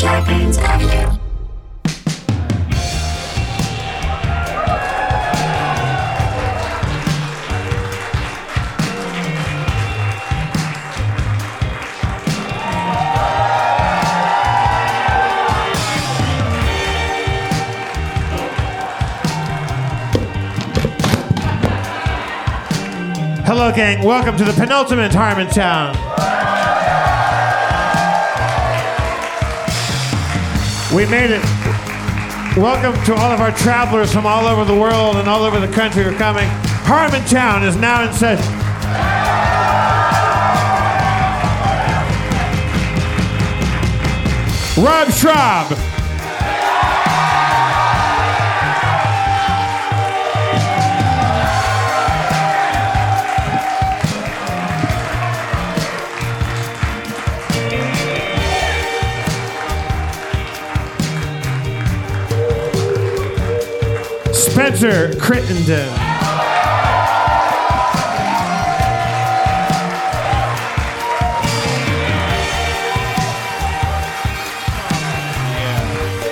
Scarpins Avenue. Hello, gang. Welcome to the penultimate Harmontown. We made it. Welcome to all of our travelers from all over the world and all over the country who are coming. Harmontown is now in session. Rob Schraub. Spencer Crittenden.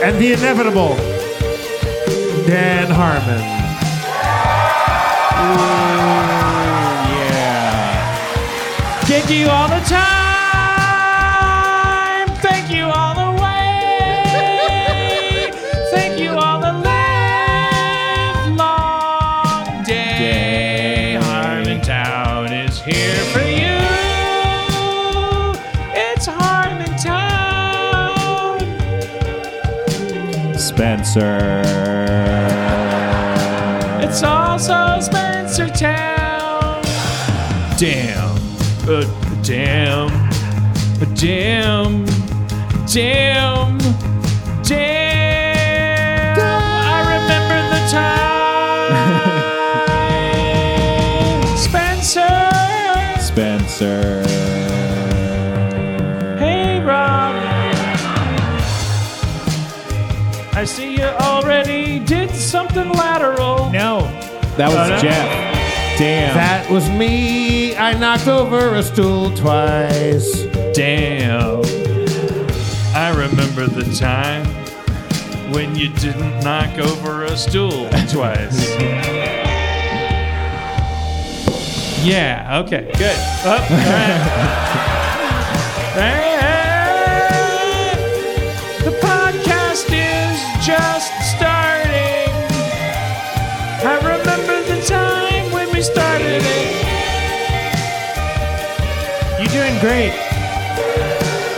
And the inevitable Dan Harmon. yeah. Thank you all the time. Thank you all the way. Thank you all the live long day. Harmontown is here for you. It's Harmontown. Spencer. It's also Spencer Town. Damn. Uh, damn. Damn. Damn. Damn. I remember the time. Spencer. Spencer. Hey, Rob. I see you already did something lateral. No. That was no. Jeff. Damn. That was me. I knocked over a stool twice. Damn. I remember the time when you didn't knock over a stool twice. yeah, okay, good. Up, all right. The podcast is just starting. I remember the time when we started it. You're doing great.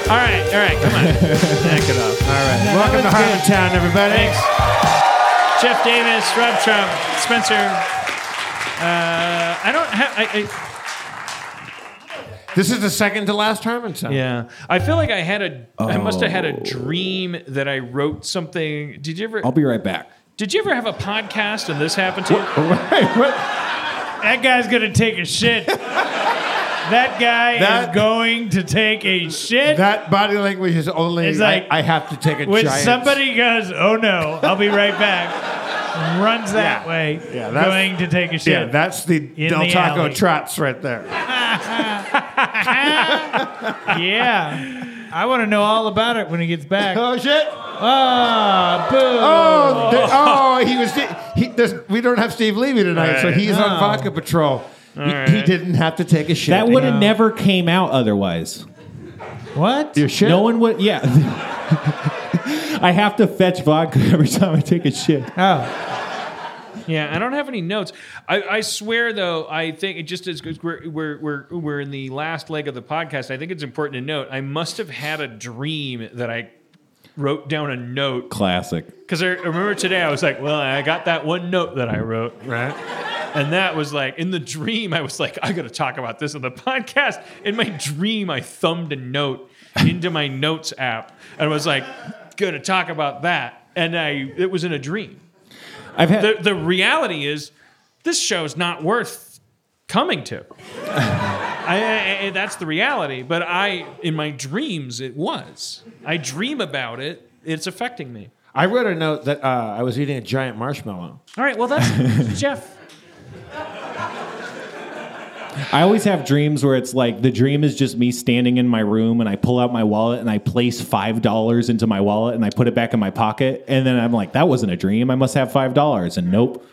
All right, all right, come on. Knock it off. All right. No, Welcome to that was good. Harmontown, everybody. Thanks. Jeff Davis, Rob Trump, Spencer. Uh, I don't have. I, This is the second to last Harmontown. I, yeah, I feel like I had a. I must have had a Oh. dream that I wrote something. Did you ever? I'll be right back. Did you ever have a podcast and this happened to you? That guy's gonna take a shit. that guy That- is going to take a shit. That body language is only. It's like- I, I have to take a when giant. somebody goes, "Oh no, I'll be right back," runs that Yeah. way, Yeah, that's- going to take a shit. Yeah, that's the Del the Taco alley. trots right there. yeah. I want to know all about it when he gets back. Oh shit! Ah, boo. Oh, the- oh, he was. He, this, we don't have Steve Levy tonight, so he's on vodka patrol. He, he didn't have to take a shit. That would have never came out otherwise. What? Your shit. No one would. Yeah. I have to fetch vodka every time I take a shit. Oh, Yeah, I don't have any notes. I, I swear, though, I think it just as 'cause we're, we're we're we're in the last leg of the podcast. I think it's important to note. I must have had a dream that I wrote down a note Classic. Because I remember today, I was like, well, I got that one note that I wrote. Right. And that was like, in the dream, I was like, I got to talk about this on the podcast. In my dream, I thumbed a note into my notes app and was like, going to talk about that. And I, it was in a dream. I've had. The, the reality is, this show's not worth coming to. I, I- I- that's the reality. But I, in my dreams, it was. I dream about it, it's affecting me. I wrote a note that uh, I was eating a giant marshmallow. All right, well that's Jeff. I always have dreams where it's like the dream is just me standing in my room and I pull out my wallet and I place five dollars into my wallet and I put it back in my pocket and then I'm like, that wasn't a dream. I must have five dollars and nope.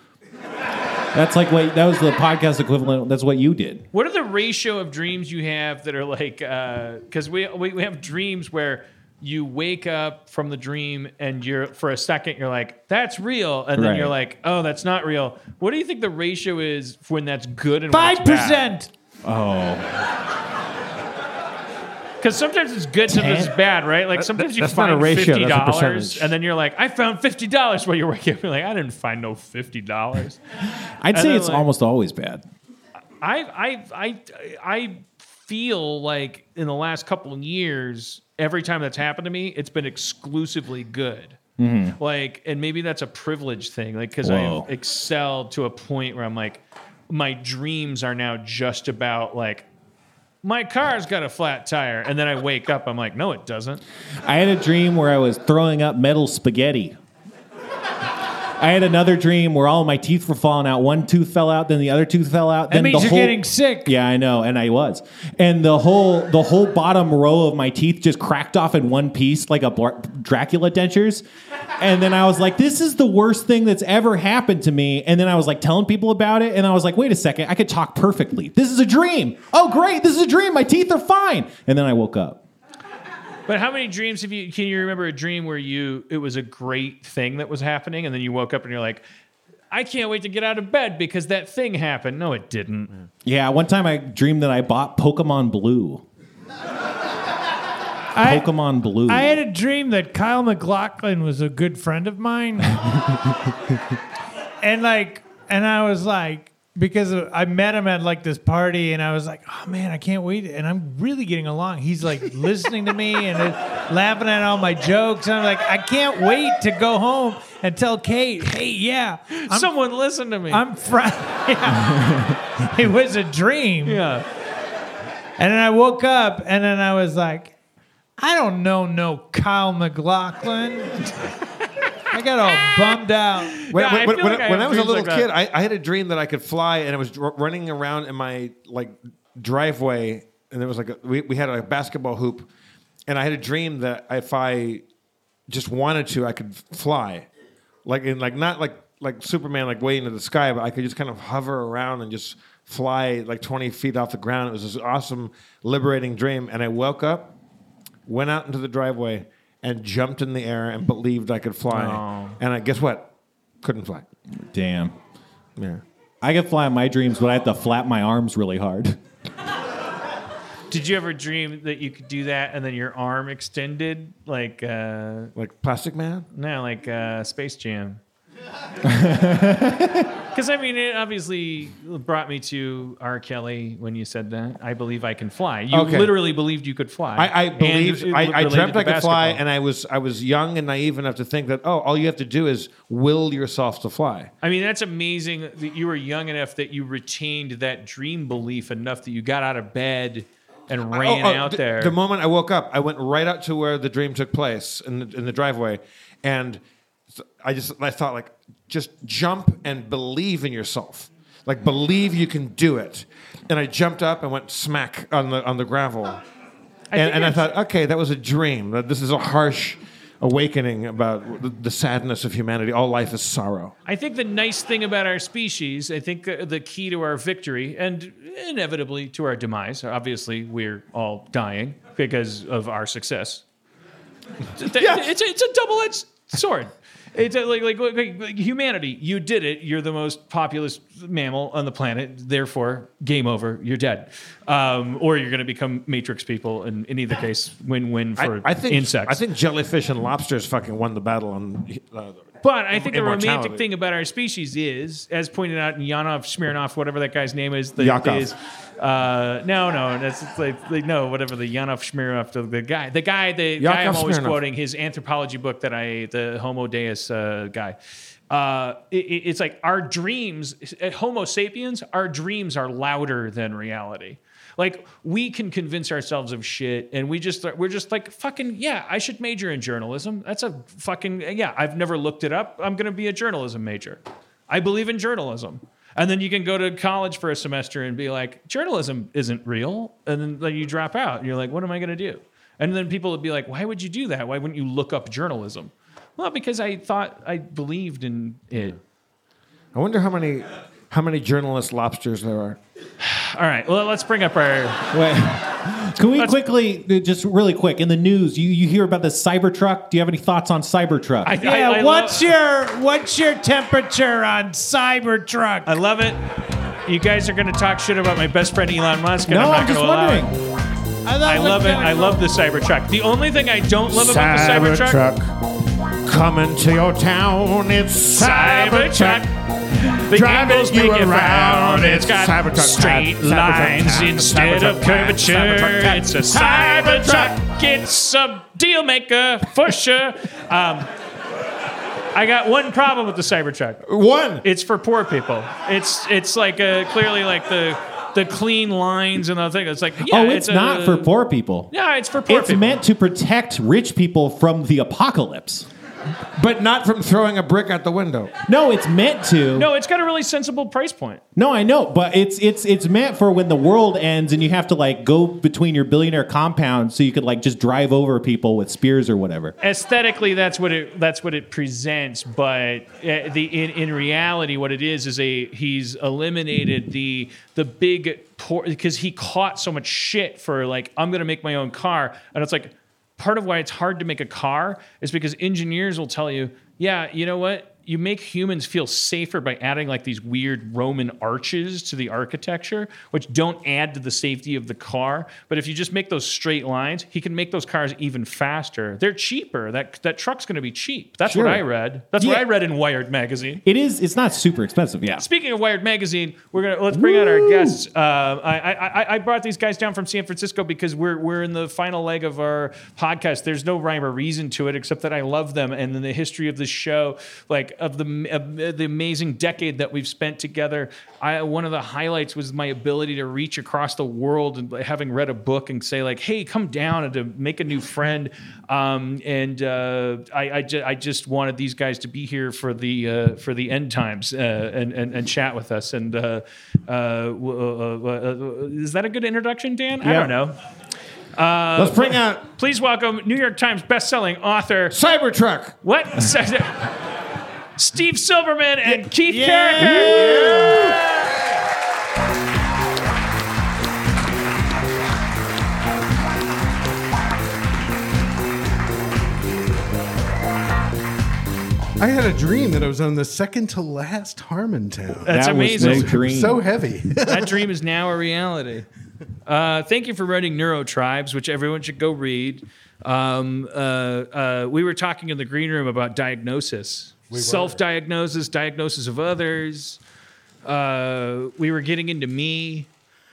That's like wait, that was the podcast equivalent. That's what you did. What are the ratio of dreams you have that are like? Because we, we we have dreams where you wake up from the dream and you're for a second you're like that's real, and then Right. you're like oh that's not real. What do you think the ratio is for when that's good and Five percent. Oh. Because sometimes it's good, sometimes it's bad, right? Like sometimes you that's not find a ratio, fifty that's a dollars, percentage. and then you're like I found fifty dollars while you're waking up. You're like I didn't find no fifty dollars. I'd say then, it's like- almost always bad. I I I I feel like in the last couple of years, every time that's happened to me, it's been exclusively good. Like, and maybe that's a privilege thing, like because Whoa. I've excelled to a point where I'm like, my dreams are now just about like. My car's got a flat tire, and then I wake up. I'm like, no, it doesn't. I had a dream where I was throwing up metal spaghetti. I had another dream where all my teeth were falling out. One tooth fell out, then the other tooth fell out. That then means the you're whole- getting sick. Yeah, I know, and I was, and the whole the whole bottom row of my teeth just cracked off in one piece, like a Blar- Dracula dentures. And then I was like, "This is the worst thing that's ever happened to me." And then I was like telling people about it, and I was like, "Wait a second, I could talk perfectly. This is a dream. Oh, great, this is a dream. My teeth are fine." And then I woke up. But how many dreams have you? Can you remember a dream where you it was a great thing that was happening, and then you woke up and you're like, I can't wait to get out of bed because that thing happened. No, it didn't. Yeah, one time I dreamed that I bought Pokemon Blue. I, Pokemon Blue. I had a dream that Kyle McLaughlin was a good friend of mine, and like, and I was like, because I met him at like this party, and I was like, oh man, I can't wait, and I'm really getting along. He's like listening to me and uh, laughing at all my jokes, and I'm like, I can't wait to go home and tell Kate, hey, yeah, I'm, Someone listen to me. I'm fr- it was a dream. yeah. And then I woke up and then I was like, I don't know no Kyle McLaughlin. I got all bummed out. When, Yeah, I when, when, feel like I when I have was a dreams little like kid, that. I, I had a dream that I could fly, and I was dr- running around in my like driveway, and there was like a, we we had a basketball hoop, and I had a dream that if I just wanted to, I could fly, like in like not like like Superman like way into the sky, but I could just kind of hover around and just fly like twenty feet off the ground. It was this awesome, liberating dream, and I woke up went out into the driveway and jumped in the air and believed I could fly. Oh. And I guess what? Couldn't fly. Damn. Yeah. I could fly in my dreams, but I have to flap my arms really hard. Did you ever dream that you could do that and then your arm extended like uh Like Plastic Man? no, like uh Space Jam? Because I mean, it obviously brought me to R. Kelly when you said that. I believe I can fly. You Okay. literally believed you could fly. I, I And believed it I, I related dreamt to I could fly basketball. and I was I was young and naive enough to think that, oh, all you have to do is will yourself to fly. I mean, that's amazing that you were young enough that you retained that dream belief enough that you got out of bed and ran Oh, oh, out the, there. The moment I woke up, I went right out to where the dream took place in the, in the driveway, and so I just I thought like, just jump and believe in yourself, like believe you can do it. And I jumped up and went smack on the on the gravel, and, and I thought, okay, that was a dream. That This is a harsh awakening about the, the sadness of humanity. All life is sorrow. I think the nice thing about our species, I think uh, the, the key to our victory and inevitably to our demise, obviously we're all dying because of our success. It's a- it's, a, it's a double-edged sword. It's a, like, like, like, like humanity. You did it. You're the most populous mammal on the planet. Therefore, game over. You're dead, um, or you're going to become matrix people. And in either case, win-win for I, I think insects. I think jellyfish and lobsters fucking won the battle on. Uh, But I think the romantic immortality. thing about our species is, as pointed out in Yanov Smirnov, whatever that guy's name is, the, Yakov. is uh, no, no, that's it's like, like no, whatever the Yanov Smirnov, the, the guy, the guy, the guy I'm Yakov always Smirnov. quoting, his anthropology book that I, the Homo Deus uh, guy. Uh, it, it- it's like our dreams, uh, Homo sapiens, our dreams are louder than reality. Like we can convince ourselves of shit, and we just we're just like fucking yeah. I should major in journalism. That's a fucking yeah. I've never looked it up. I'm gonna be a journalism major. I believe in journalism. And then you can go to college for a semester and be like, journalism isn't real. And then like, you drop out. And you're like, what am I going to do? And then people would be like, why would you do that? Why wouldn't you look up journalism? Well, because I thought I believed in it. I wonder how many how many journalist lobsters there are. All right. Well, let's bring up our. Wait. Can we quickly, just really quick, in the news, you, you hear about the Cybertruck. Do you have any thoughts on Cybertruck? I, Yeah, I, I what's love, your what's your temperature on Cybertruck? I love it. You guys are going to talk shit about my best friend Elon Musk, and I'm no, I'm, not going just to allow it. wondering. I, I love it. I love the Cybertruck. The only thing I don't love about the Cybertruck, Cybertruck, coming to your town. It's Cybertruck. the Driving angles you make it around. round. It's It's got Cybertruck, straight Cybertruck, lines Cybertruck, instead of Cybertruck, curvature. Cybertruck, it's a Cybertruck. Cybertruck. It's a deal maker for sure. Um, I got one problem with the Cybertruck. One. It's for poor people. It's it's like uh clearly like the the clean lines and the thing. It's like yeah, oh, it's, a- not for poor people. Yeah, it's for poor It's people. meant to protect rich people from the apocalypse. But not from throwing a brick out the window. No, it's meant to. no, it's got a really sensible price point. No, I know, but it's it's it's meant for when the world ends and you have to like go between your billionaire compounds so you could like just drive over people with spears or whatever. aesthetically that's what it that's what it presents but uh, the in, in reality what it is is a he's eliminated the the big poor because he caught so much shit for like i'm gonna make my own car and it's like part of why it's hard to make a car is because engineers will tell you yeah you know what you make humans feel safer by adding like these weird Roman arches to the architecture, which don't add to the safety of the car. But if you just make those straight lines, he can make those cars even faster. They're cheaper. That that truck's going to be cheap. That's Sure. what I read. That's what I Yeah. read in Wired magazine. It is. It's not super expensive. Yeah. Speaking of Wired magazine, we're gonna let's bring out our guests. Uh, I, I I- I brought these guys down from San Francisco because we're we're in the final leg of our podcast. There's no rhyme or reason to it except that I love them and then the history of this show, like of the of the amazing decade that we've spent together. I one of the highlights was my ability to reach across the world and having read a book and say like, hey, come down and to make a new friend. Um, and uh, I I, ju- I just wanted these guys to be here for the uh, for the end times uh, and, and and chat with us. And uh, uh, w- uh, uh, uh, is that a good introduction, Dan? I don't know. Uh, Let's bring out Please welcome New York Times bestselling author Cybertruck. what Steve Silverman and Keith yeah. I had a dream that I was on the second to last Harmontown. That's that amazing. Was no dream. So heavy. that dream is now a reality. Uh, thank you for writing Neurotribes, which everyone should go read. Um, uh, uh, we were talking in the green room about diagnosis, self diagnosis, diagnosis of others. Uh, we were getting into me.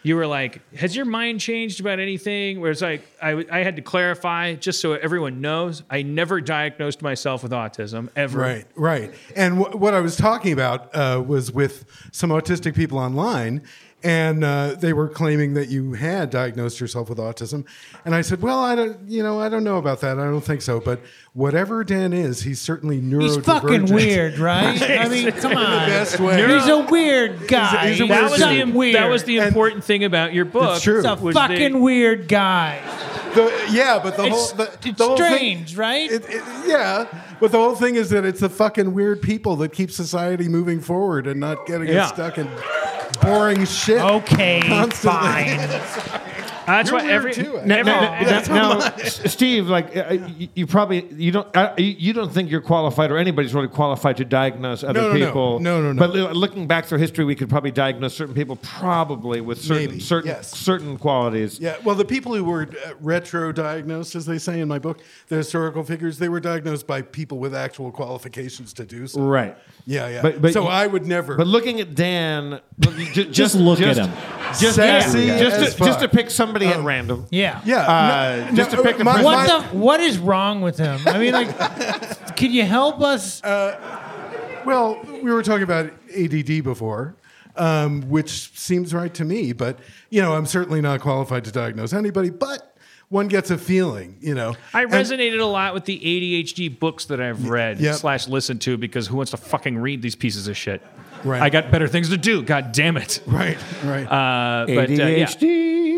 You were like, "Has your mind changed about anything?" Where it's like, I, w- I had to clarify just so everyone knows, I never diagnosed myself with autism ever. Right, right. And wh- what I was talking about uh, was with some autistic people online, and uh, they were claiming that you had diagnosed yourself with autism. And I said, "Well, I don't, you know, I don't know about that. I don't think so. But whatever Dan is, he's certainly He's neurodivergent. fucking weird, right? I mean, come on. best way. He's a weird guy. he's a He's That was, the, a im- weird. that was the And- important thing about your book. It's true. He's a was the- fucking weird guy. The- yeah, but the It's, whole the, it's the whole thing- strange, right? It, it, yeah, but the whole thing is that it's the fucking weird people that keep society moving forward and not getting Yeah. us stuck in boring shit. okay, Constantly. fine. That's You're why weird every, too, every actually. No, no, no, no, S- Steve, like uh, you, you probably you don't uh, you you don't think you're qualified or anybody's really qualified to diagnose other No, no, no. people. No, no, no. But li- looking back through history, we could probably diagnose certain people probably with certain Maybe, certain yes. certain qualities. Yeah, well, the people who were uh, retro-diagnosed, as they say in my book, the historical figures, they were diagnosed by people with actual qualifications to do so. Right. Yeah, yeah. But- but so you- I would never. But looking at Dan, just, just, look at him. Just, Sexy yeah, as just, to, fuck. Um, just to pick somebody at random. Yeah. yeah, Uh, no- just to no, pick a my- person- What my- the? What is wrong with him? I mean, like, can you help us? Uh, Well, we were talking about ADD before, um, which seems right to me, but you know, I'm certainly not qualified to diagnose anybody. But one gets a feeling, you know. I And- resonated a lot with the ADHD books that I've read yep. slash listened to because who wants to fucking read these pieces of shit? Right. I got better things to do. God damn it. Right, right. Uh, but, uh, yeah.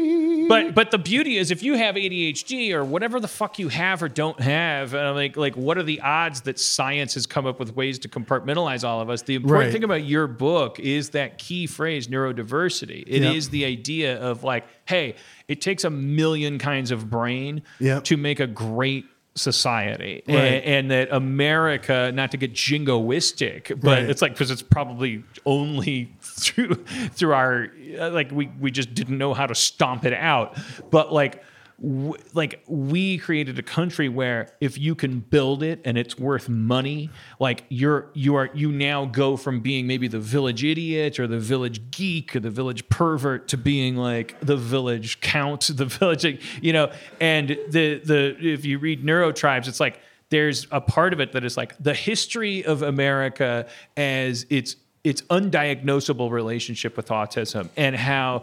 But but the beauty is if you have ADHD or whatever the fuck you have or don't have, uh, like like what are the odds that science has come up with ways to compartmentalize all of us? The important Right. thing about your book is that key phrase neurodiversity. It is Yep. the idea of like, hey, it takes a million kinds of brain Yep. to make a great society A- and, that america not to get jingoistic but Right. it's like because it's probably only through through our uh, like we we just didn't know how to stomp it out but like w- like we created a country where if you can build it and it's worth money like you're you are you now go from being maybe the village idiot or the village geek or the village pervert to being like the village count the village you know and the the if you read neurotribes it's like there's a part of it that is like the history of America as its its undiagnosable relationship with autism and how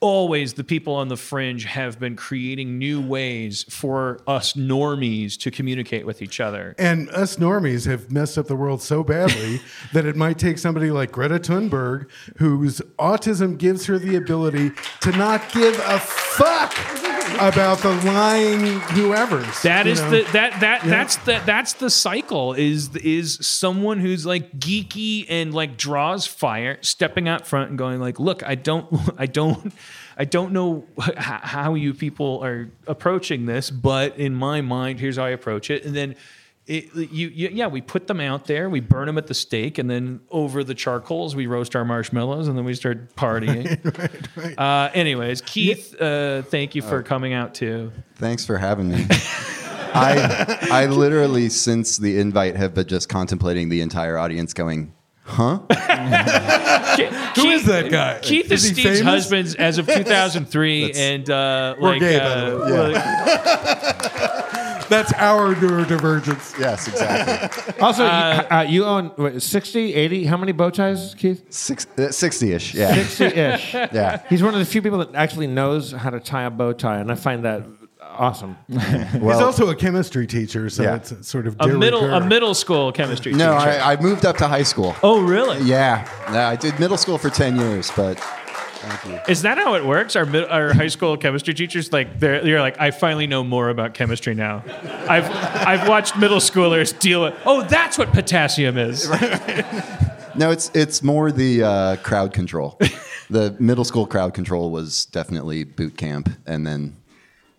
always the people on the fringe have been creating new ways for us normies to communicate with each other. And us normies have messed up the world so badly that it might take somebody like Greta Thunberg, whose autism gives her the ability to not give a fuck about the lying whoever's. That you is know? the that that that's the that's the cycle is is someone who's like geeky and like draws fire stepping out front and going like look I don't I don't I don't know h- how you people are approaching this but in my mind here's how I approach it and then it, you, you yeah we put them out there we burn them at the stake and then over the charcoals we roast our marshmallows and then we start partying Uh, anyways Keith uh, thank you for coming out too Thanks for having me. I I literally since the invite have been just contemplating the entire audience going, huh? Who is that guy? Keith is, Is he Steve's famous? husband as of 2003, and uh, like, gay, by uh, the way. Yeah. like- That's our neurodivergence. Yes, exactly. Also, you, uh, you own what, 60, 80? How many bow ties, Keith? Six, uh, 60-ish. Yeah. 60 ish. Yeah. He's one of the few people that actually knows how to tie a bow tie, and I find that awesome. He's also a chemistry teacher, so Yeah. it's sort of a de middle a rigueur. middle school chemistry. No, teacher. I, I moved up to high school. oh really? Yeah. No, I did middle school for 10 years, but thank you. Is that how it works? Our mid, our high school chemistry teachers like they're you're like I finally know more about chemistry now. I've I've watched middle schoolers deal with. Oh, that's what potassium is. No, it's it's more the uh, crowd control. the middle school crowd control was definitely boot camp, and then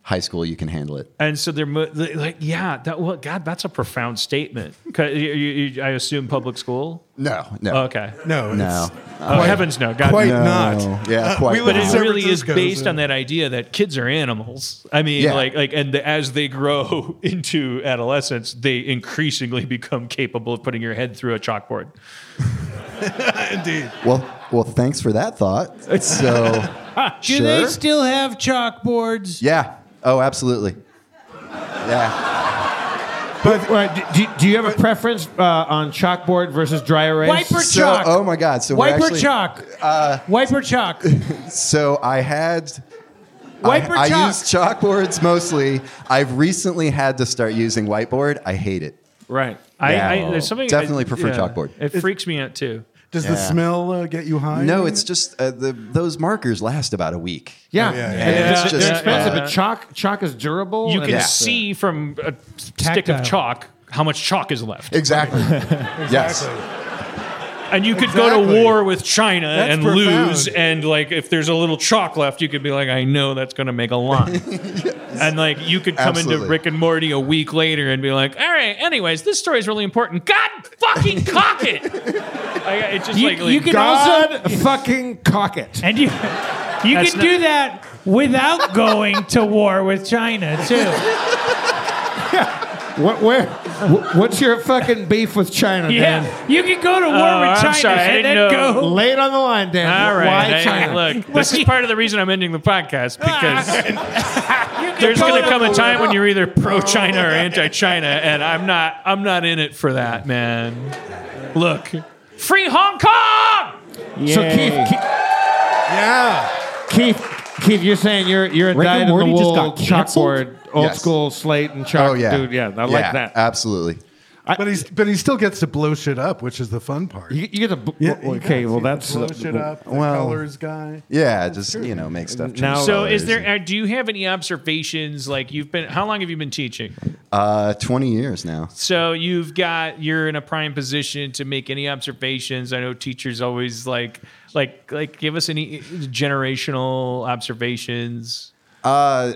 high school you can handle it. And so they're mo- they're like, yeah, that well, God, that's a profound statement. 'Cause you- you- you- I assume public school. No, no, Okay. No, no, it's Oh, heavens no. God, quite No, not. Uh, Uh, yeah, quite we live but in not. it San really is Francisco, based so- on that idea that kids are animals. I mean, Yeah. like, like, and as they grow into adolescence, they increasingly become capable of putting your head through a chalkboard. Indeed. Well, well, thanks for that thought. So, Do sure. they still have chalkboards? yeah. Oh, absolutely. Yeah. All right, do, do, do you have a preference uh, on chalkboard versus dry erase? Wiper So, chalk. oh my God. So we're Wiper actually, uh, chalk. Uh, Wiper chalk. So I had. Wiper I, I chalk. use chalkboards mostly. I've recently had to start using whiteboard. I hate it. Right. Yeah. I, I there's something Definitely I- prefer chalkboard. It freaks me out too. Does the Yeah. smell uh, get you high? No, it's just uh, the those markers last about a week. Yeah. Oh, yeah, yeah. And Yeah. They're, It's they're just, expensive, uh, but chalk chalk is durable. You and can it's, uh, see from a stick of Tactile. chalk how much chalk is left, Exactly. Yes. and you could go to Exactly. war with China That's and profound. lose. And like, if there's a little chalk left, you could be like, I know that's going to make a line. And like, you could come into Absolutely. Rick and Morty a week later and be like, all right, anyways, this story is really important. God fucking cock it. I, it's just You- like, like, you can God also- fucking cock it. And you, you That's can not- do that without going to war with China too. What, where, wh- what's your fucking beef with China, Yeah, Dan? you can go to war Oh, with I'm China sorry, I and didn't then know. go. Lay it on the line, Dan. all right, Why hey, China? Ah, look, this is part of the reason I'm ending the podcast because there's go going to to come a time when you're either pro-China or anti-China, and I'm not. I'm not in it for that, man. Look, free Hong Kong. So Keith, Keith, Yeah. Keith, Keith, you're saying you're you're a Rick and dyed in the Morty just wool got canceled? chalkboard, old Yes. school slate and chalk Oh yeah, dude. Yeah, I like that. Absolutely. But he's but he still gets to blow shit up, which is the fun part. you, you get a b- Yeah, he okay. does. Well, He's the that's blow shit up. The well- colors guy. Yeah, just you know, make stuff. change Now- So, is colours there? and- uh do you have any observations? Like, you've been how long have you been teaching? Uh, twenty years now. So you've got you're in a prime position to make any observations. I know teachers always like like like give us any generational observations. Uh,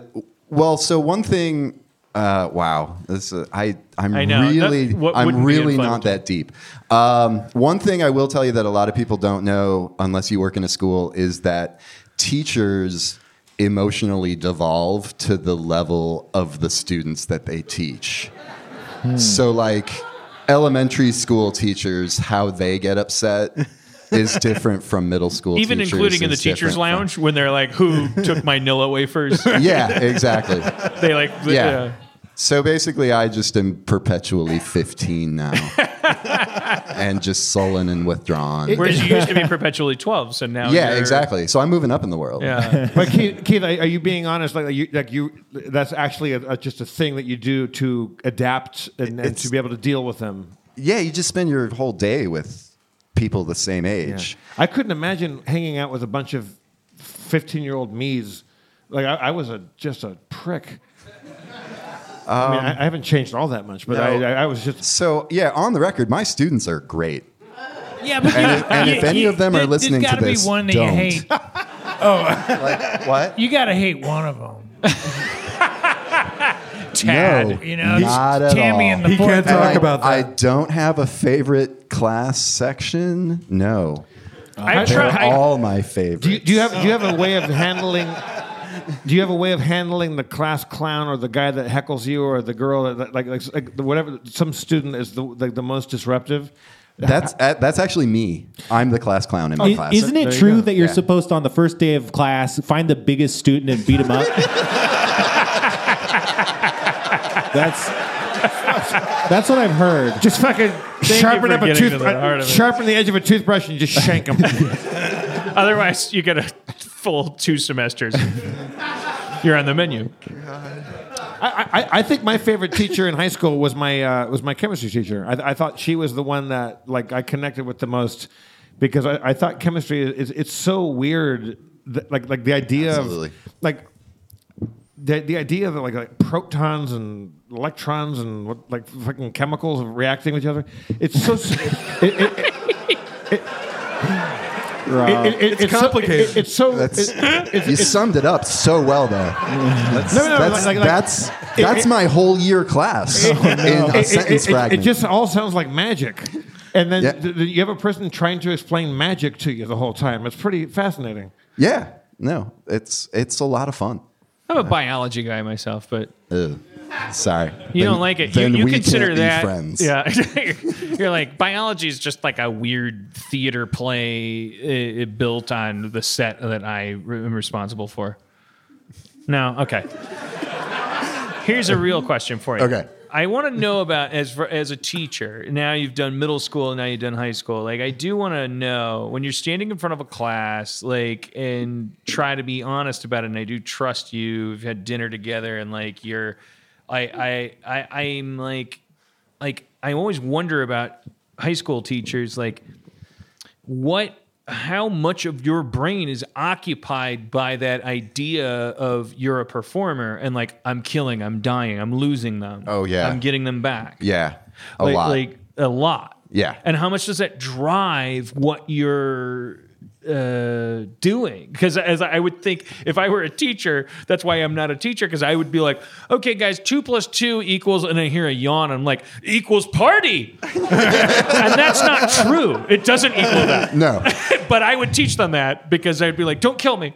well, so one thing. Uh, wow, this uh, I I'm I know. That- really what I'm wouldn't be really fun not to- that deep. Um, one thing I will tell you that a lot of people don't know, unless you work in a school, is that teachers emotionally devolve to the level of the students that they teach. So like elementary school teachers, how they get upset is different from middle school Even teachers including in the is teachers' different from- lounge when they're like, "Who took my Nilla wafers?" yeah, exactly. They like, Yeah. yeah. So basically, I just am perpetually 15 now and just sullen and withdrawn. Whereas you used to be perpetually twelve, so now yeah, you're- exactly. So I'm moving up in the world. Yeah, But Keith, Keith, are are you being honest? Like, you, like you, that's actually a, a, just a thing that you do to adapt and, and It's- to be able to deal with them. Yeah, you just spend your whole day with people the same Yeah. age. I couldn't imagine hanging out with a bunch of fifteen-year-old me's. Like, I, I was a just a prick. I mean, I, I haven't changed all that much, but I, No. I, I was just So, yeah, on the record, my students are great. Yeah, but And if- and if any of them are listening to there's gotta this, be one that don't. you hate. Oh. Like, what? You gotta hate one of them. Tad. You know, Not at Tammy all. and the He fourth can't grade. talk I- about that. I don't have a favorite class section. No. I They're try. They're I- all my favorites. Do you, do you have do you have a way of handling? Do you have a way of handling the class clown or the guy that heckles you or the girl that like like, like whatever some student is the like the most disruptive? that's uh, that's actually me. I'm the class clown in my I- class. Isn't it There you true go. that you're Yeah. supposed to, on the first day of class, find the biggest student and beat him up? that's that's what I've heard. Just fucking sharpen for up a getting to tooth, the heart of it. sharpen the edge of a toothbrush and just shank him. Otherwise, you get a full two semesters. You're on the menu. I, I, I think my favorite teacher in high school was my uh, was my chemistry teacher. I, I thought she was the one that like I connected with the most because I, I thought chemistry is it's so weird. That, like like the idea Absolutely. of like the the idea that like, like protons and electrons and what, like fucking chemicals reacting with each other. It's so. s- it, it, it, it- it- it's, complicated. So, it- it's so. That's- it- it's- you it's- summed it up so well though. That's No, no, that's like- like- that's, it- that's it- my whole year class in a sentence it- it- fragment. it just all sounds like magic. And then Yeah. th- th- you have a person trying to explain magic to you the whole time. It's pretty fascinating. yeah, no, it's it's a lot of fun. I'm a biology guy myself, but Ew. Sorry, You don't like it. Then you you we consider can't that be friends. Yeah, you're like biology is just like a weird theater play uh, built on the set that I am responsible for. No, okay. Here's a real question for you. Okay. I want to know about as for, as a teacher. Now you've done middle school, now you've done high school. Like I do want to know when you're standing in front of a class, like and try to be honest about it. And I do trust you. We've had dinner together, and like you're, I I I I'm like, like I always wonder about high school teachers. Like what how much of your brain is occupied by that idea of you're a performer and like I'm killing, I'm dying, I'm losing them. Oh, yeah. I'm getting them back. Yeah, a like, lot. Like a lot. Yeah. And how much does that drive what you're uh, doing? Because as I would think, if I were a teacher, that's why I'm not a teacher. Because I would be like, okay, guys, two plus two equals, and I hear a yawn. I'm like, equals party, and that's not true. It doesn't equal that no, but I would teach them that because I'd be like, "Don't kill me."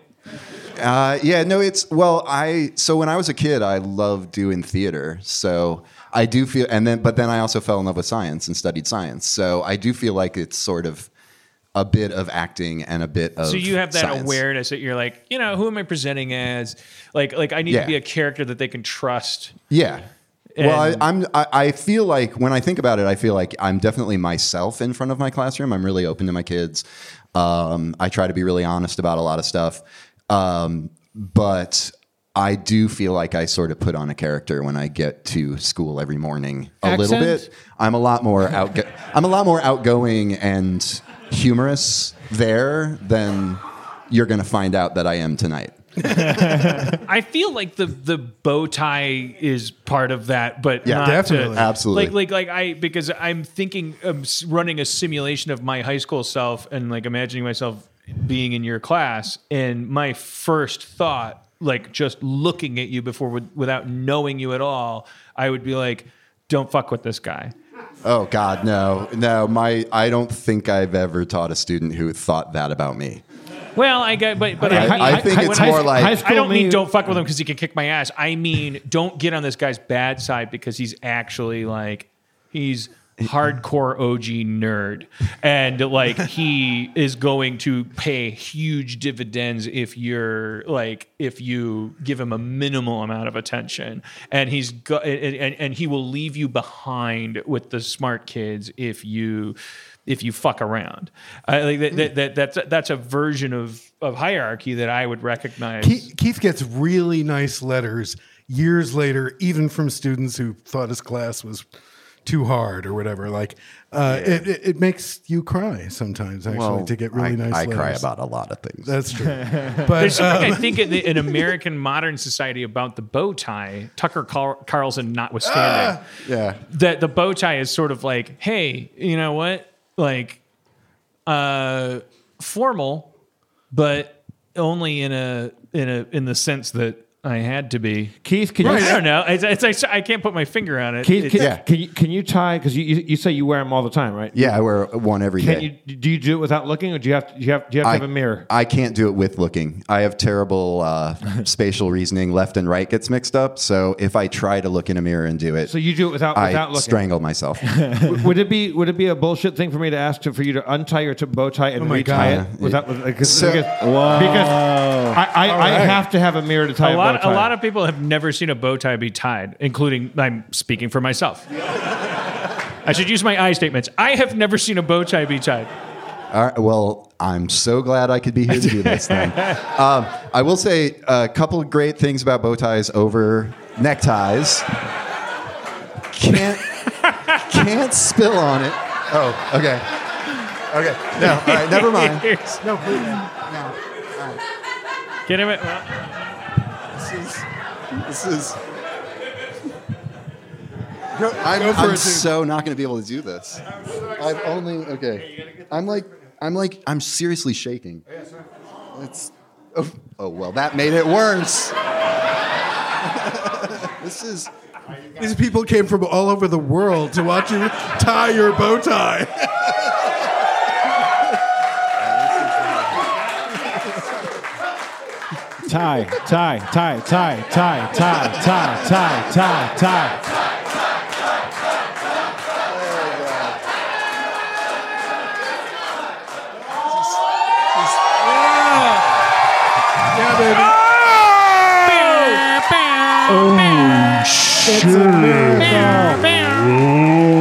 Uh, yeah, no, it's well, I so when I was a kid, I loved doing theater, so I do feel, and then but then I also fell in love with science and studied science, so I do feel like it's sort of a bit of acting and a bit of So you have that science. awareness that you're like, you know, who am I presenting as? Like, like I need Yeah. to be a character that they can trust. Yeah. well, I, And- I'm. I, I feel like when I think about it, I feel like I'm definitely myself in front of my classroom. I'm really open to my kids. Um, I try to be really honest about a lot of stuff. Um, but I do feel like I sort of put on a character when I get to school every morning a little Accent? bit. I'm a lot more outgo- I'm a lot more outgoing and humorous there than you're going to find out that I am tonight. I feel like the the bow tie is part of that, but Yeah, not definitely. to- Absolutely. Like like like I because I'm thinking of s- running a simulation of my high school self and like imagining myself being in your class, and my first thought, like just looking at you before with, without knowing you at all, I would be like, "Don't fuck with this guy." Oh God, no, no. My, I don't think I've ever taught a student who thought that about me. Well, I get, but but I- I think when it's more like- high school I don't mean me- don't fuck with him because he can kick my ass. I mean don't get on this guy's bad side because he's actually like he's hardcore OG nerd and like he is going to pay huge dividends if you're like if you give him a minimal amount of attention and he's go- and, and and he will leave you behind with the smart kids if you if you fuck around I, like that, that, that that's that's a version of of hierarchy that I would recognize Keith, Keith gets really nice letters years later, even from students who thought his class was too hard or whatever. Like, uh, it, it, it makes you cry sometimes, actually, to get really I, nice I letters. cry about a lot of things. That's true. There's But something um, I think in, the, in American modern society about the bow tie, Tucker Carl- Carlson notwithstanding, Ah. yeah, that the bow tie is sort of like, hey, you know what? Like, uh, formal, but only in a in a in the sense that I had to be. Keith, can I you don't know. It's, it's, it's, I can't put my finger on it. Keith, can, Yeah. It's- can you can you tie? Because you, you you say you wear them all the time, right? yeah. I wear one every day. Can you do you do it without looking, or do you have to, do you have do you have, to have a mirror? I can't do it with looking. I have terrible uh, spatial reasoning. Left and right gets mixed up. So if I try to look in a mirror and do it, So you do it without I without looking. strangle myself. W- would it be would it be a bullshit thing for me to ask to, for you to untie your t- bow tie and my retie it God. without with- because, So- because, because I, I, I have to have a mirror to tie a a, lot, bow a tie. lot of people have never seen a bow tie be tied, including I'm speaking for myself. I should use my I statements. I have never seen a bow tie be tied. All right, well, I'm so glad I could be here to do this then. Um, I will say a couple of great things about bow ties over neckties. Can't can't spill on it. Oh, okay. Okay. No, all right, never mind. no, Get uh, him. At, This is I'm, go for I'm it, dude. so not going to be able to do this. I'm only okay. I'm like I'm like I'm seriously shaking. It's oh, oh well, that made it worse. this is these people came from all over the world to watch you tie your bow tie. Tie, tie, tie, tie, tie, tie, tie, tie, tie, tie. Yeah, oh! baby.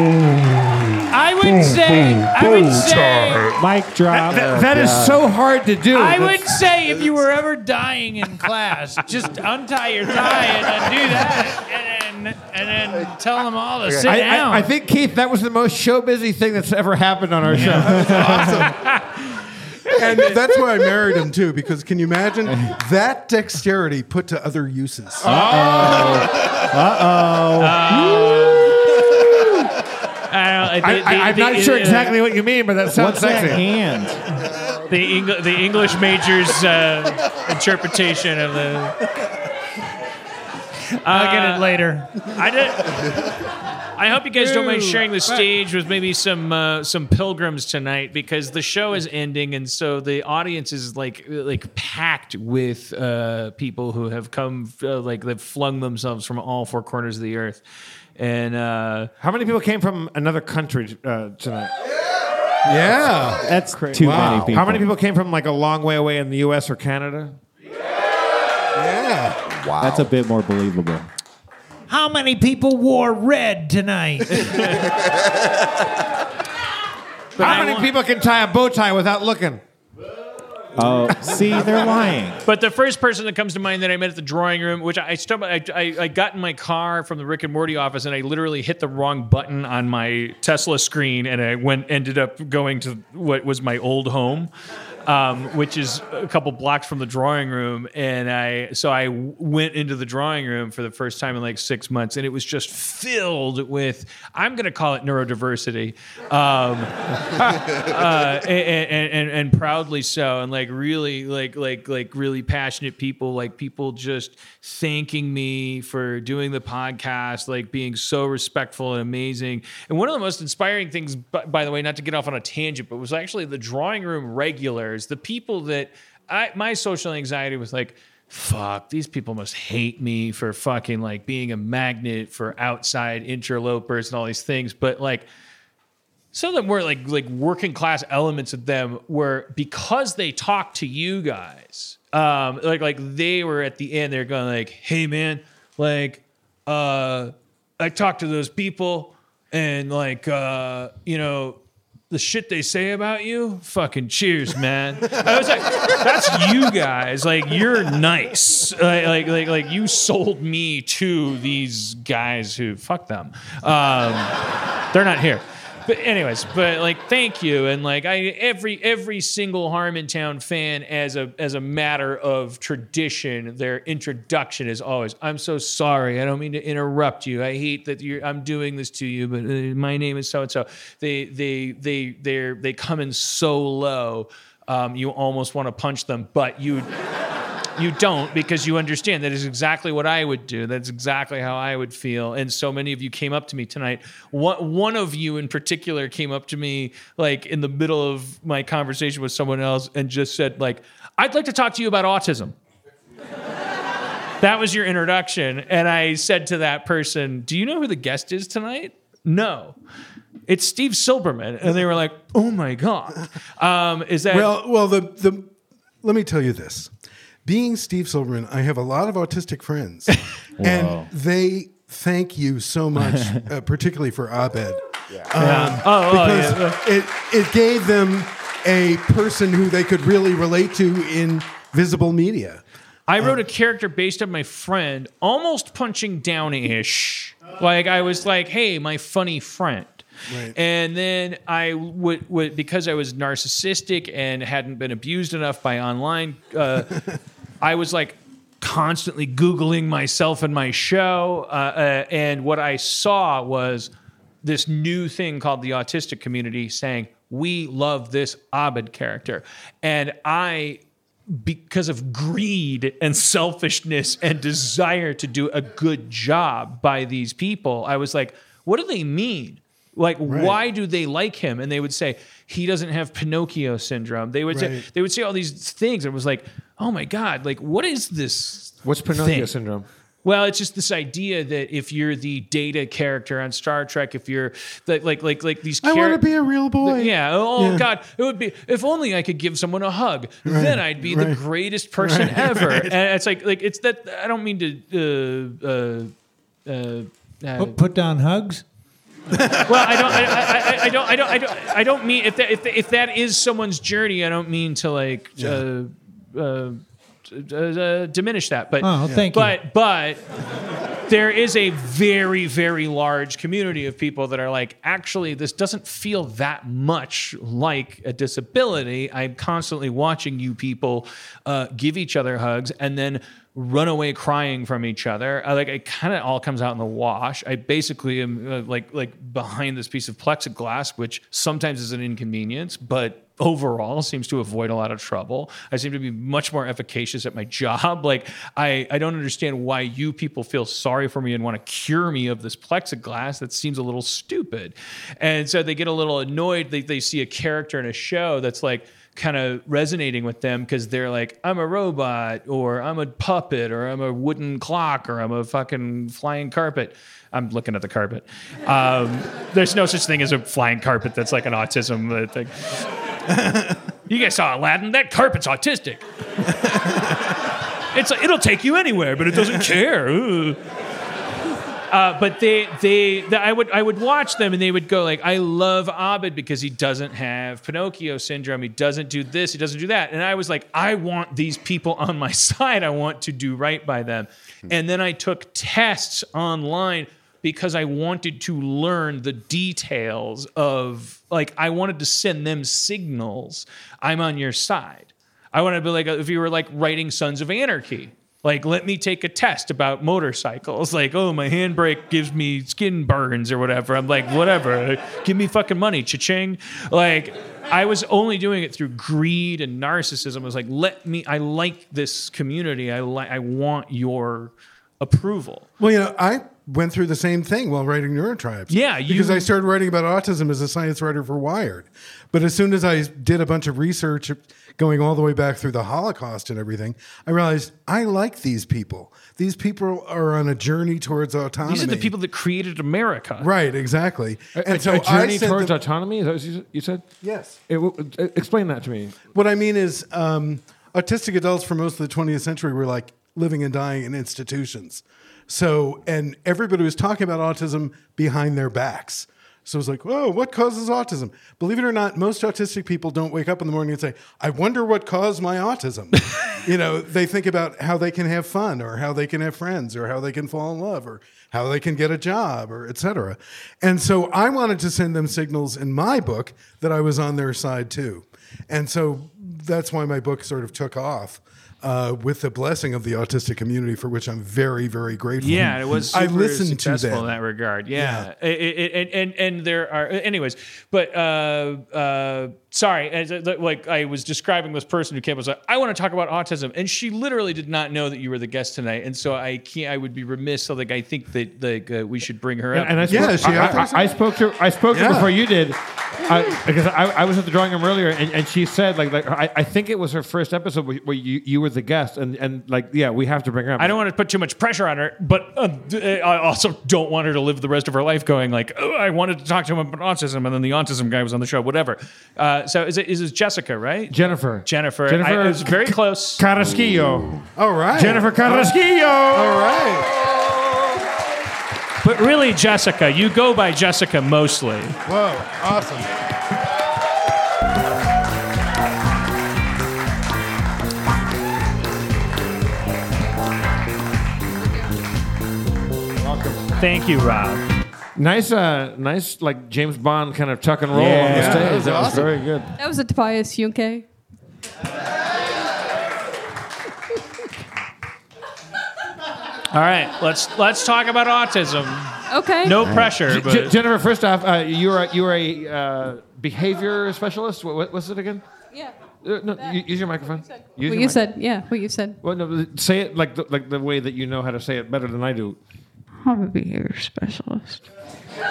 I would say, I would say, Mic drop. that is so hard to do. I would say, if you were ever dying in class, just untie your tie and then do that, and then and then tell them Oh, all to sit I, down. I, I think Keith, that was the most show busy thing that's ever happened on our show. And that's why I married him too, because can you imagine that dexterity put to other uses? I don't, Uh, the, I, the- I, I'm the- not sure uh, exactly what you mean, but that sounds What's that sexy. hand? the, Engl- the English major's uh, interpretation of the. uh, I'll get it later. I did. I hope you guys don't mind sharing the stage with maybe some uh, some pilgrims tonight because the show is ending and so the audience is like like packed with uh, people who have come uh, like they've flung themselves from all four corners of the earth and uh, How many people came from another country uh, tonight? yeah. That's too many people. How many people came from like a long way away in the U.S. or Canada? Yeah. wow. That's a bit more believable. How many people wore red tonight? How many people can tie a bow tie without looking? Oh, see, they're lying. But the first person that comes to mind that I met at the drawing room, which I stumbled, I, I, I got in my car from the Rick and Morty office, and I literally hit the wrong button on my Tesla screen, and I went ended up going to what was my old home, um, which is a couple blocks from the drawing room, and I so I w- went into the drawing room for the first time in like six months, and it was just filled with I'm going to call it neurodiversity. Um, uh, and, and, and, and proudly so, and like really, like like like really passionate people, like people just thanking me for doing the podcast, like being so respectful and amazing. And one of the most inspiring things, by, by the way, not to get off on a tangent, but was actually the drawing room regulars, the people that I my social anxiety was like. Fuck, these people must hate me for fucking like being a magnet for outside interlopers and all these things. But like, some of them were like like working class elements of them were because they talked to you guys um like like they were at the end they're going like hey man like uh i talked to those people and like uh you know the shit they say about you fucking cheers man i was like that's you guys like you're nice like like like, like you sold me to these guys who fuck them um they're not here but anyways, but like thank you and like I every every single Harmontown fan as a as a matter of tradition, their introduction is always I'm so sorry. I don't mean to interrupt you. I hate that you're I'm doing this to you, but uh, my name is so and so. They they they they they come in so low. Um, you almost want to punch them, but you you don't because you understand that is exactly what I would do. That's exactly how I would feel. And so many of you came up to me tonight. One, one of you in particular came up to me like in the middle of my conversation with someone else and just said like, "I'd like to talk to you about autism." that was your introduction, and I said to that person, "Do you know who the guest is tonight?" No. It's Steve Silberman, and they were like, "Oh my god, um, is that Well, well, the the let me tell you this. Being Steve Silverman, I have a lot of autistic friends, and they thank you so much, uh, particularly for Abed, Um, Yeah. Oh, oh, because yeah. it it gave them a person who they could really relate to in visible media. I wrote a character based on my friend, almost punching down ish. Like I was like, "Hey, my funny friend." Right. And then I would, would because I was narcissistic and hadn't been abused enough by online. Uh, I was like constantly googling myself and my show, uh, uh, and what I saw was this new thing called the autistic community saying, "We love this Abed character," and I because of greed and selfishness and desire to do a good job by these people, I was like, what do they mean? Like, why do they like him? And they would say, he doesn't have Pinocchio syndrome. They would say Right. they would say all these things. And it was like, oh my God, like what is this? What's Pinocchio thing? syndrome? Well, it's just this idea that if you're the data character on Star Trek, if you're the, like like like these I want char- to be a real boy. yeah. Oh Yeah. God, it would be if only I could give someone a hug. Then I'd be the right, greatest person right, ever. And it's like like it's that I don't mean to. Uh, uh, uh, uh, Oh, Put, put down hugs. well, I don't, I, I, I- I don't, I don't, I don't, I don't mean if that if, if that is someone's journey, I don't mean to like uh, uh, uh, uh, diminish that. But Oh, thank you. but but there is a very very large community of people that are like actually this doesn't feel that much like a disability i'm constantly watching you people uh, give each other hugs and then run away crying from each other I, like it kind of all comes out in the wash i basically am uh, like like behind this piece of plexiglass which sometimes is an inconvenience but overall seems to avoid a lot of trouble. I seem to be much more efficacious at my job. Like I, I don't understand why you people feel sorry for me and want to cure me of this plexiglass. That seems a little stupid. And so they get a little annoyed. They, they see a character in a show that's like kind of resonating with them because they're like, I'm a robot or I'm a puppet or I'm a wooden clock or I'm a fucking flying carpet. I'm looking at the carpet. Um, there's no such thing as a flying carpet that's like an autism uh, thing. You guys saw Aladdin. That carpet's autistic. it's it'll take you anywhere, but it doesn't care. Ooh. Uh, but they, they, the- I would, I would watch them, and they would go like, "I love Abed because he doesn't have Pinocchio syndrome. He doesn't do this. He doesn't do that." And I was like, "I want these people on my side. I want to do right by them." And then I took tests online because I wanted to learn the details of, like, I wanted to send them signals. I'm on your side. I want to be like if you were like writing Sons of Anarchy. Like, let me take a test about motorcycles. Like, oh, my handbrake gives me skin burns or whatever. I'm like, whatever. Like, Give me fucking money, cha-ching. Like, I was only doing it through greed and narcissism. I was like, let me. I like this community. I like. I want your approval. Well, you know, I went through the same thing while writing Neurotribes. Yeah, you- because I started writing about autism as a science writer for Wired. But as soon as I did a bunch of research going all the way back through the Holocaust and everything, I realized I like these people. These people are on a journey towards autonomy. These are the people that created America. Right, exactly. A- a, a I journey sent towards them- autonomy. Is that what you, you said? Yes. It w- uh, explain that to me. What I mean is, um, autistic adults for most of the 20th century were like living and dying in institutions. So, and everybody was talking about autism behind their backs. So it was like, oh, what causes autism? Believe it or not, most autistic people don't wake up in the morning and say, I wonder what caused my autism. you know, they think about how they can have fun or how they can have friends or how they can fall in love or how they can get a job or et cetera. And so I wanted to send them signals in my book that I was on their side too. And so that's why my book sort of took off uh, with the blessing of the autistic community, for which I'm very, very grateful. Yeah, it was. Super I listened to successful them. in that regard. Yeah, It- it- it- and and there are anyways, but uh, uh, sorry, as, uh, like I was describing this person who came was like, I want to talk about autism, and she literally did not know that you were the guest tonight, and so I can't. I would be remiss. So like, I think that like uh, we should bring her up. And I spoke, Yeah, she- I I, think so. I- I spoke to I spoke to Yeah. her before you did, I, because I, I was at the drawing room earlier, and, and she said like like I, I think it was her first episode where, where you, you were the guest, and, and like yeah, we have to bring her up. I don't want to put too much pressure on her, but uh, d- I also don't want her to live the rest of her life going like, oh, I wanted to talk to him about autism, and then the autism guy was on the show, whatever. Uh, so is it is it Jessica, right? Jennifer. Jennifer. Jennifer I, it was very close. Carrasquillo. All right. Jennifer Carrasquillo. All right. But really, Jessica, you go by Jessica mostly. Whoa. Awesome. Thank you, Rob. Nice, uh, nice, like James Bond kind of tuck and roll on the Yeah, stage. that was awesome. very good. That was a Tobias Junke. All right, let's let's talk about autism. Okay. No pressure, J- but Jennifer, first off, uh, you are you are a uh, behavior specialist. What, what, what's it again? Yeah. Uh, no, u- use your microphone. Use your What you mic- said. Yeah. What you said. Well, no, say it like the, like the way that you know how to say it better than I do. I'm a behavior specialist.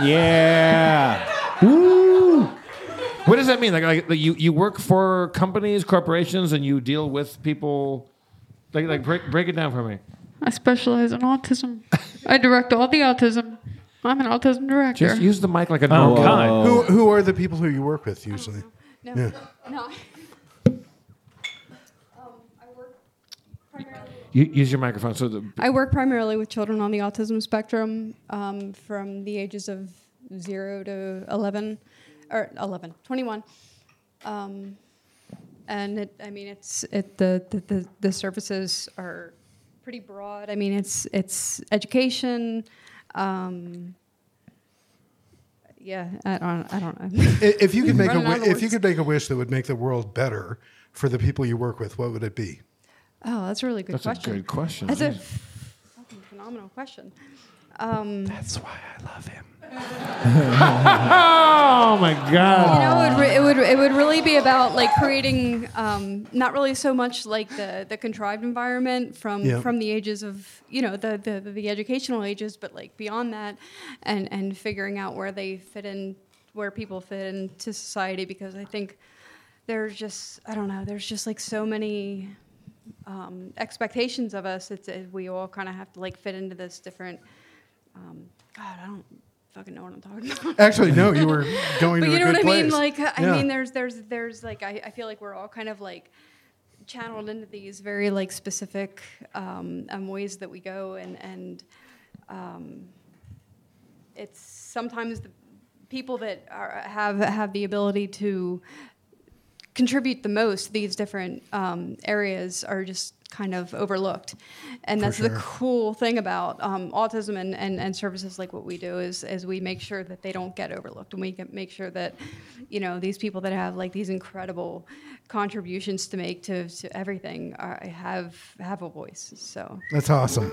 Yeah. Woo. What does that mean? Like, like, like you, you work for companies, corporations, and you deal with people. Like, like break, break it down for me. I specialize in autism. I direct all the autism. I'm an autism director. Just use the mic like a normal. oh god, Who, who are the people who you work with usually? no. Yeah. No. um, I work primarily. You, use your microphone. So the, I work primarily with children on the autism spectrum um, from the ages of 0 to 11, or 11, 21. Um, and it, I mean, it's it, the, the, the, the services are pretty broad. I mean, it's, it's education. Um, yeah, I don't, I don't know. I- If you could make a Running out of wi- if you words. could make a wish that would make the world better for the people you work with, what would it be? oh, that's a really good that's question. a good question. That's a Jeez. fucking phenomenal question. Um, Oh my god. You know, it would, re- it would it would really be about like creating um, not really so much like the, the contrived environment from Yeah. from the ages of you know the, the the educational ages, but like beyond that, and and figuring out where they fit in, where people fit into society, because I think there's just I don't know, there's just like so many um, expectations of us. It's it, we all kind of have to like fit into this different. Um, God, I don't fucking know what I'm talking about. Actually, no, you were going But to you a know good what I mean? place. Like, I Yeah. mean, there's, there's, there's like, I, I feel like we're all kind of like channeled into these very like specific um, um, ways that we go, and and um, it's sometimes the people that are, have have the ability to contribute the most to these different um, areas are just kind of overlooked and that's the cool thing about um, autism and, and, and services like what we do is, is we make sure that they don't get overlooked and we can make sure that you know these people that have like these incredible contributions to make to, to everything are, have have a voice so That's awesome.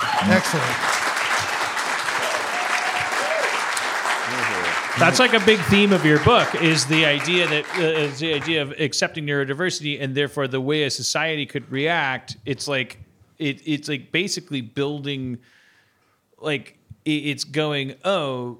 Excellent. That's like a big theme of your book is the idea that uh, is the idea of accepting neurodiversity and therefore the way a society could react. It's like it, it's like basically building, like i- it's going. Oh,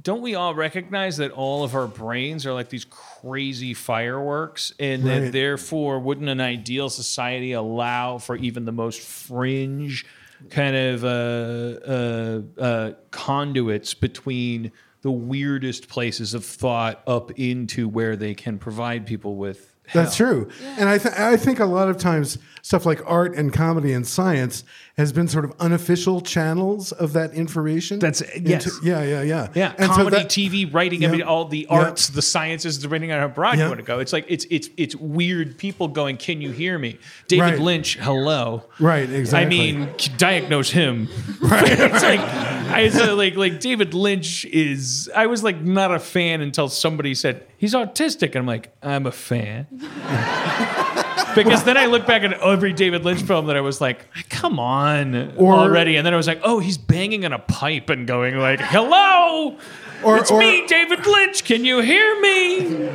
don't we all recognize that all of our brains are like these crazy fireworks, and that Right. therefore wouldn't an ideal society allow for even the most fringe kind of uh, uh, uh, conduits between the weirdest places of thought up into where they can provide people with That's true. And I, th- I think a lot of times stuff like art and comedy and science has been sort of unofficial channels of that information. That's- Into- yes. yeah, yeah, yeah. Yeah, And so comedy, that- TV, writing, Yeah. I mean, all the Yeah. arts, the sciences, depending on how broad Yeah. you want to go. It's like it's it's it's weird. People going, "Can you hear me?" David Right. Lynch, hello. Right, exactly. I mean, diagnose him. Right. it's like I it's like like David Lynch is. I was like not a fan until somebody said he's autistic, and I'm like, I'm a fan. Because then I look back at every David Lynch film that I was like, come on Or- already. And then I was like, oh, he's banging on a pipe and going like, hello, Or- it's or- me, David Lynch. Can you hear me?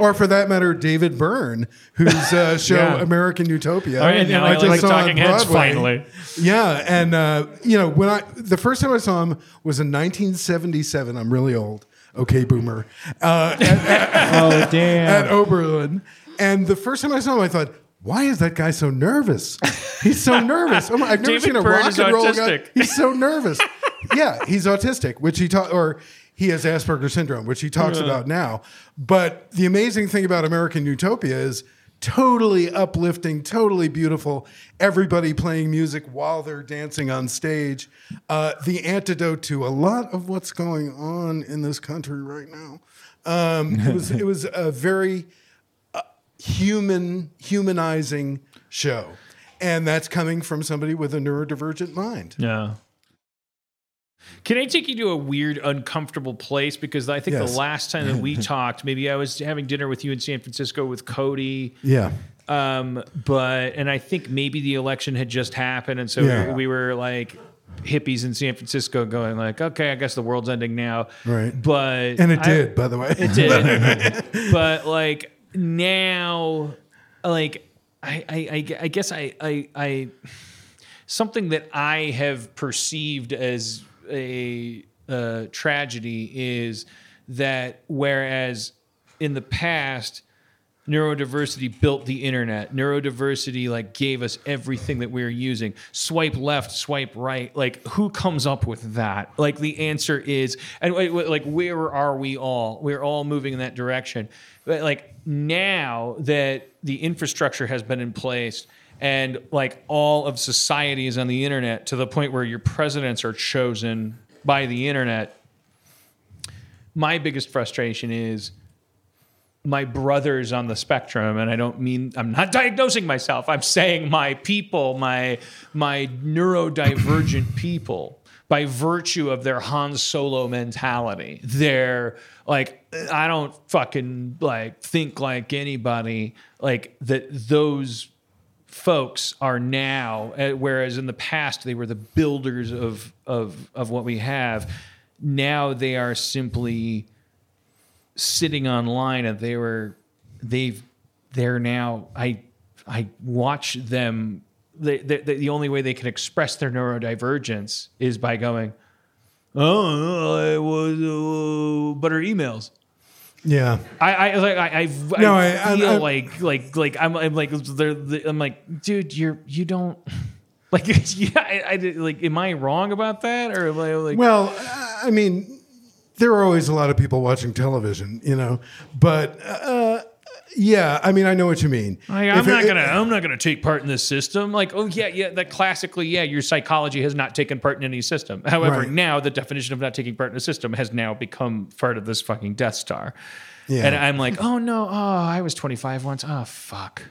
or for that matter, David Byrne, whose uh, show Yeah. American Utopia. All right, now I just like saw on Talking Heads Broadway. finally. Yeah, and uh, you know when I the first time I saw him was in 1977. I'm really old. Okay, boomer. Uh, Oh damn! at Oberlin. And the first time I saw him, I thought, why is that guy so nervous? He's so nervous. Oh my, I've never David seen a Byrne rock is and roll guy. autistic. He's so nervous. yeah, he's autistic, which he taught, or he has Asperger's syndrome, which he talks about now. But the amazing thing about American Utopia is totally uplifting, totally beautiful. Everybody playing music while they're dancing on stage. Uh, the antidote to a lot of what's going on in this country right now. Um, it was it was a very uh, human humanizing show and that's coming from somebody with a neurodivergent mind Yeah. Can I take you to a weird, uncomfortable place? Because I think Yes. the last time that we talked, maybe I was having dinner with you in San Francisco with Cody. yeah Um, but and I think maybe the election had just happened, and so Yeah. we were like hippies in San Francisco going like, okay, I guess the world's ending now. Right. But and it I- did by the way it did. but like now, like I, I, I, gu- I guess I, I, I, something that I have perceived as a uh, tragedy is that whereas in the past neurodiversity built the internet neurodiversity like gave us everything that we are using swipe left swipe right like who comes up with that like the answer is and wait, wait, like where are we all we're all moving in that direction but like now that the infrastructure has been in place and like all of society is on the internet to the point where your presidents are chosen by the internet my biggest frustration is my brothers on the spectrum and i don't mean i'm not diagnosing myself i'm saying my people my my neurodivergent people by virtue of their han solo mentality their like i don't fucking like think like anybody like that those folks are now uh, whereas in the past they were the builders of of of what we have now they are simply sitting online and they were they've they're now i i watch them they, they, they- the only way they can express their neurodivergence is by going oh it was uh, but our emails yeah I I like I I've, No, I- I I- feel I- like like like I'm I'm like they're, I'm like dude you're you don't like yeah I, I did- like am I wrong about that or am I like well I- i mean there are always a lot of people watching television you know but uh, yeah, I mean, I know what you mean. Like, If I'm it- not it- gonna. I'm not gonna take part in this system. Like, oh yeah, yeah. That classically, yeah. Your psychology has not taken part in any system. However, Right. now the definition of not taking part in a system has now become part of this fucking Death Star. Yeah. And I'm like, oh no, oh, I was 25 once. Oh fuck.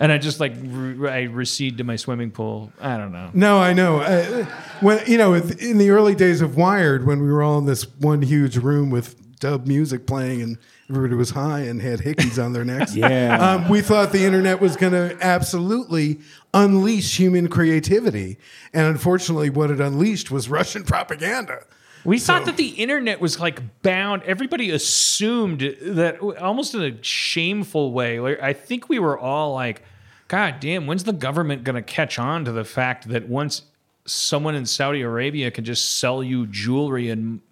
And I just like re- I recede to my swimming pool. I don't know. No, I know. Uh, when you know, if- in the early days of Wired, when we were all in this one huge room with dub music playing and everybody was high and had hickeys on their necks. Yeah. um, we thought the internet was going to absolutely unleash human creativity, and unfortunately, what it unleashed was Russian propaganda. We thought that the internet was like bound. Everybody assumed that almost in a shameful way. Like, I think we were all like, God damn, when's the government going to catch on to the fact that once someone in Saudi Arabia can just sell you jewelry in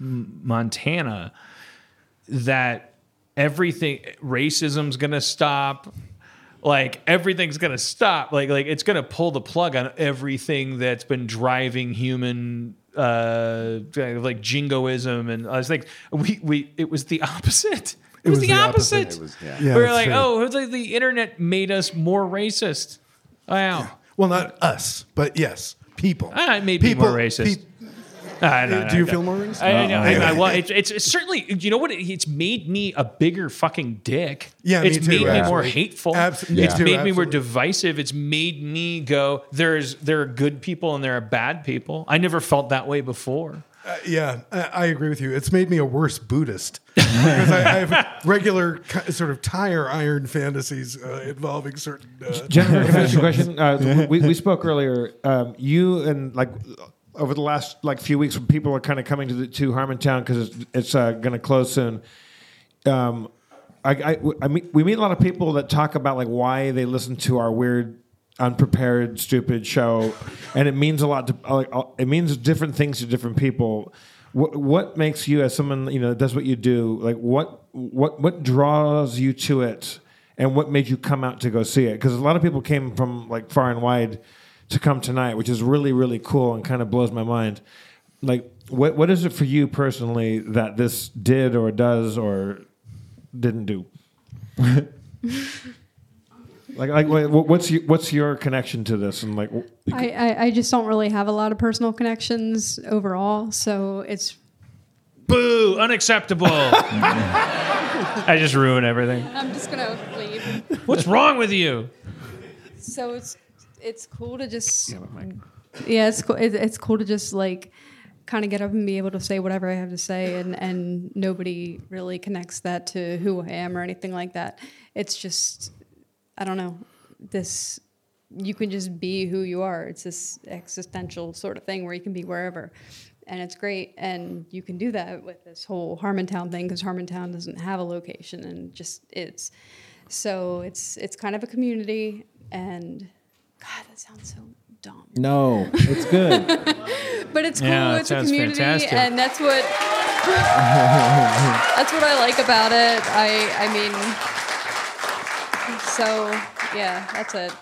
M- Montana, that everything, racism's going to stop? Like everything's gonna stop. Like like it's gonna pull the plug on everything that's been driving human uh like jingoism and I was like we we it was the opposite. It, was, the, opposite. Yeah, we were that's like, true. oh, it was like the internet made us more racist. Wow. well, not us, but yes, people. Ah, it made me more racist. I don't know. Uh, do you feel more racist? I, I know. I, I, well, it's, it's it's certainly. You know what? It- It's made me a bigger fucking dick. Yeah, me it's too, made me more absolutely. hateful. Abs- me too, it's made me more absolutely. divisive. It's made me go. There's there are good people and there are bad people. I never felt that way before. Yeah, I, I agree with you. It's made me a worse Buddhist because I, I have regular ki- sort of tire iron fantasies uh, involving certain. Uh, Jennifer, can I ask you a question? Uh, we, we spoke earlier. Um, you and like over the last like few weeks, when people are kind of coming to the, to Harmontown because it's, it's uh, going to close soon. Um, I, I, I meet, we meet a lot of people that talk about like why they listen to our weird, unprepared, stupid show, and it means a lot to like uh, it means different things to different people. What, what makes you as someone you know that does what you do like what what what draws you to it, and what made you come out to go see it? Because a lot of people came from like far and wide to come tonight, which is really really cool and kind of blows my mind. Like what what is it for you personally that this did or does or didn't do. like, like, wha- what's your, what's your connection to this? And like, wh- I, I, I just don't really have a lot of personal connections overall, so it's Boo! Unacceptable. I just ruin everything. I'm just gonna leave. What's wrong with you? So it's it's cool to just yeah, it's cool. It, it's cool to just like kind of get up and be able to say whatever I have to say, and and nobody really connects that to who I am or anything like that. It's just I don't know this. You can just be who you are. It's this existential sort of thing where you can be wherever. And it's great, and you can do that with this whole Harmontown thing because Harmontown doesn't have a location, and just it's so it's it's kind of a community, and God, that sounds so dumb. No, it's good. But it's cool. Yeah, that it's a sounds community, fantastic. and that's what that's what I like about it. I I mean, so yeah, that's it.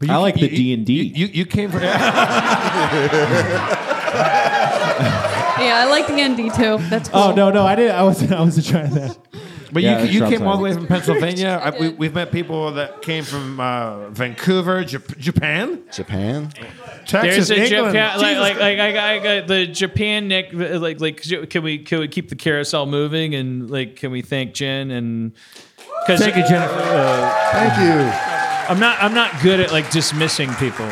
but I like the you- D&D. You you came from Yeah, I like the ND too. That's cool. Oh no, no, I didn't. I wasn't. I wasn't trying that. But Yeah, you, you that's came all the way outside. from Pennsylvania. I, I we, did. we've met people that came from uh, Vancouver, Jap- Japan, Japan? Texas, There's a England. Japan, like, Jesus like, like, I, I got the Japan Nick, uh, like, like, can we, can we keep the carousel moving and like, can we thank Jen and because Thank you, Jennifer. Uh, Thank you. I'm not, I'm not good at like dismissing people,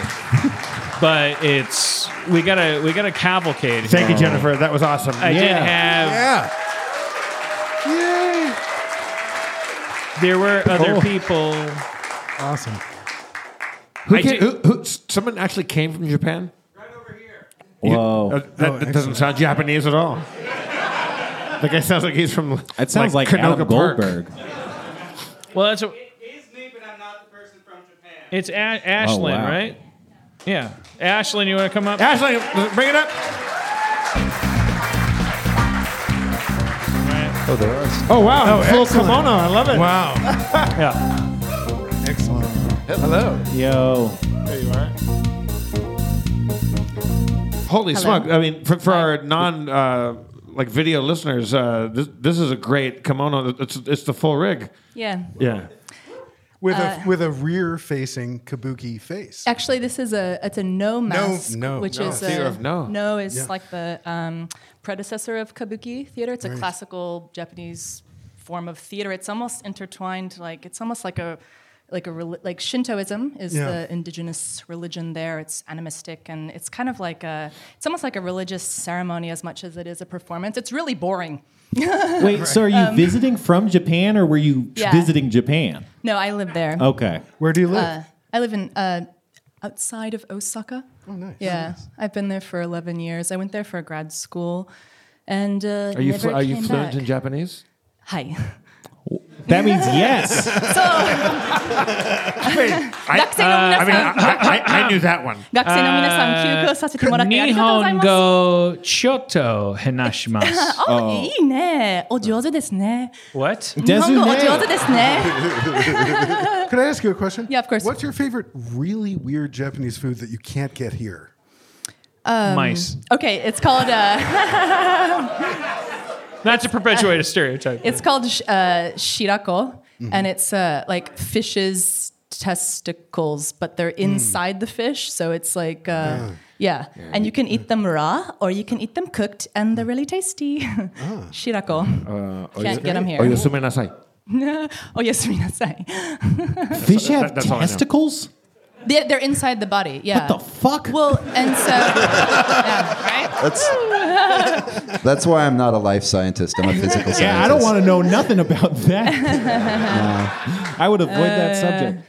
but it's we gotta, we gotta cavalcade. Thank you, Jennifer. That was awesome. I did have. yeah. Yay! There were other people. Awesome. who, I came, who, did- who, someone actually came from Japan. You- uh, Whoa, that, that doesn't excellent. sound Japanese at all. The guy sounds like he's from. that sounds like, Adam Canoga Park. Goldberg. Well, that's a, His name, but I'm not the person from Japan. it's a- Oh, Ashlyn, wow. right? Yeah, Ashlyn, you want to come up? Ashley, bring it up. Oh, there are. Oh wow! Oh, full excellent. kimono. I love it. Wow. Yeah. Excellent. Hello. Yo, Hello. Holy smoke! I mean, for, for our non uh, like video listeners, uh, this this is a great kimono. It's it's the full rig. Yeah. Yeah. with Uh, a with a rear facing kabuki face. Actually, this is a it's a no mask, no, which no. is Theater a, of no. is Yeah. like the um, predecessor of kabuki theater. It's a classical Japanese form of theater. It's almost intertwined, like it's almost like a like a reli- like Shintoism is Yeah. the indigenous religion there. It's animistic and it's kind of like a it's almost like a religious ceremony as much as it is a performance. It's really boring. Wait, so are you visiting from Japan or were you Um, Yeah. visiting Japan? No, I live there. Okay. Where do you live? Uh, I live in uh, outside of Osaka. Oh, nice. Yeah, I've been there for 11 years. I went there for grad school, and uh, Are you never fl- are you came fluent back. in Japanese? Hi. That means yes. So, Gakusei no Uh, I mean, minasan, I, I, I knew that one. Gakusei no minasan, Uh, kyuku sasete moratte arigatou gozaimasu. Nihongo Choto Hanashimasu. Oh, いいね。お上手ですね。 what? Nihongo Designe. お上手ですね。 Could I ask you a question? Yeah, of course. What's your favorite really weird Japanese food that you can't get here? Mice. Um, Okay, it's called uh, Not to perpetuate a stereotype. it's called sh- uh, shirako, Mm-hmm. and it's uh, like fish's testicles, but they're Mm. inside the fish, so it's like. Ah. Uh, yeah. and you can eat them raw or you can eat them cooked, and they're really tasty. Ah. Shirako. Can't get them here. Oh, Uh, you assume nasai. Oh, yes, minasai. Fish have that's all I know. testicles? They're, they're inside the body. Yeah. What the fuck? Well, and so, yeah, right? That's that's why I'm not a life scientist. I'm a physical scientist. Uh, yeah, I don't want to know nothing about that. I would avoid that Uh, subject.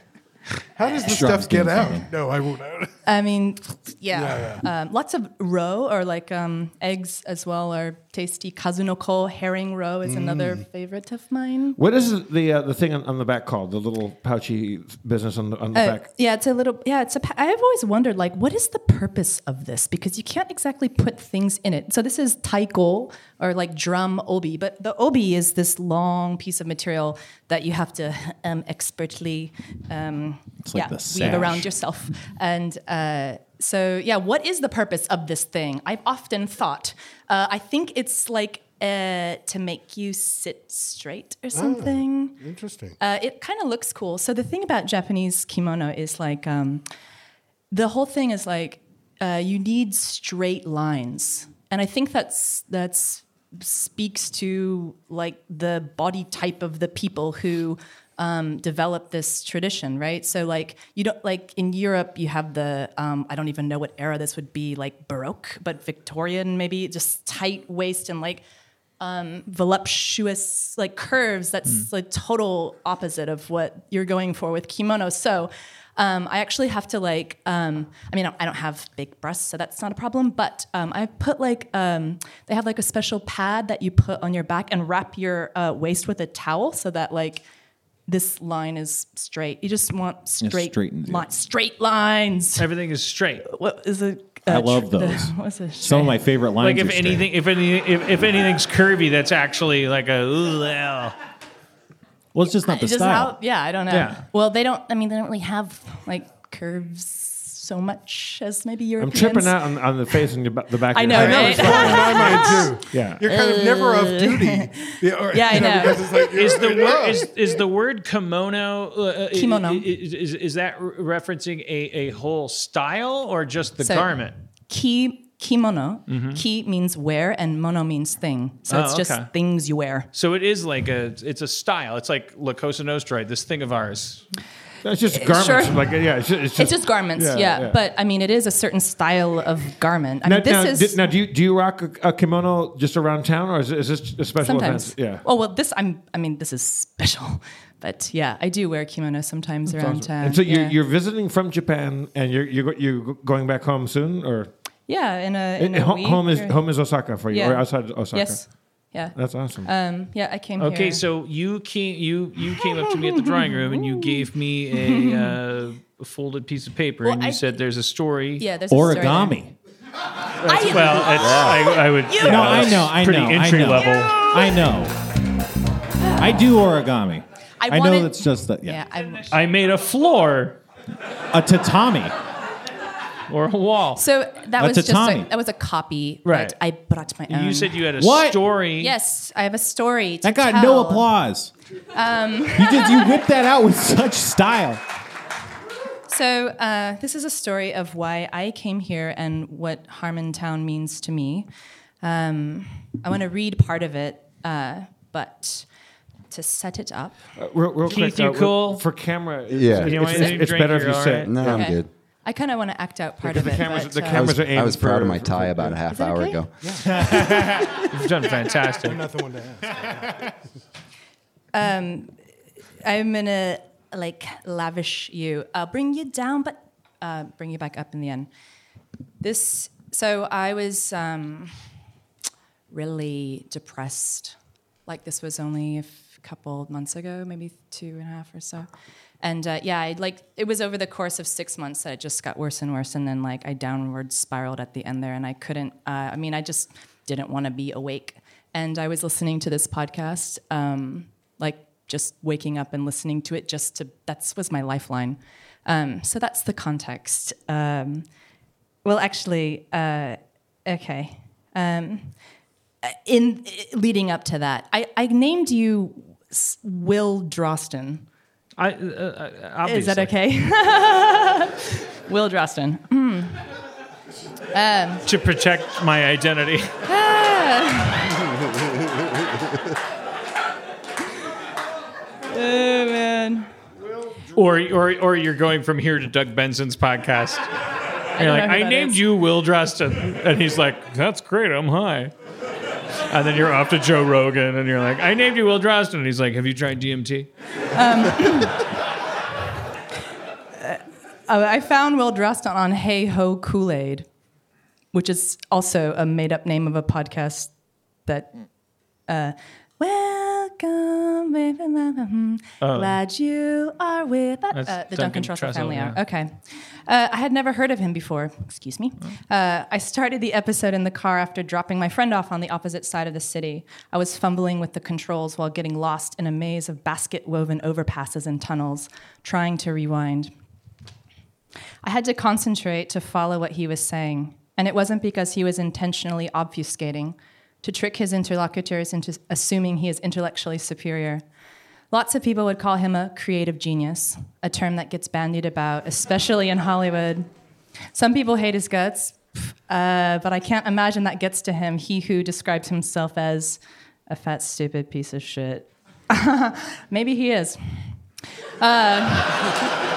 How does the Shrubs stuff get being out? fine. No, I won't. I mean, yeah. Um, lots of roe or like um, eggs as well are tasty. Kazunoko herring roe is another favorite of mine. What is the uh, the thing on, on the back called? The little pouchy business on the on the Uh, back. yeah, it's a little. Yeah, it's a. pa- I've always wondered, like, what is the purpose of this? Because you can't exactly put things in it. So this is taiko or like drum obi, but the obi is this long piece of material that you have to um, expertly, um, like yeah, the weave sash. around yourself. And uh, so, yeah, what is the purpose of this thing? I've often thought. Uh, I think it's like. Uh, to make you sit straight or something. Interesting. Uh, it kind of looks cool. So the thing about Japanese kimono is like um, the whole thing is like uh, you need straight lines, and I think that's that's speaks to like the body type of the people who um, develop this tradition, right? So like you don't like in Europe you have the um, I don't even know what era this would be like Baroque, but Victorian maybe just tight waist and like um, voluptuous like curves that's the total opposite of what you're going for with kimono so um, i actually have to like um, i mean i don't have big breasts so that's not a problem but um, i put like um, they have like a special pad that you put on your back and wrap your uh, waist with a towel so that like this line is straight you just want straight straightens it. li- straight lines Everything is straight. what is it I uh, love tr- the- those. what's it? Some of my favorite Like lines. if are straight. anything, if anything, if, if anything's curvy, that's actually like a. "Ooh, ow." well, it's just not the just style. how yeah i don't know Yeah. well they don't i mean they don't really have like curves so much as maybe I'm europeans tripping out on, on the face and your, ba- the back. i of know your right head. I too. Yeah. You're kind of never off duty. Yeah, or- Uh. Yeah, I you know. because it's like, Is the yeah. word is, is the word kimono uh, i- Kimono. i- i- Is, is, that re- referencing a, a whole style or just the So- garment? ki kimono Mm-hmm. ki means wear and mono means thing so Oh, it's just okay. things you wear So it is like a it's a style. It's like La Cosa Nostra, this thing of ours. It's just garments. Sure. Like yeah, it's just, it's just, it's just garments yeah, yeah, yeah. but i mean it is a certain style of garment i Now, mean this now, is di- now, do you do you rock a, a kimono just around town, or is, is this a special sometimes event? Yeah. oh well this i'm i mean this is special but yeah i do wear kimono sometimes around town and so you're, yeah. you're visiting from Japan, and you're you're, go- you're going back home soon, or yeah in a, in a Ho- week home is or- home is Osaka for you, Yeah. or outside Osaka. yes yeah That's awesome. Um, yeah, I came here. Okay, so you came you you came up to me at the drawing room and you gave me a uh, folded piece of paper and Well, you I- said there's a story. yeah, there's a story there. Origami. I, Well, it's, I, I would. yeah, No, I that's know, I pretty know, I entry know. level. I know. I do origami. I I, know wanted- that's just that. Yeah. yeah, I, I made a floor. A tatami. or a wall. So that was a just Tommy. a, that was a copy. Right. But I brought my own. you said you had a What? story. Yes, I have a story. To That got no tell. applause. Um, You just you whipped that out with such style. So uh, this is a story of why I came here and what Harmontown means to me. Um, I want to read part of it, uh, but to set it up. Uh, real, real Keith, quick, you uh, we- cool? For camera, it's, Yeah. it's, You want it's- anything to it's drink? better if you You're all sit. right? No, I'm Okay. good. I kind of want to act out part Because of the it. cameras- but, the uh, I cameras- was, Cameras are aimed I was proud for- of my tie about a half Is that hour okay? ago. You've done fantastic. I'm not the one to ask. Um, I'm gonna like lavish you. I'll bring you down, but uh, bring you back up in the end. This. So I was um, really depressed. Like this was only a f- couple months ago, maybe two and a half or so. And uh, yeah, I like it was over the course of six months that it just got worse and worse, and then like I downward spiraled at the end there, and I couldn't. Uh, I mean, I just didn't want to be awake. And I was listening to this podcast, um, like just waking up and listening to it, just to that's was my lifeline. Um, so that's the context. Um, well, actually, uh, okay. Um, in leading up to that, I, I named you S- Will Drostin. I, uh, uh, obviously. Is that okay? Will Drostin. To protect my identity. Um, Oh man. or, or, or you're going from here to Doug Benson's podcast. And you're don't like, know who I that named is." you Will Drustin. And he's like, that's great, I'm high. And then you're off to Joe Rogan and you're like, I named you Will Drustin. And he's like, have you tried DMT? Um, Uh, I found Will Drostin on Hey Ho Kool Aid, which is also a made up name of a podcast that. Uh, Welcome, baby mama. hmm, Glad you are with us. That's Uh, the Duncan, Duncan Trussell Trussell, family yeah. hour. Okay. Uh, I had never heard of him before. Excuse me. Uh, I started the episode in the car after dropping my friend off on the opposite side of the city. I was fumbling with the controls while getting lost in a maze of basket woven overpasses and tunnels, trying to rewind. I had to concentrate to follow what he was saying, and it wasn't because he was intentionally obfuscating, to trick his interlocutors into assuming he is intellectually superior. Lots of people would call him a creative genius, a term that gets bandied about, especially in Hollywood. Some people hate his guts, pff, uh, but I can't imagine that gets to him, he who describes himself as a fat, stupid piece of shit. Maybe he is. Uh,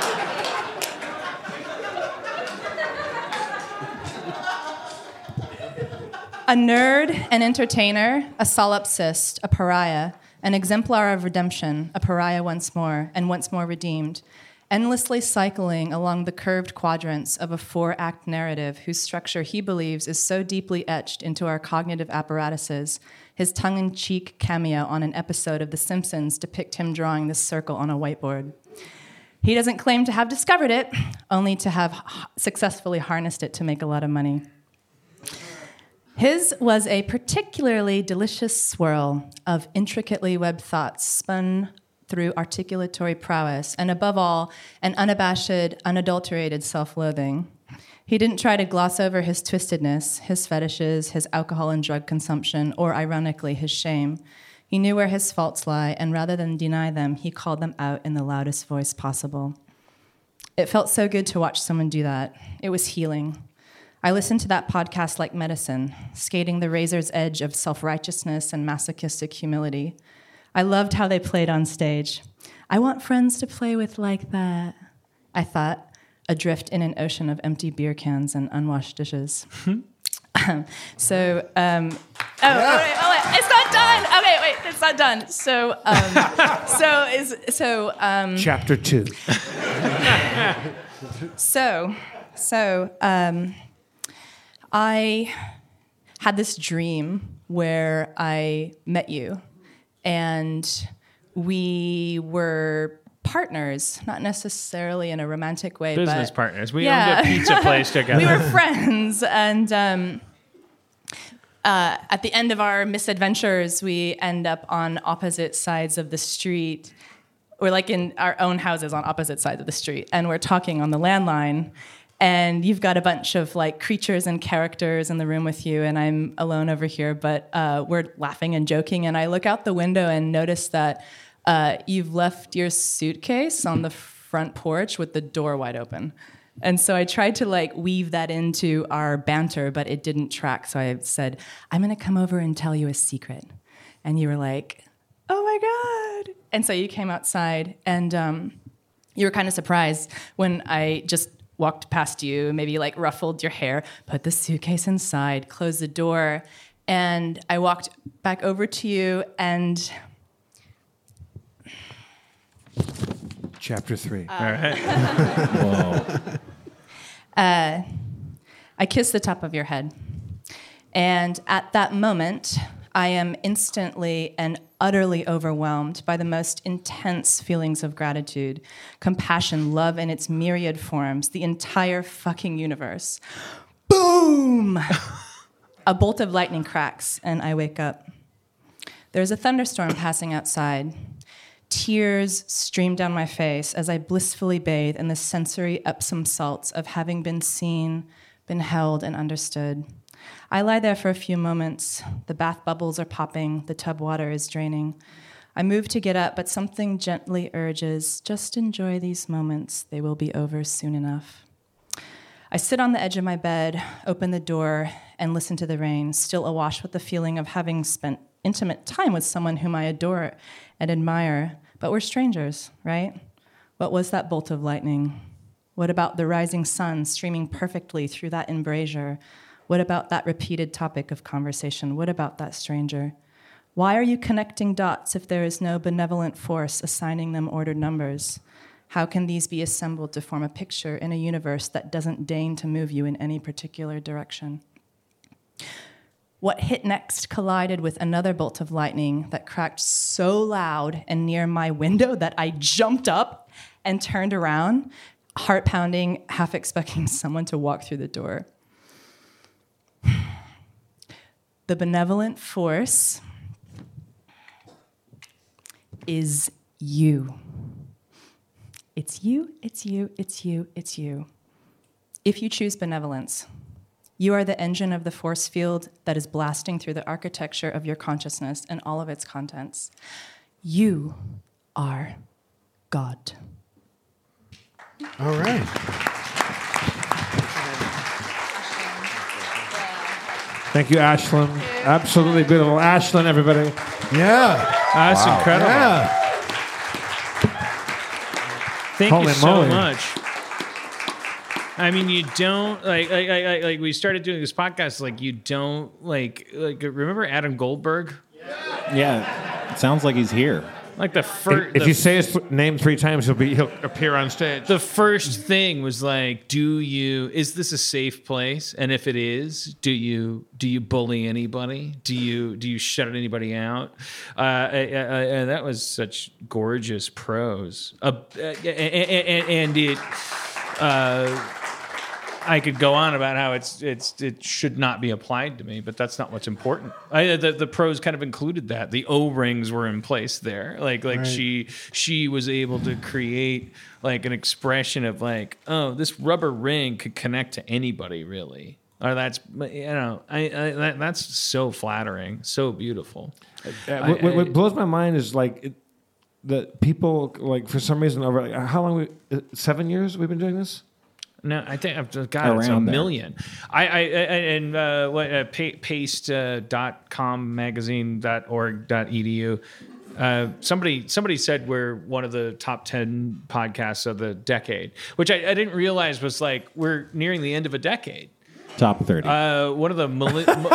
a nerd, an entertainer, a solipsist, a pariah, an exemplar of redemption, a pariah once more, and once more redeemed, endlessly cycling along the curved quadrants of a four act narrative whose structure he believes is so deeply etched into our cognitive apparatuses. His tongue in cheek cameo on an episode of The Simpsons depict him drawing this circle on a whiteboard. He doesn't claim to have discovered it, only to have h- successfully harnessed it to make a lot of money. His was a particularly delicious swirl of intricately webbed thoughts spun through articulatory prowess, and above all, an unabashed, unadulterated self loathing. He didn't try to gloss over his twistedness, his fetishes, his alcohol and drug consumption, or ironically, his shame. He knew where his faults lie, and rather than deny them, he called them out in the loudest voice possible. It felt so good to watch someone do that. It was healing. I listened to that podcast like medicine, skating the razor's edge of self righteousness and masochistic humility. I loved how they played on stage. I want friends to play with like that, I thought, adrift in an ocean of empty beer cans and unwashed dishes. so, um, oh, oh, wait, oh, wait, it's not done. Okay, wait, it's not done. So, um, so is so. Um, Chapter two. So, so um, I had this dream where I met you, and we were partners, not necessarily in a romantic way, Business but partners. We Yeah. owned a pizza place together. we were friends, and. Um, uh, at the end of our misadventures, we end up on opposite sides of the street. We're like in our own houses on opposite sides of the street, and we're talking on the landline. and you've got a bunch of like creatures and characters in the room with you, and I'm alone over here, but uh, we're laughing and joking. And I look out the window and notice that uh, you've left your suitcase on the front porch with the door wide open. And so I tried to like weave that into our banter, but it didn't track. So I said, I'm going to come over and tell you a secret. And you were like, oh my God. And so you came outside and um, you were kind of surprised when I just walked past you, maybe like ruffled your hair, put the suitcase inside, closed the door. And I walked back over to you and Chapter Oh. three. All right. uh, I kiss the top of your head. And at that moment, I am instantly and utterly overwhelmed by the most intense feelings of gratitude, compassion, love in its myriad forms, the entire fucking universe. Boom! a bolt of lightning cracks, and I wake up. There's a thunderstorm passing outside. Tears stream down my face as I blissfully bathe in the sensory Epsom salts of having been seen, been held, and understood. I lie there for a few moments. The bath bubbles are popping, the tub water is draining. I move to get up, but something gently urges just enjoy these moments, they will be over soon enough. I sit on the edge of my bed, open the door, and listen to the rain, still awash with the feeling of having spent intimate time with someone whom I adore and admire. But we're strangers, right? What was that bolt of lightning? What about the rising sun streaming perfectly through that embrasure? What about that repeated topic of conversation? What about that stranger? Why are you connecting dots if there is no benevolent force assigning them ordered numbers? How can these be assembled to form a picture in a universe that doesn't deign to move you in any particular direction? What hit next collided with another bolt of lightning that cracked so loud and near my window that I jumped up and turned around, heart pounding, half expecting someone to walk through the door. The benevolent force is you. It's you, it's you, it's you, it's you. If you choose benevolence, you are the engine of the force field that is blasting through the architecture of your consciousness and all of its contents. You are God. All right. Thank you, Ashlyn. Absolutely beautiful. Ashlyn, everybody. Yeah. That's incredible. Yeah. Thank Holy you so moly. much. I mean, you don't like like, like like like we started doing this podcast. Like you don't like like remember Adam Goldberg? Yeah, it sounds like he's here. Like the first. If you say his th- name three times, he'll be he'll appear on stage. the first thing was like do you is this a safe place and if it is do you do you bully anybody do you do you shut anybody out uh, I- I- I- and that was such gorgeous prose uh, and, and it uh, I could go on about how it's it's it should not be applied to me, but that's not what's important. I, the the pros kind of included that the O rings were in place there, like like she she was able to create like an expression of like oh this rubber ring could connect to anybody really, or that's you know I, I that, that's so flattering, so beautiful. Yeah, Uh, what, what- what blows my mind is like it, that people like for some reason over like, how long we uh, seven years we've been doing this. No, I think I've just got it's a Around there. million. I, I, I and uh, what uh, pa- paste uh, dot com magazine dot org dot edu. Uh, somebody somebody said we're one of the top ten podcasts of the decade, which I, I didn't realize was like we're nearing the end of a decade. Top thirty. Uh, one of the milli- mo-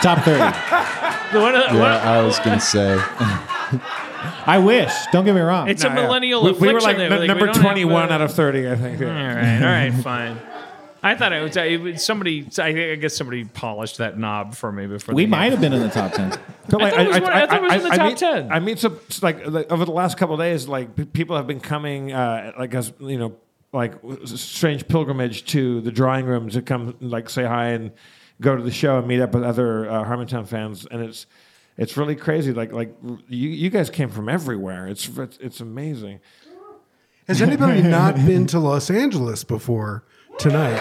Top thirty. one of the, one Yeah, I of- was gonna say. I wish. Don't get me wrong. it's a millennial We, we affliction. were like, though, n- we number don't have, twenty one uh, out of thirty, I think. All right, all right, fine. I thought it was, uh, it was somebody. I, I guess somebody polished that knob for me before we the might have been in the top ten. But, I thought it was one- I thought it was in the top meet, 10. I meet some s- like, like over the last couple of days, like p- people have been coming, uh, like as you know, like w- s- strange pilgrimage to the drawing room to come, like say hi and go to the show and meet up with other uh, Harmontown fans, and it's it's really crazy. Like like r- you you guys came from everywhere. It's it's, it's amazing. Has anybody not been to Los Angeles before tonight?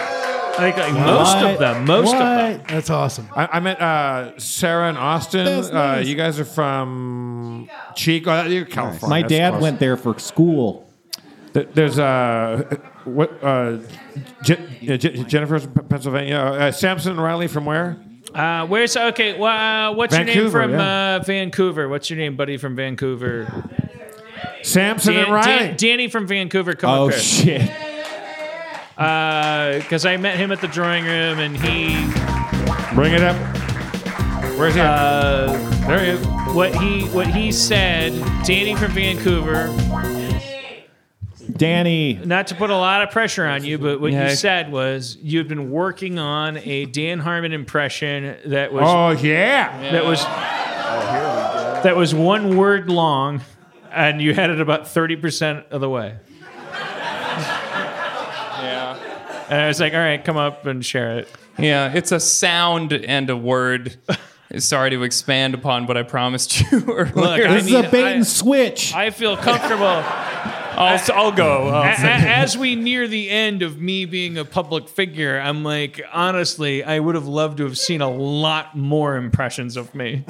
Like, like most of them, most of them. That's awesome. I, I met uh, Sarah and Austin. Uh, you guys are from Chico. Oh, you're California. My That's dad close. went there for school. There- There's uh, what uh, Je- yeah, Je- Jennifer's from P- Pennsylvania. Uh, Samson and Riley from where? Uh, where's okay? Well, uh, what's your name Vancouver, from yeah. uh, Vancouver? What's your name, buddy, from Vancouver? Samson Dan- and Riley. Dan- Danny from Vancouver. Come Oh up here. shit! Because I met him at the drawing room, and he Bring it up. Where's he? at? uh, there he is. what he what he said. Danny from Vancouver. Danny, Not to put a lot of pressure on you, but what Yeah. you said was you've been working on a Dan Harmon impression that was Oh yeah. that was that was one word long, and you had it about thirty percent of the way. yeah. And I was like, all right, come up and share it. Yeah, it's a sound and a word. Sorry to expand upon what I promised you earlier. I this is mean, a bait I- and switch. I feel comfortable. I'll, I'll go. A- I'll a- as we near the end of me being a public figure, I'm like, honestly, I would have loved to have seen a lot more impressions of me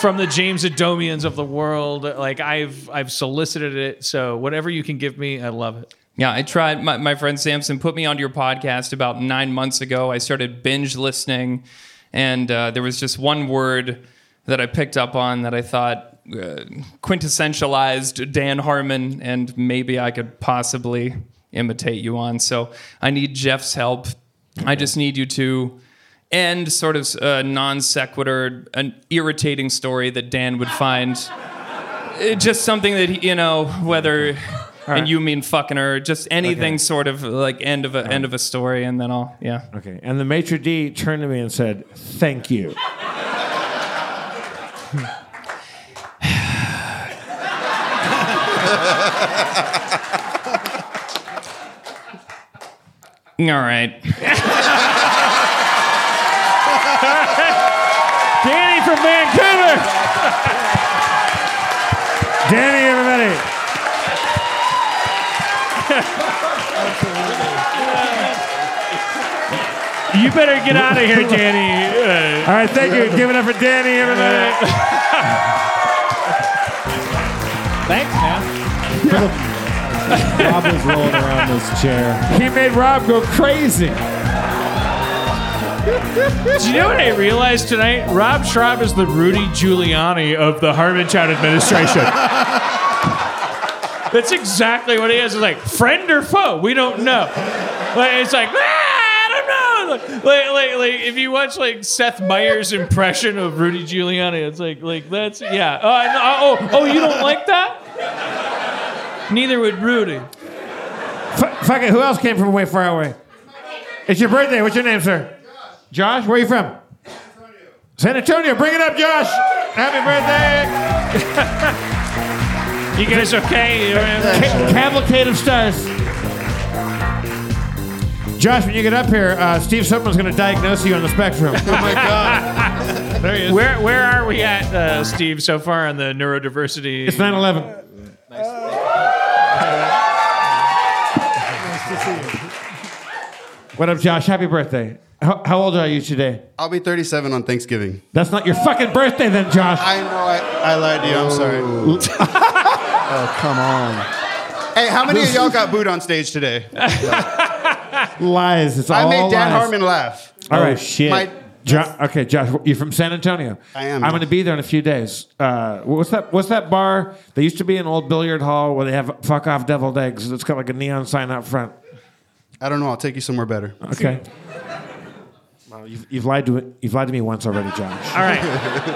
from the James Adomians of the world. Like I've I've solicited it, so whatever you can give me, I love it. Yeah, I tried. My, my friend Samson put me onto your podcast about nine months ago. I started binge listening, and uh, there was just one word that I picked up on that I thought uh, quintessentialized Dan Harmon, and maybe I could possibly imitate you on. So I need Jeff's help. I just need you to end sort of a non sequitur, an irritating story that Dan would find it- just something that he- you know whether and you mean fucking her just anything sort of like end of a end of a story and then i'll yeah Okay. And the maitre d turned to me and said, "Thank you." all right Danny from Vancouver. Danny, everybody. You better get out of here, Danny. All right, thank you. Give it up for Danny, everybody. Thanks, man. Rob was rolling around this chair. He made Rob go crazy. Do you know what I realized tonight? Rob Schraub is the Rudy Giuliani of the Harmontown administration. That's exactly what he is. It's like friend or foe, we don't know. Like, it's like ah, I don't know. Like, like, like if you watch like Seth Meyers' impression of Rudy Giuliani, it's like like that's yeah. Oh, I know- oh, oh, you don't like that? Neither would Rudy. F- fuck it. Who else came from way far away? It's your birthday. What's your name, sir? Josh. Where are you from? San Antonio. Bring it up, Josh. Happy birthday. You guys okay? You're- Ca- Cavalcade of stars. Josh, when you get up here, uh, Steve Sutherland's going to diagnose you on the spectrum. Oh Where where are we at, uh, Steve? So far on the neurodiversity. It's 9 11. What up, Josh? Happy birthday. How, how old are you today? I'll be 37 on Thanksgiving. That's not your fucking birthday, then, Josh. I know I, I lied to you. I'm sorry. oh, come on. Hey, how many of y'all got booed on stage today? Lies. It's all I made Dan lies. Harmon laugh. All Oh right. shit! My, Jo- okay, Josh, you're from San Antonio. I am. I'm going to be there in a few days. Uh, what's that? What's that bar? They used to be an old billiard hall where they have fuck off deviled eggs. It's got like a neon sign out front. I don't know. I'll take you somewhere better. Okay. Well, you've, you've lied to you've lied to me once already, Josh. All right.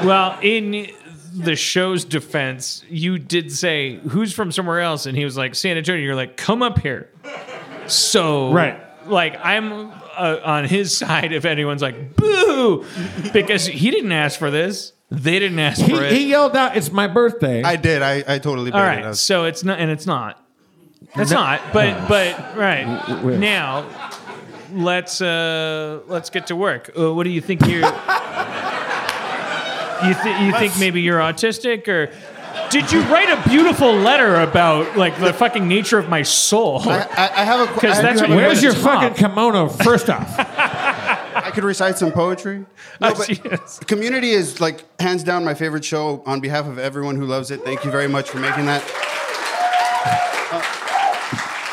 Well, in the show's defense, you did say, "Who's from somewhere else?" And he was like, "San Antonio." You're like, "Come up here." So Right. like I'm uh, on his side if anyone's like, "Boo," because he didn't ask for this. They didn't ask He, for it. he yelled out, "It's my birthday." I did. I, I totally baited All it. I right. was- So it's not, and it's not. It's not. But but right w- now, let's uh let's get to work. Uh, what do you think you? you th- you think maybe you're autistic or? Did you write a beautiful letter about like the fucking nature of my soul? I, I, I have a. Because I that's do have what a you question. wrote at the top. kimono first off. I could recite some poetry. No, but Community is like hands down my favorite show. On behalf of everyone who loves it, thank you very much for making that. Uh,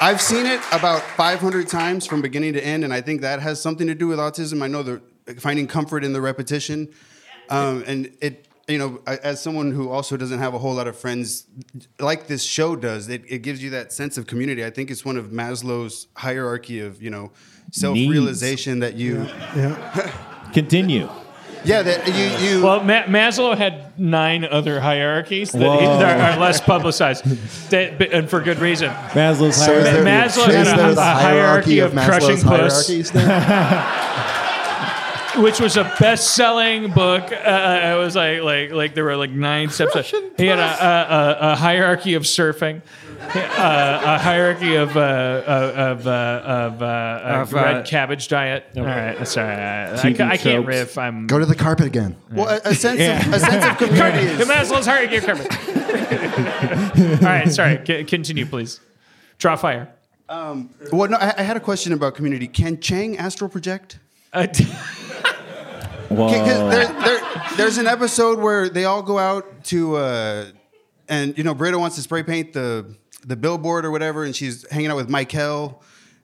I've seen it about 500 times from beginning to end, and I think that has something to do with autism. I know the finding comfort in the repetition, um, and it. You know, I- as someone who also doesn't have a whole lot of friends, like this show does, it, it gives you that sense of community. I think it's one of Maslow's hierarchy of you know self-realization that you Continue. yeah, that you, you. Well, Ma- Maslow had nine other hierarchies that, Whoa. that are less publicized, that, but- and for good reason. Maslow's So hierarchy. is there- Maslow is had a- there the a hierarchy hierarchy of of crushing Maslow's puss. hierarchies which was a best-selling book. Uh, I was like, like, like there were like nine steps. He had a, a, a, a hierarchy of surfing, uh, a hierarchy of uh, of of, uh, of, uh, Of, uh, red uh, cabbage diet. All right, sorry, I, I, TV ca- I can't tropes. riff. I'm Go to the carpet again. Well, a, a sense of a sense of community. The Maslow's hierarchy of All right, sorry. C- continue, please. Draw fire. Um, well, no, I, I had a question about community. Can Chang astral project? Uh, Oh, Because there, there, there's an episode where they all go out to, uh, and you know, Britta wants to spray paint the the billboard or whatever, and she's hanging out with Michael,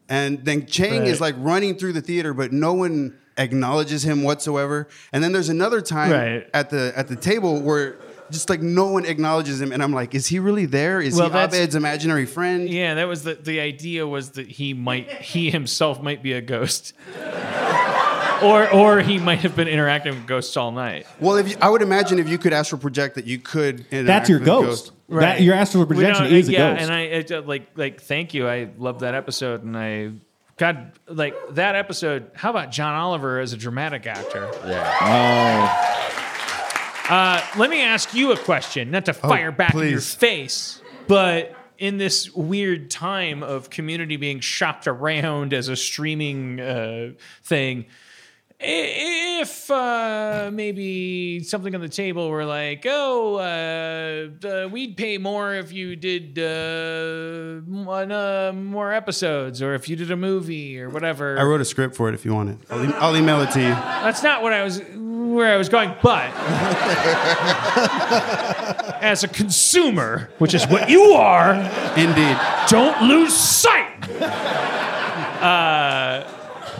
and then Chang is Right. like running through the theater, but no one acknowledges him whatsoever. And then there's another time Right. at the at the table where. Just like no one acknowledges him, and I'm like, is he really there? Is Well, he that's- Abed's imaginary friend? Yeah, that was the the idea was that he might he himself might be a ghost. or or he might have been interacting with ghosts all night. Well, if you, I would imagine if you could astral project that you could. interact That's your with a ghost. That, your astral We projection don't- is a yeah, ghost. and I it, uh, like like thank you. I love that episode and I God like that episode. How about John Oliver as a dramatic actor? Oh. Yeah. Uh, let me ask you a question, not to Oh, fire back in your please. face, but in this weird time of community being shopped around as a streaming uh, thing, i- if uh, maybe something on the table were like, oh, uh, uh, we'd pay more if you did uh, one, uh, more episodes or if you did a movie or whatever. I wrote a script for it if you want it. I'll, e- I'll email it to you. That's not what I was where I was going, but as a consumer, which is what you are, indeed, don't lose sight. Uh,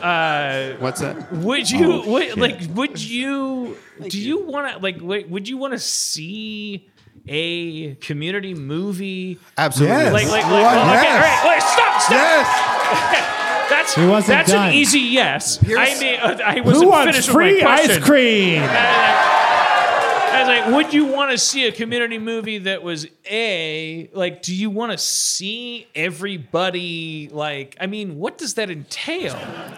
uh, What's that? Would you Oh, would, shit. like? Would you? do you, want to like? Wait, would you want to see? A community movie, Absolutely. Yes. Like, like, like, Why, well, okay, yes. all right, wait, stop, stop. that's He wasn't that's done. an easy yes. I Here's- mean, uh, I Who wasn't wants finished free with my question. ice cream? I was like, would you want to see a community movie that was a like? Do you want to see everybody? Like, I mean, what does that entail?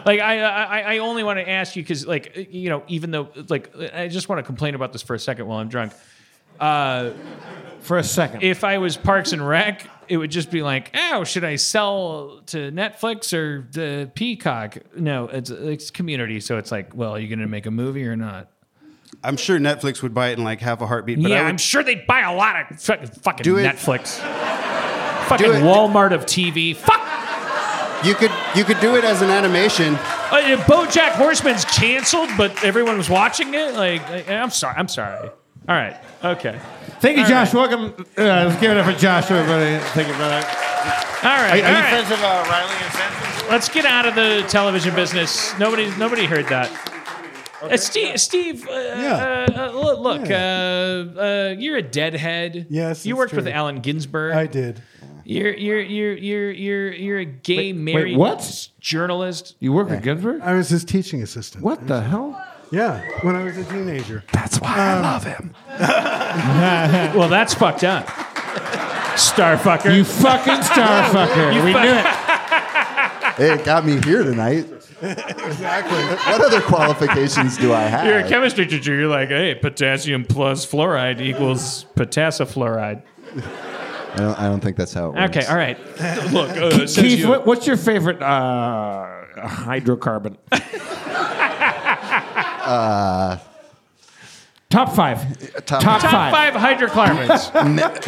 Like, I I, I only want to ask you because, like, you know, even though, like, I just want to complain about this for a second while I'm drunk. Uh, for a second, if I was Parks and Rec, it would just be like, oh, should I sell to Netflix or the Peacock? No, it's it's community, so it's like, well, are you going to make a movie or not? I'm sure Netflix would buy it in like half a heartbeat. But I yeah, would, I'm sure they buy a lot of fucking, fucking Do it. Netflix, fucking Walmart of TV. Fuck. You could you could do it as an animation. Uh, yeah, BoJack Horseman's canceled, but everyone was watching it. Like, I- I'm sorry. I'm sorry. All right. Okay. Thank you, All Josh. Welcome. Uh, let's give it up for Josh, everybody. Thank you, brother. All right. Are, you- are all you right. friends of uh, Riley and Sam? Let's get out of the television business. Nobody, nobody heard that. Uh, Steve, Steve uh, uh, uh, lo- look, Uh, uh, you're a deadhead. Yes, you it's worked with true. Allen Ginsberg. I did. You're you're you're you're you're you're a gay married what? journalist. You work with Ginsburg? I was his teaching assistant. What the hell? Yeah, when I was a teenager. Um, That's why I love him. well, that's fucked up. Starfucker. You fucking starfucker. You We fuck- knew it. It got me here tonight. exactly. What other qualifications do I have? You're a chemistry teacher. You're like, hey, potassium plus fluoride equals potassifluoride. I don't, I don't think that's how it works. Okay, all right. Look, uh, Keith, since you- what, what's your favorite uh, hydrocarbon? Uh, Top five. Top, Top five. five hydrocarbons.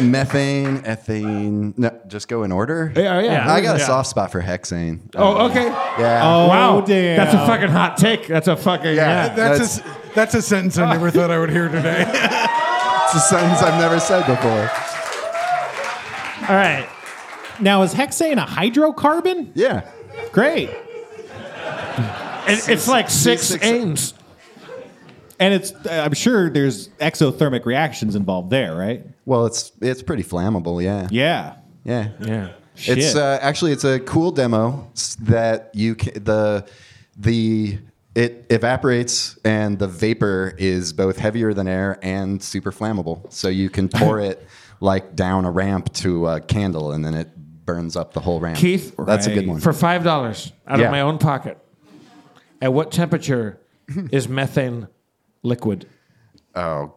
Me- methane, ethane. No, just go in order. Yeah, oh, yeah. I got a Yeah. soft spot for hexane. Oh, okay. Yeah. Oh, wow. That's a fucking hot take. That's a fucking Yeah, yeah. that's- That's, that's a sentence I never thought I would hear today. It's a sentence I've never said before. All right. Now is hexane a hydrocarbon? Yeah. Great. It- it's like six ains. And it's I'm sure there's exothermic reactions involved there, right? Well, it's it's pretty flammable. Yeah. Yeah. Yeah. Yeah. It's Shit. uh, actually it's a cool demo s- that you can, the the it evaporates and the vapor is both heavier than air and super flammable. So you can pour it like down a ramp to a candle and then it burns up the whole ramp. Keith, that's a good one. For five dollars out Yeah. of my own pocket. At what temperature is methane liquid? Oh.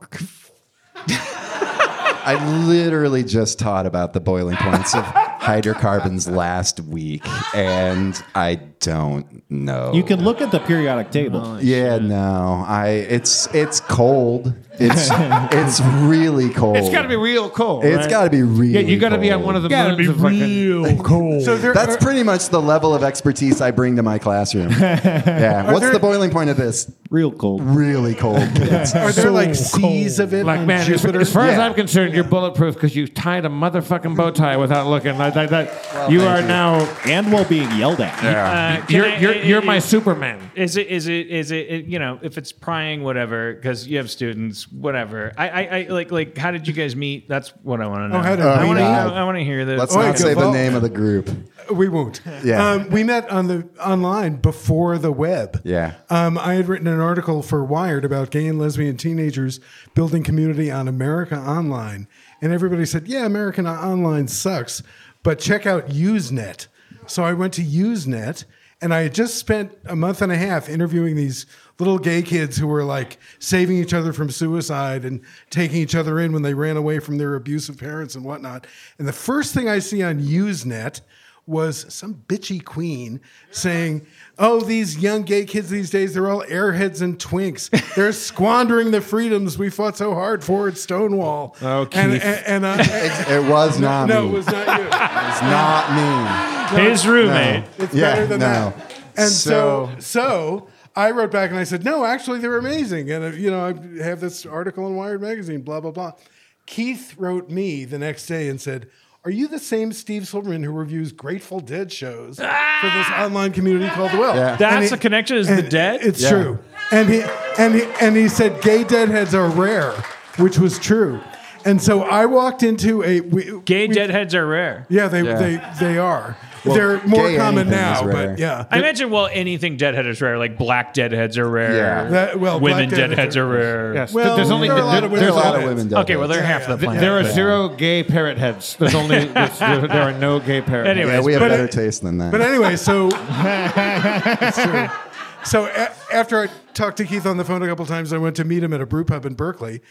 I literally just taught about the boiling points of hydrocarbons last week, and I don't know. You can look at the periodic table. Oh, yeah, no, I. It's it's cold. It's it's really cold. It's got to be real cold. It's right? gotta be Yeah, really you got to be on cold. one of the Gotta moons of fucking cold. So there That's are- pretty much the level of expertise I bring to my classroom. yeah. Are What's there- the boiling point of this? Real cold. Really cold. kids. Are there like seas of it Like on man, as, Jupiter? as far as Yeah. I'm concerned, you're bulletproof because you tied a motherfucking bow tie without looking. Like, that that- Well, you thank are you. now. And while being yelled at. Uh, can you're I- you're, I- you're I- my Superman. Is it is it is it, it- you know if it's prying whatever because you have students whatever I, I I like like how did you guys meet that's what I want to know Oh, how did I we want to meet? I want to hear this Let's Oh, not okay. say the Well- name of the group. Uh, We won't. Yeah. Um, we met on the online before the web. Yeah. Um, I had written an article for Wired about gay and lesbian teenagers building community on America Online, and everybody said, "Yeah, America Online sucks, but check out Usenet." So I went to Usenet, and I had just spent a month and a half interviewing these little gay kids who were like saving each other from suicide and taking each other in when they ran away from their abusive parents and whatnot. And the first thing I see on Usenet was some bitchy queen saying, Oh, these young gay kids these days, they're all airheads and twinks. They're squandering the freedoms we fought so hard for at Stonewall. Oh, And, Keith. and, and I, It was not no, me. it was not you. It's not me. his roommate No. It's yeah, better than no. that. And so, so, I wrote back and I said, no, actually, they're amazing. And, uh, you know, I have this article in Wired Magazine, blah, blah, blah. Keith wrote me the next day and said, are you the same Steve Silverman who reviews Grateful Dead shows for this online community called The Well? Yeah. And Ah! that's he- the connection is the and dead It's Yeah. true. And he and he and he said gay deadheads are rare, which was true. And so I walked into a we, gay we- deadheads are rare Yeah, they Yeah. they they are. They're more gay common anything is now, rare. but yeah. I imagine well anything deadhead is rare like black deadheads are rare Yeah. That- well, women black deadheads deadheads are- are rare Yes. Well, there's only there are a lot there- of There are a there's lot only- of women. okay well they're Yeah, half yeah. the Th- planet There are but- zero gay parrot heads. There's only there's- there, there are no gay parrot. Anyway. Yeah, we have But better it- taste than that. But anyway, so It's true. so a- after I talked to Keith on the phone a couple times, I went to meet him at a brew pub in Berkeley,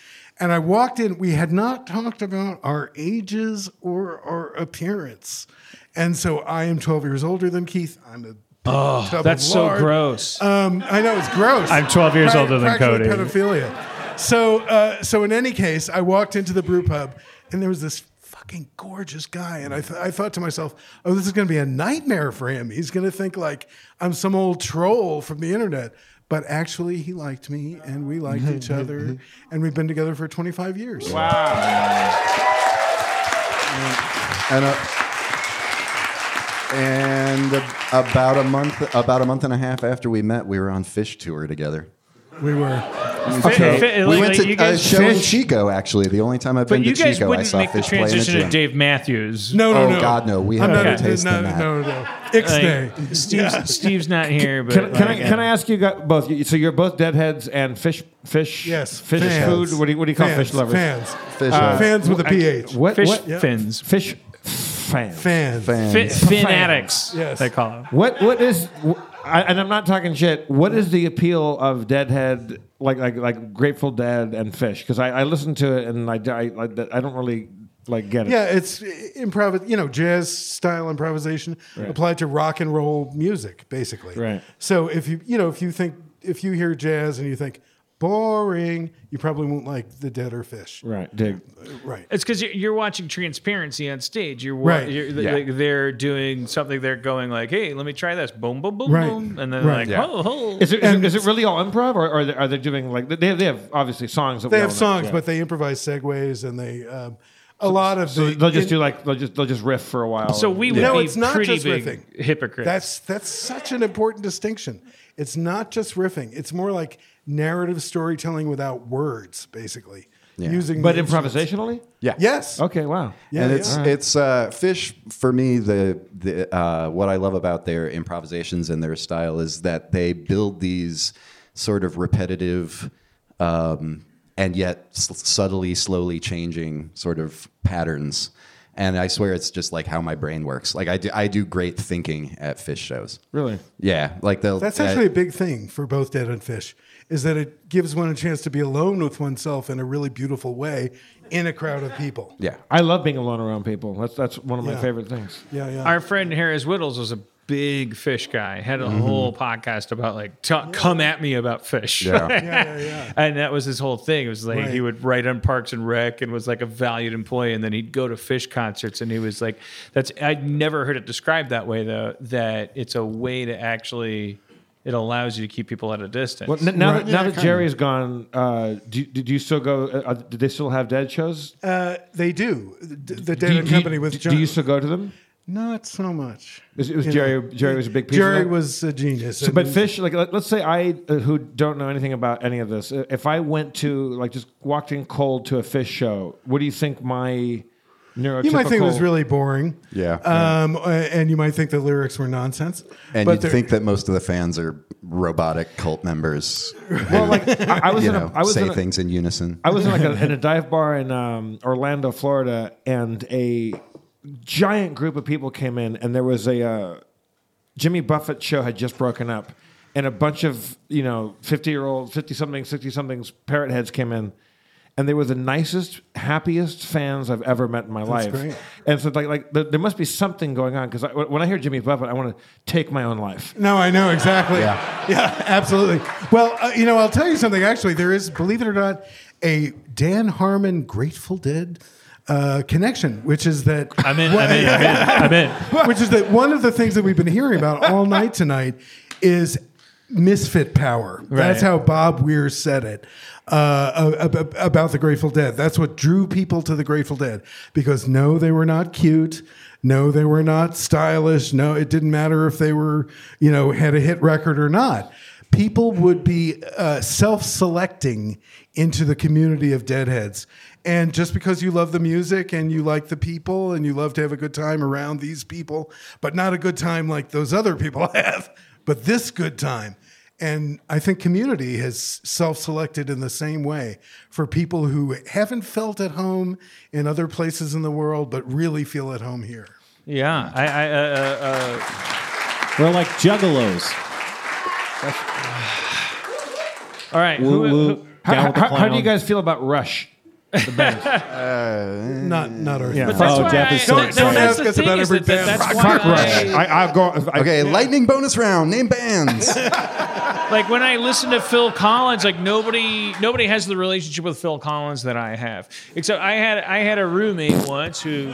and I walked in. We had not talked about our ages or our appearance, and so I am 12 years older than Keith. I'm a oh, that's so gross um, I know it's gross. I'm 12 years older than practically Cody. Pedophilia. So, uh, so in any case, I walked into the brew pub, and there was this fucking gorgeous guy, and I, th- I thought to myself, "Oh, this is going to be a nightmare for him. He's going to think like I'm some old troll from the internet." But actually, he liked me, and we liked each Mm-hmm, other, and we've been together for 25 years. Wow! and a, and a- about a month about a month and a half after we met, we were on fish tour together. We were. Fit- fit- we like- went like to you guys- a show in Fish- Chico. Actually, the only time I've but been you to guys Chico, I wouldn't saw make the fish play in a transition to gym. Dave Matthews No, no, Oh, no. God, no. We I'm have not no a- taste no, in that. No, no, no. Ixnay. Like, Steve's, Steve's not here, but Can, can I like, uh, can I ask you got both? you- So you're both deadheads and fish fish Yes, fish fans. food. What do you what do you call fans, fish lovers? Fans. Fish Uh, Fans with a I- PH. What fish what fins, fish fans? Fans. fans. Fi- fin addicts, Yes. they call them. What what is? wh- I, and I'm not talking shit. What is the appeal of Deadhead, like like like Grateful Dead and Fish? Because I, I listen to it and I, I I don't really like uh, get it. Yeah, it's improv, you know, jazz style improvisation applied to rock and roll music, basically. Right. So if you, you know, if you think, if you hear jazz and you think, boring, you probably won't like The Dead or Fish. Right. Dig. Right. It's because you're watching transparency on stage. You're, wa- Right. you're Yeah. like, they're doing something. They're going like, "Hey, let me try this." Boom, boom, boom, Right. boom, and then like, Yeah. "Oh, oh." Is, it, is, it- is it really all improv, or are they, are they doing like they have, they have obviously songs? That They we have all know. songs, Yeah. but they improvise segues and they um, a lot of so the, they'll just in- do like they'll just they'll just riff for a while. So we would no, be it's not pretty just big riffing. hypocrites. That's that's such an important distinction. It's not just riffing. It's more like narrative storytelling without words, basically. Yeah. Using but the instruments. improvisationally. Yeah. Yes. Okay. Wow. Yeah, and yeah. it's All right. it's uh, fish for me. The the uh, what I love about their improvisations and their style is that they build these sort of repetitive um, and yet s- subtly, slowly changing sort of patterns. And I swear it's just like how my brain works. Like I do, I do great thinking at fish shows. Really? Yeah. Like they'll. That's uh, actually a big thing for both Dead and Fish, is that it gives one a chance to be alone with oneself in a really beautiful way in a crowd of people. Yeah. I love being alone around people. That's that's one of my Yeah. favorite things. Yeah, yeah. Our friend Harris Whittles was a big fish guy. Had a Mhm. whole podcast about like, "Ta- come at me about fish. Yeah. Yeah, yeah, yeah. And that was his whole thing. It was like he Right. would write on Parks and Rec and was like a valued employee. And then he'd go to fish concerts and he was like, that's, I'd never heard it described that way though, that it's a way to actually, it allows you to keep people at a distance. Well, n- now that, now that Jerry's gone, uh, do, do do you still go? Uh, uh, do they still have dead shows? Uh, they do. The, the Dead do, you- and do you- Company with do- John. Do you still go to them? Not so much. It was, it was You Jerry. know, Jerry was a big piece. Jerry of that? was a genius. So, but And- fish, like let, us say I, uh, who don't know anything about any of this, uh, if I went to like just walked in cold to a fish show, what do you think my neurotypical? You might think it was really boring. Yeah. Um, uh, And you might think the lyrics were nonsense. and but you'd they're- think that most of the fans are robotic cult members. Well, like I, I was you in know, a, I was say in a, things in unison. I was in like a, in a dive bar in um, Orlando, Florida, and a giant group of people came in, and there was a uh, Jimmy Buffett show had just broken up, and a bunch of you know fifty year old, fifty something, sixty somethings parrot heads came in, and they were the nicest, happiest fans I've ever met in my That's life. great. And so like like there, there must be something going on because when I hear Jimmy Buffett, I want to take my own life. No, I know exactly. Yeah. Yeah, absolutely. Well, uh, you know, I'll tell you something. Actually, there is, believe it or not, a Dan Harmon Grateful Dead uh, connection, which is that I'm in. I'm in, I'm in, I'm in. Which is that one of the things that we've been hearing about all night tonight is misfit power. That's Right. how Bob Weir said it uh, ab- ab- about the Grateful Dead. That's what drew people to the Grateful Dead because no, they were not cute. No, they were not stylish. No, it didn't matter if they were, you know, had a hit record or not. People would be uh, self selecting into the community of deadheads. And just because you love the music and you like the people and you love to have a good time around these people, but not a good time like those other people have, but this good time. And I think community has self selected in the same way for people who haven't felt at home in other places in the world, but really feel at home here. Yeah. I, I, uh, uh, uh, We're like juggalos. all right. Woo, who- woo. who- Down How, with the how, how do you clown. guys feel about Rush? The band. not not our Uh, Yeah. thing. But that's Oh, why Jeff is I- so that- excited. Don't that's ask the us about thing is every that- that- band. that's Fuck, fuck why- Rush. I, I've gone. I- okay, lightning bonus round. Name bands. like when I listen to Phil Collins, like nobody nobody has the relationship with Phil Collins that I have. Except I had I had a roommate once who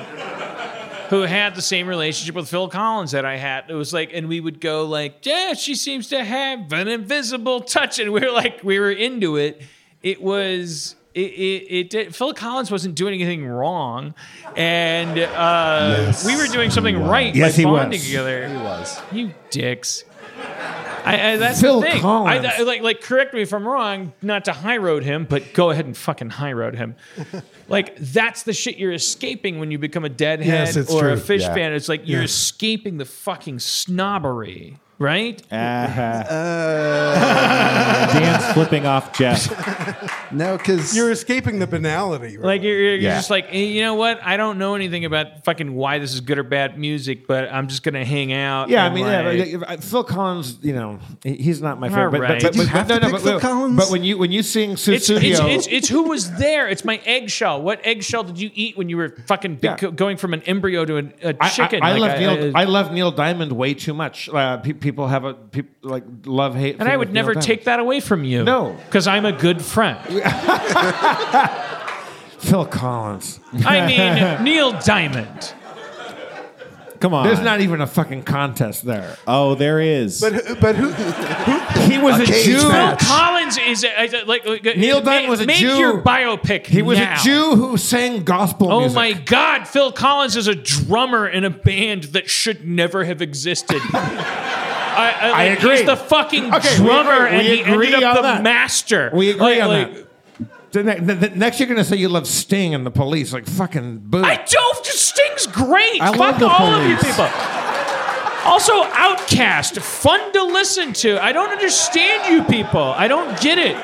who had the same relationship with Phil Collins that I had. It was like, and we would go like, yeah, she seems to have an invisible touch, and we were like, we were into it. It was. It, it, it did. Phil Collins wasn't doing anything wrong, and uh, Yes, we were doing something he was. right Yes, by he was. bonding together. He was. You dicks. I, I, that's Phil the thing. Collins. I, I- like, like, correct me if I'm wrong. Not to high road him, but go ahead and fucking high road him. like that's the shit you're escaping when you become a deadhead Yes, it's or a true. fish Yeah. fan. It's like you're Yeah. escaping the fucking snobbery, right? Uh-huh. Dan's flipping off Jeff. no, because You're escaping the banality. Right? Like you're, you're Yeah. just like "Eh, you know what? I don't know anything about fucking why this is good or bad music, but I'm just gonna hang out. Yeah, I and, mean, like- yeah, but, uh, Phil Collins. You know, he- he's not my All favorite. right. But, but, Did you but, have but, to pick but, Phil but- Collins? but when you when you sing Su It's, it's, Studio, it's, it's who was there. It's my eggshell. What eggshell did you eat when you were fucking big, going from an embryo to an, a I- chicken? I, I Like, love Neil. I, love Neil Diamond way too much. Uh, pe- pe- people have a peop like love hate. And I would never take that away from you. No. Because I'm a good friend. Phil Collins. I mean, Neil Diamond. Come on. There's not even a fucking contest there. Oh, there is. But who, but who? he was a, Jew. Phil Collins is a, is a- like like- uh, Neil Diamond ma- was a make Jew. your biopic. He was now. a Jew who sang gospel Oh music. my God! Phil Collins is a drummer in a band that should never have existed. I, I, I like, agree. He's the fucking Okay, we drummer, agree- and we he ended agree up on the that. master. We agree Like- on like, that. The ne- the- the- next, you're gonna say you love Sting and the Police, like fucking boo. I don't. Sting's great. I Fuck love the all of you Police. people. Also, Outcast, fun to listen to. I don't understand you people. I don't get it.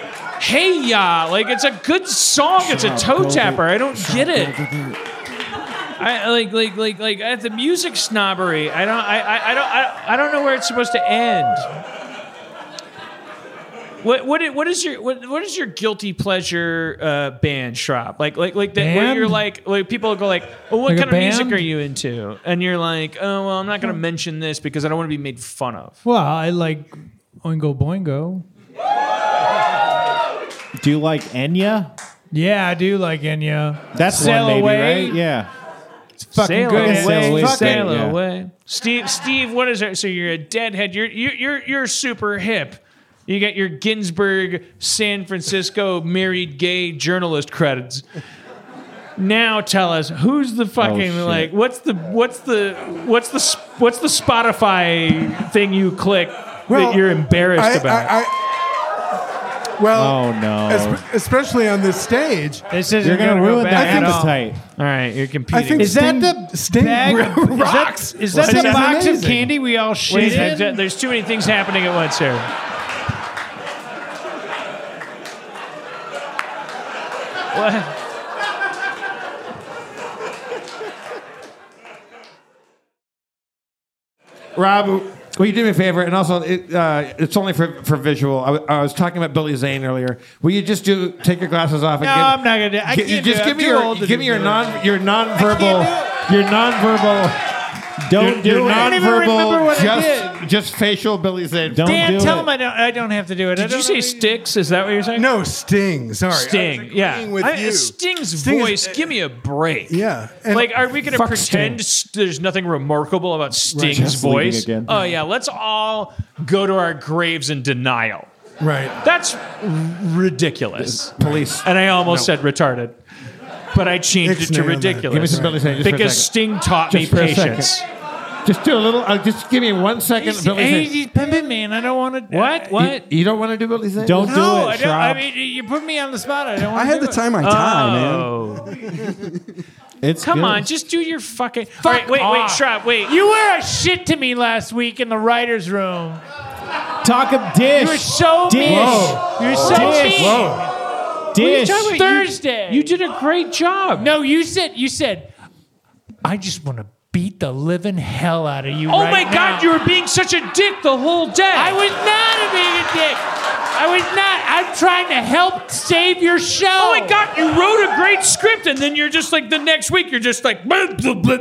Hey ya, like it's a good song. It's a toe tapper. I don't get it. I like like like like I the music snobbery. I don't I, I, I don't I, I don't know where it's supposed to end. What what i- what is your what, what is your guilty pleasure uh, band shop like like like that where Band? you're like like people go like oh what Like a kind of music band? are you into and you're like oh well I'm not gonna mention this because I don't want to be made fun of. Well, I like Oingo Boingo. Do you like Enya? Yeah, I do like Enya. That's Sail one maybe, away. right? Yeah. It's fucking sail good. away, Sail away, Fucking sail sail away. away. Steve, Steve, what is it? So you're a deadhead. You're you're you're, you're super hip. You got your Ginsburg, San Francisco married gay journalist credits. Now tell us who's Oh, the fucking shit. like what's the what's the what's the s- what's the Spotify thing you click that you're embarrassed I- about? I- I- well, Oh, no. espe- especially on this stage. This isn't You're gonna gonna go ruin back that at all. appetite. All right, you're I competing. think Is that Sting, the Sting bag of- is that- rocks? is that Sting the box of amazing. candy we all shit Wait, in? there's- there's too many things happening at once here. What? Rob, will you do me a favor? And also, it, uh, it's only for, for visual. I, w- I was talking about Billy Zane earlier. Will you just do take your glasses off? And No, give, I'm not gonna do it. I gi- Just can't do it. give I'm me too your old to give do me your it. non your nonverbal your nonverbal. Don't your, do your it. I don't even remember nonverbal. what I Just just facial Billy Zane. Don't Dan, tell him I don't, I don't have to do it. I Did you don't know- say sticks? Is that what you're saying? No, Sting. Sorry. I was Sting. Yeah. agreeing with I- you. Sting's Sting is- uh, voice. give me a break. Yeah. And- like, are we going to Fuck pretend s there's nothing remarkable about Sting's Just leaving voice? again. Oh yeah, let's all go to our graves in denial. Right. That's r- ridiculous. Police. And I almost said retarded, but I changed It's it to nailed it. ridiculous. Give me some Billy Zane, just for a because second. Sting taught Just me for a second. patience. Just do a little. Uh, just give me one second, He's, Billy hey, Zane. he's pimping me, and I don't want to. What? What? You, you don't want to do Billy Zane? Don't No, do I it, don't. I Rob. mean, you put me on the spot. I don't want I to. have to time my Uh, time, Oh, It's come good. on, just do your fucking. Fuck All right, wait, wait, off. Shrop, wait. You were a shit to me last week in the writers' room. Talk of dish. You were so dish. mean. You were so Dish. mean. Dish. What are you talking about? You- Thursday. You, did a great job. No, you said you said. I just want to beat the living hell out of you. Oh right my now." God, you were being such a dick the whole day. I was not a being a dick. I was not. I'm trying to help save your show. Oh my God, you wrote a great script, and then you're just like the next week, you're just like. "Blah, blah, blah."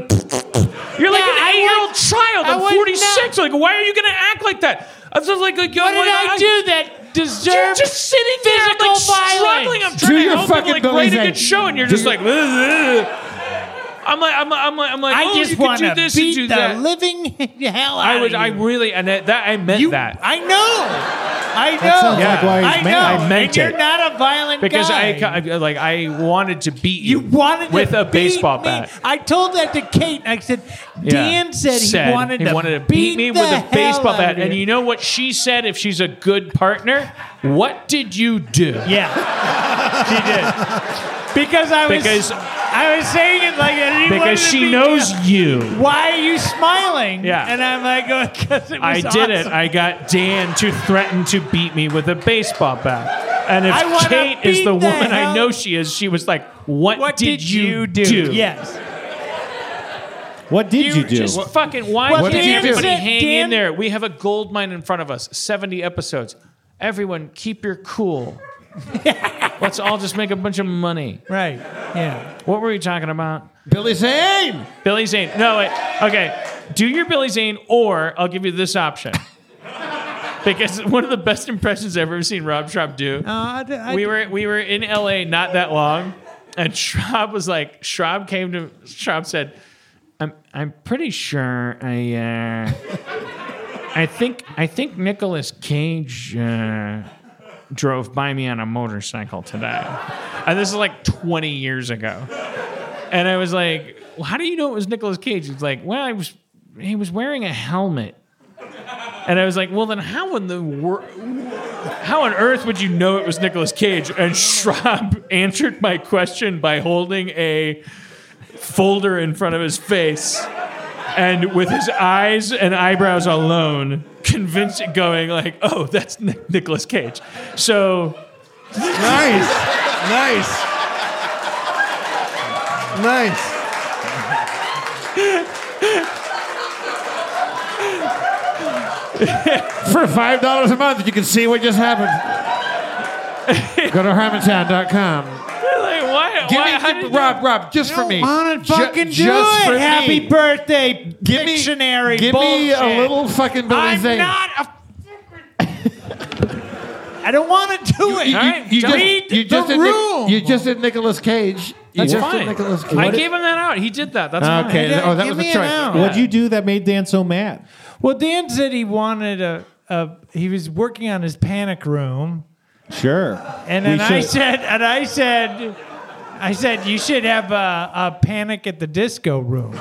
You're like Yeah, I an eight year old was- child. I I'm was 46. Like, why are you going to act like that? I was just like, like oh What did I, do that You're deserves just sitting there like physical violence? struggling. I'm Do trying your to help him, fucking like Billy write a Zane. good show, and you're Do just your- like. "Ugh, ugh." I'm like, I'm, I'm like, I'm like. I oh, just you could want do to this and beat do the that. living hell out I was, of I you. really, and that, that I meant You- that. I know. I know. sounds like Yeah. why he's I mad. know. I meant and You're it. not a violent because guy. I, ca- I- like I wanted to beat you you, wanted with to a baseball beat me. bat. I told that to Kate. I said, Yeah. Dan said, he wanted to beat me the with a hell baseball out bat, of and you know what she said? If she's a good partner, what did you do? yeah, she did. Because I was Because- I was saying it like that. He wanted Because to beat she me knows up. you. Why are you smiling? Yeah. and I'm like, because it was I did it. awesome." I got Dan to threaten to beat me with a baseball bat. And I if wanna Kate is beat the the woman I hell- know she is, she was like, "What, What did, you do? Yes. What did you, You do? just fucking. Why What can't did you do? everybody Dan- hang Dan- in there? We have a gold mine in front of us. Seventy episodes. Everyone, keep your cool. Let's all just make a bunch of money. Right. Yeah. What were we talking about? Billy Zane. Billy Zane. No, wait. Okay. Do your Billy Zane, or I'll give you this option. because one of the best impressions I've ever seen Rob Schraub do. Uh, I d- I we d- were we were in L.A. not that long, and Schraub was like, Schraub came to Schraub said, "I'm I'm pretty sure I uh, I think I think Nicolas Cage uh, drove by me on a motorcycle today," and this is like 20 years ago, and I was like, well, "How do you know it was Nicolas Cage?" He's like, "Well, I was he was wearing a helmet." And I was like, well, then how in the world, how on earth would you know it was Nicolas Cage? And Schraub answered my question by holding a folder in front of his face and with his eyes and eyebrows alone, convinced going like, oh, that's Nic- Nicolas Cage. So nice, nice. Nice. For five dollars a month, you can see what just happened. Go to harmontown.com. like, why? Give why me, how give- did you- Rob, Rob, just for me. wanna Ju- fucking do just it. for me. Happy birthday, Give me- dictionary Give me a bullshit. little fucking Billy I'm Zane. not a. I don't want to do it. You- you just- you just the did Nic- room. you just did Nicolas Cage. You That's just fine. did Nicolas Cage. I gave him that out. He did that. That's fine. Okay, oh, that was Give a me an choice. hour. What'd you do that made Dan so mad? Well, Dan said he wanted a, a. He was working on his panic room, Sure. and then I said, and I said, I said you should have a, a panic at the disco room. No,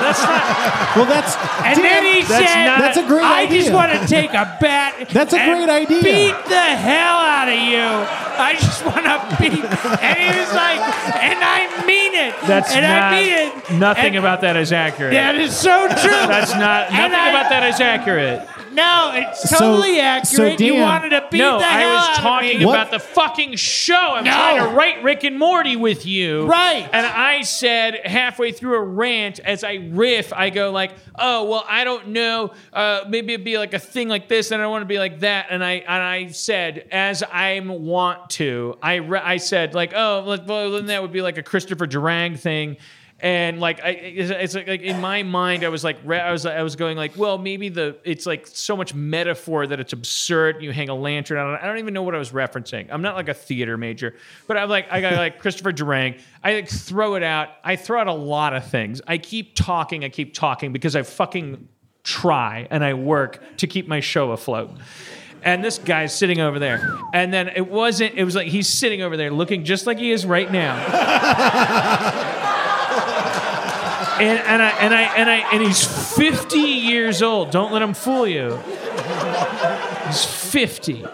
that's not. Well, that's. And then he That's said, not- That's a great I just idea." want to take a bat. That's a and great idea. Beat the hell out of you. I just want to beat. And he was like, and I mean it. That's and not, I mean it. Nothing And about that is accurate. That is so true. That's not. And Nothing I- about that is accurate. No, it's So- totally so accurate. you Dan- wanted to beat no, the hell I was out talking of me. about the fucking show. I'm No. trying to write Rick and Morty with you. Right. And I said halfway through a rant, as I riff, I go like, "Oh, well, I don't know. Uh, maybe it'd be like a thing like this, and I want to be like that." And I and I said, as I want to, I re- I said like, "Oh, like, well, then that would be like a Christopher Durang thing." and like I, it's, it's like, like in my mind, I was like, re- I was, I was going like, well, maybe the it's like so much metaphor that it's absurd. You hang a lantern on it. I don't even know what I was referencing. I'm not like a theater major, but I'm like, I got like Christopher Durang. I like throw it out. I throw out a lot of things. I keep talking. I keep talking because I fucking try and I work to keep my show afloat. And this guy's sitting over there. And then it wasn't, it was like he's sitting over there looking just like he is right now. and, and I and I and I and he's 50 years old. Don't let him fool you. He's 50.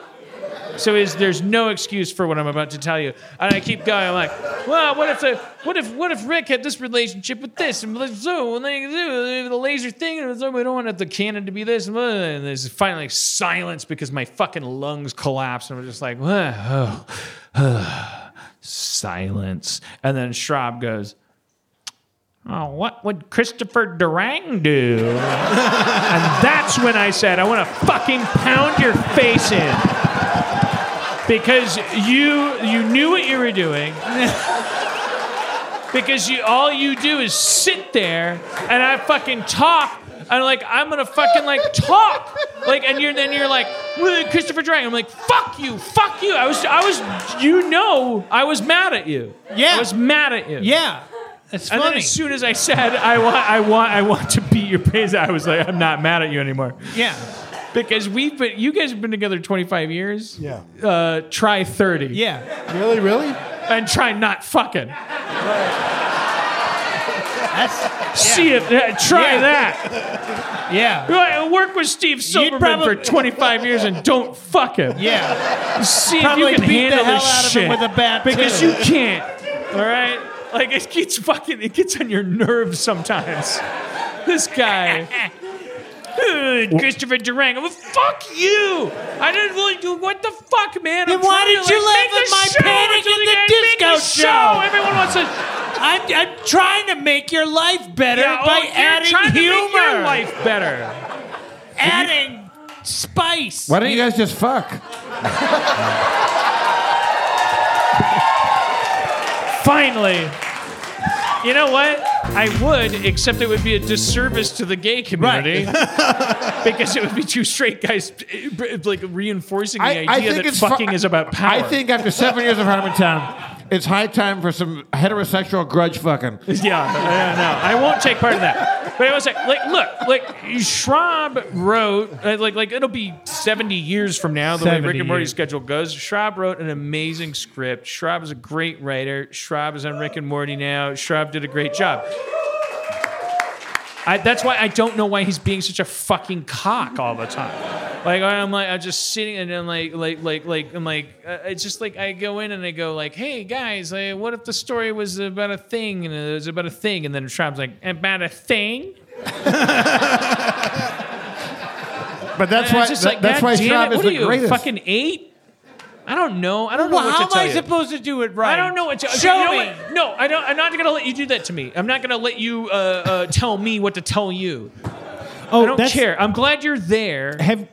So is there's no excuse for what I'm about to tell you. And I keep going. I'm like, well, what if the what if what if Rick had this relationship with this and let's do and then do the laser thing and so we don't want the cannon to be this and blah, blah, blah. And there's finally silence because my fucking lungs collapse and I'm just like, oh, silence. And then Schraub goes, Oh, what would Christopher Durang do? and that's when I said, I want to fucking pound your face in. Because you you knew what you were doing. because you all you do is sit there and I fucking talk. And like I'm gonna fucking like talk, like, and you're then you're like "Well, Christopher Durang. I'm like, fuck you, fuck you. I was I was you know I was mad at you. Yeah. I was mad at you. Yeah, it's And then funny. as soon as I said I want, I want, I want to beat your praise, I was like, I'm not mad at you anymore yeah, because we've been, you guys have been together 25 years. Yeah. Uh, try 30. yeah. Really, really? And try not fucking. See if uh, try Yeah. that. Yeah. Right, Work with Steve Silverman probably- for 25 years and don't fuck him. Yeah. See Probably if you can beat the handle hell this out of shit him with a bat, because too. you can't. All right, like it gets fucking, it gets on your nerves sometimes. This guy. Ugh, Christopher Durang. Well, fuck you! I didn't really do what the fuck, man. Then I'm why trying to, did you like, laugh make at the my show panic so at they the can make disco show? Everyone wants to. I'm, I'm trying to make your life better Yeah, oh, by you're adding trying to humor, make your life better. adding spice. Why don't you guys just fuck? Finally, You know what? I would, except it would be a disservice to the gay community because it would be two straight guys eh, eh, like reinforcing the idea that fu- fucking is about power. I think after seven years of Harmontown, it's high time for some heterosexual grudge fucking. Yeah, I know. I won't take part in that. But I was like, like, look, like Schraub wrote, uh, like, like it'll be seventy years from now the way 70 Rick and Morty years. schedule goes. Schraub wrote an amazing script. Schraub is a great writer. Schraub is on Rick and Morty now. Schraub did a great job. I, that's why I don't know why he's being such a fucking cock all the time. Like I'm like I'm just sitting and I'm like like like like I'm like uh, it's just like I go in and I go like hey guys uh, what if the story was about a thing and it was about a thing and then Trump's like about a thing. But that's And why it's just that- like, that's God why damn Schraub it, is what the are you, greatest. Fucking eight. I don't know. I don't know Well, what how to tell am I you. supposed to do it right? I don't know what to Show you know me. What? No, I don't. I'm not gonna let you do that to me. I'm not gonna let you uh, uh, tell me what to tell you. Oh, I don't that's- care. I'm glad you're there. Have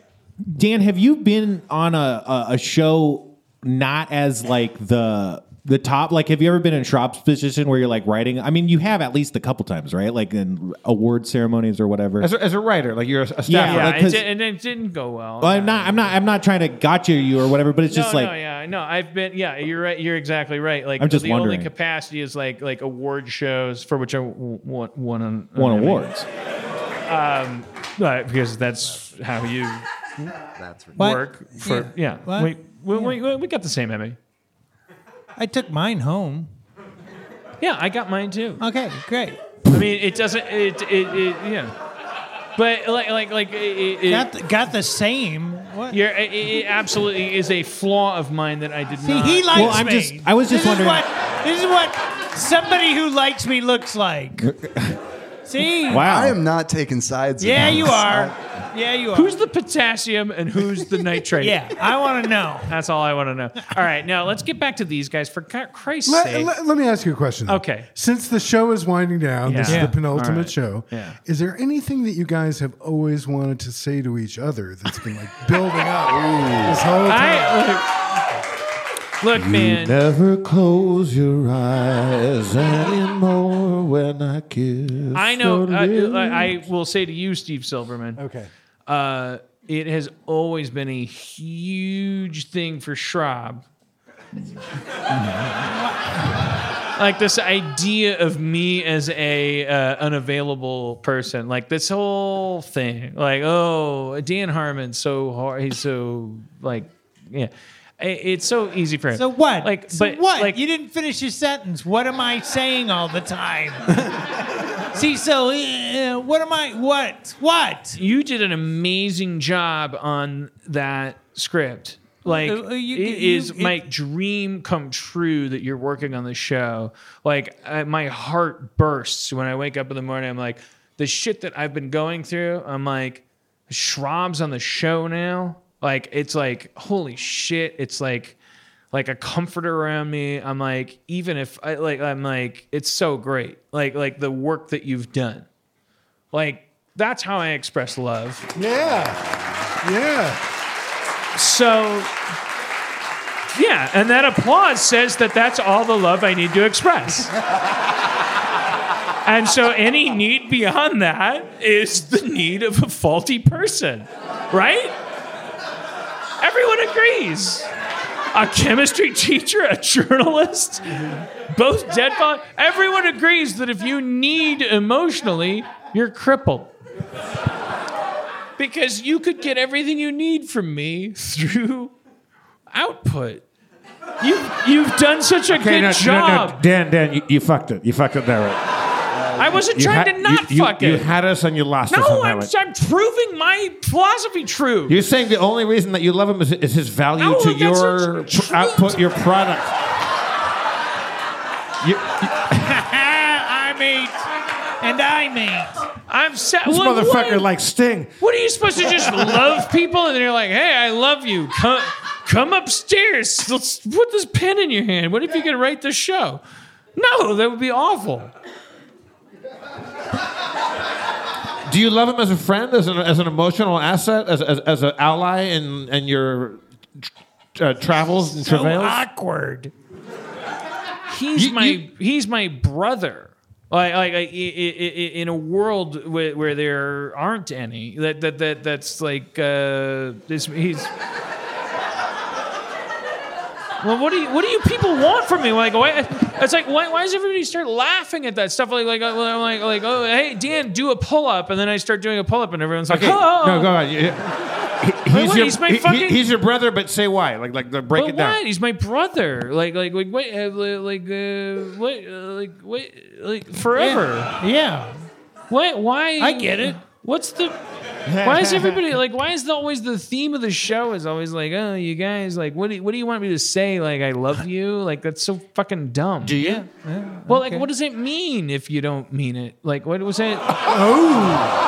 Dan? Have you been on a, a a show not as like the the top? Like, have you ever been in Shrop's position where you're like writing? I mean, you have at least a couple times, right? Like in award ceremonies or whatever. As a, as a writer, like you're a, a staff. Yeah, writer. like, Yeah, it 'cause- did, and it didn't go Oh, well. Well, I'm not. I'm not. I'm not trying to gotcha you or whatever. But it's just no, like no, yeah, no. I've been, yeah. You're right. You're exactly right. Like, I'm just the wondering. only capacity is like like award shows for which I w- won won, an, won an Emmy. awards. Um, right, because that's how you that's What? work for Yeah. yeah. What? Wait, we, we- we- we got the same Emmy. I took mine home. Yeah, I got mine too. Okay, great. I mean, it doesn't. It it, it yeah. But like like like it, it, it- Got the, got the same. What? you're, it, it absolutely is a flaw of mine that I did See, not. he likes Well, I'm me. just- I was just this wondering- Is what, this is what somebody who likes me looks like. See? I am not taking sides. in Yeah, this. you are. Yeah, you are. Who's the potassium and who's the nitrate? Yeah, I want to know. That's all I want to know. All right, now let's get back to these guys for Ch- Christ's Let, sake. let- let me ask you a question. though. Okay. Since the show is winding down, this Yeah. is Yeah. the penultimate All right. show. Yeah. Is there anything that you guys have always wanted to say to each other that's been like building up this whole time? I, look, look, You man. never close your eyes anymore when I kiss. I know. your Uh, lips. I I will say to you, Steve Silverman. Okay. Uh, it has always been a huge thing for Schraub. like this idea of me as a uh, unavailable person, like this whole thing, like oh, Dan Harmon's so hard, he's so like, yeah, I- it's so easy for him. So what? Like, so but what? like, you didn't finish your sentence. What am I saying all the time? See, so uh, what am I? What? What? you did an amazing job on that script. Like Uh, uh, you- it you- is it- my dream come true that you're working on the show. Like I, my heart bursts when I wake up in the morning. I'm like the shit that I've been going through. I'm like Schraub's on the show now. Like it's like holy shit. It's like like a comforter around me. I'm like even if I like I'm like it's so great. Like like the work that you've done. Like that's how I express love. yeah. Yeah. So, yeah, and that applause says that that's all the love I need to express. and so, any need beyond that is the need of a faulty person, right? Everyone agrees. A chemistry teacher, a journalist, both dead body. Everyone agrees that if you need emotionally, you're crippled because you could get everything you need from me through output. You you've done such a Okay, good no, no, job. No, Dan, Dan, you, you fucked it. You fucked it there. Right? I wasn't You trying had- to not you, you- fuck You it. had us and you lost us no, on that I'm, one. I'm proving my philosophy true. You're saying the only reason that you love him is, is his value No, to that's your not true. output, your product. You, I meet, and I meet. I'm set. this motherfucker likes Sting. What are you supposed to just love people and then you're like, hey, I love you. Come, come upstairs. Let's put this pen in your hand. What if you could write the show? No, that would be awful. Do you love him as a friend, as an, as an emotional asset, as, as, as an ally in, in your uh, travels and So travails? awkward. He's You- my you- he's my brother. Like, like, like i- i- i- in a world where, where there aren't any, that that that that's like uh, this. He's. Well, what do you what do you people want from me? Like, why, it's like why, why does everybody start laughing at that stuff? Like, like I'm like like oh hey Dan, do a pull up, and then I start doing a pull up, and everyone's like, Okay, oh no, go on. You- you- He's, what, your, he's my he- he- fucking- he's your brother, but say why? Like, like, like, break but it down. what? He's my brother. Like, like, like, wait, uh, like, uh, what, uh, like, wait, like, forever. Yeah. What? Why? I get it. What's the? Why is everybody like? Why is the, always the theme of the show is always like, oh, you guys, like, what do you, what do you want me to say? Like, I love you. Like, that's so fucking dumb. Do you? Well, like, what does it mean if you don't mean it? Like, what was it? oh.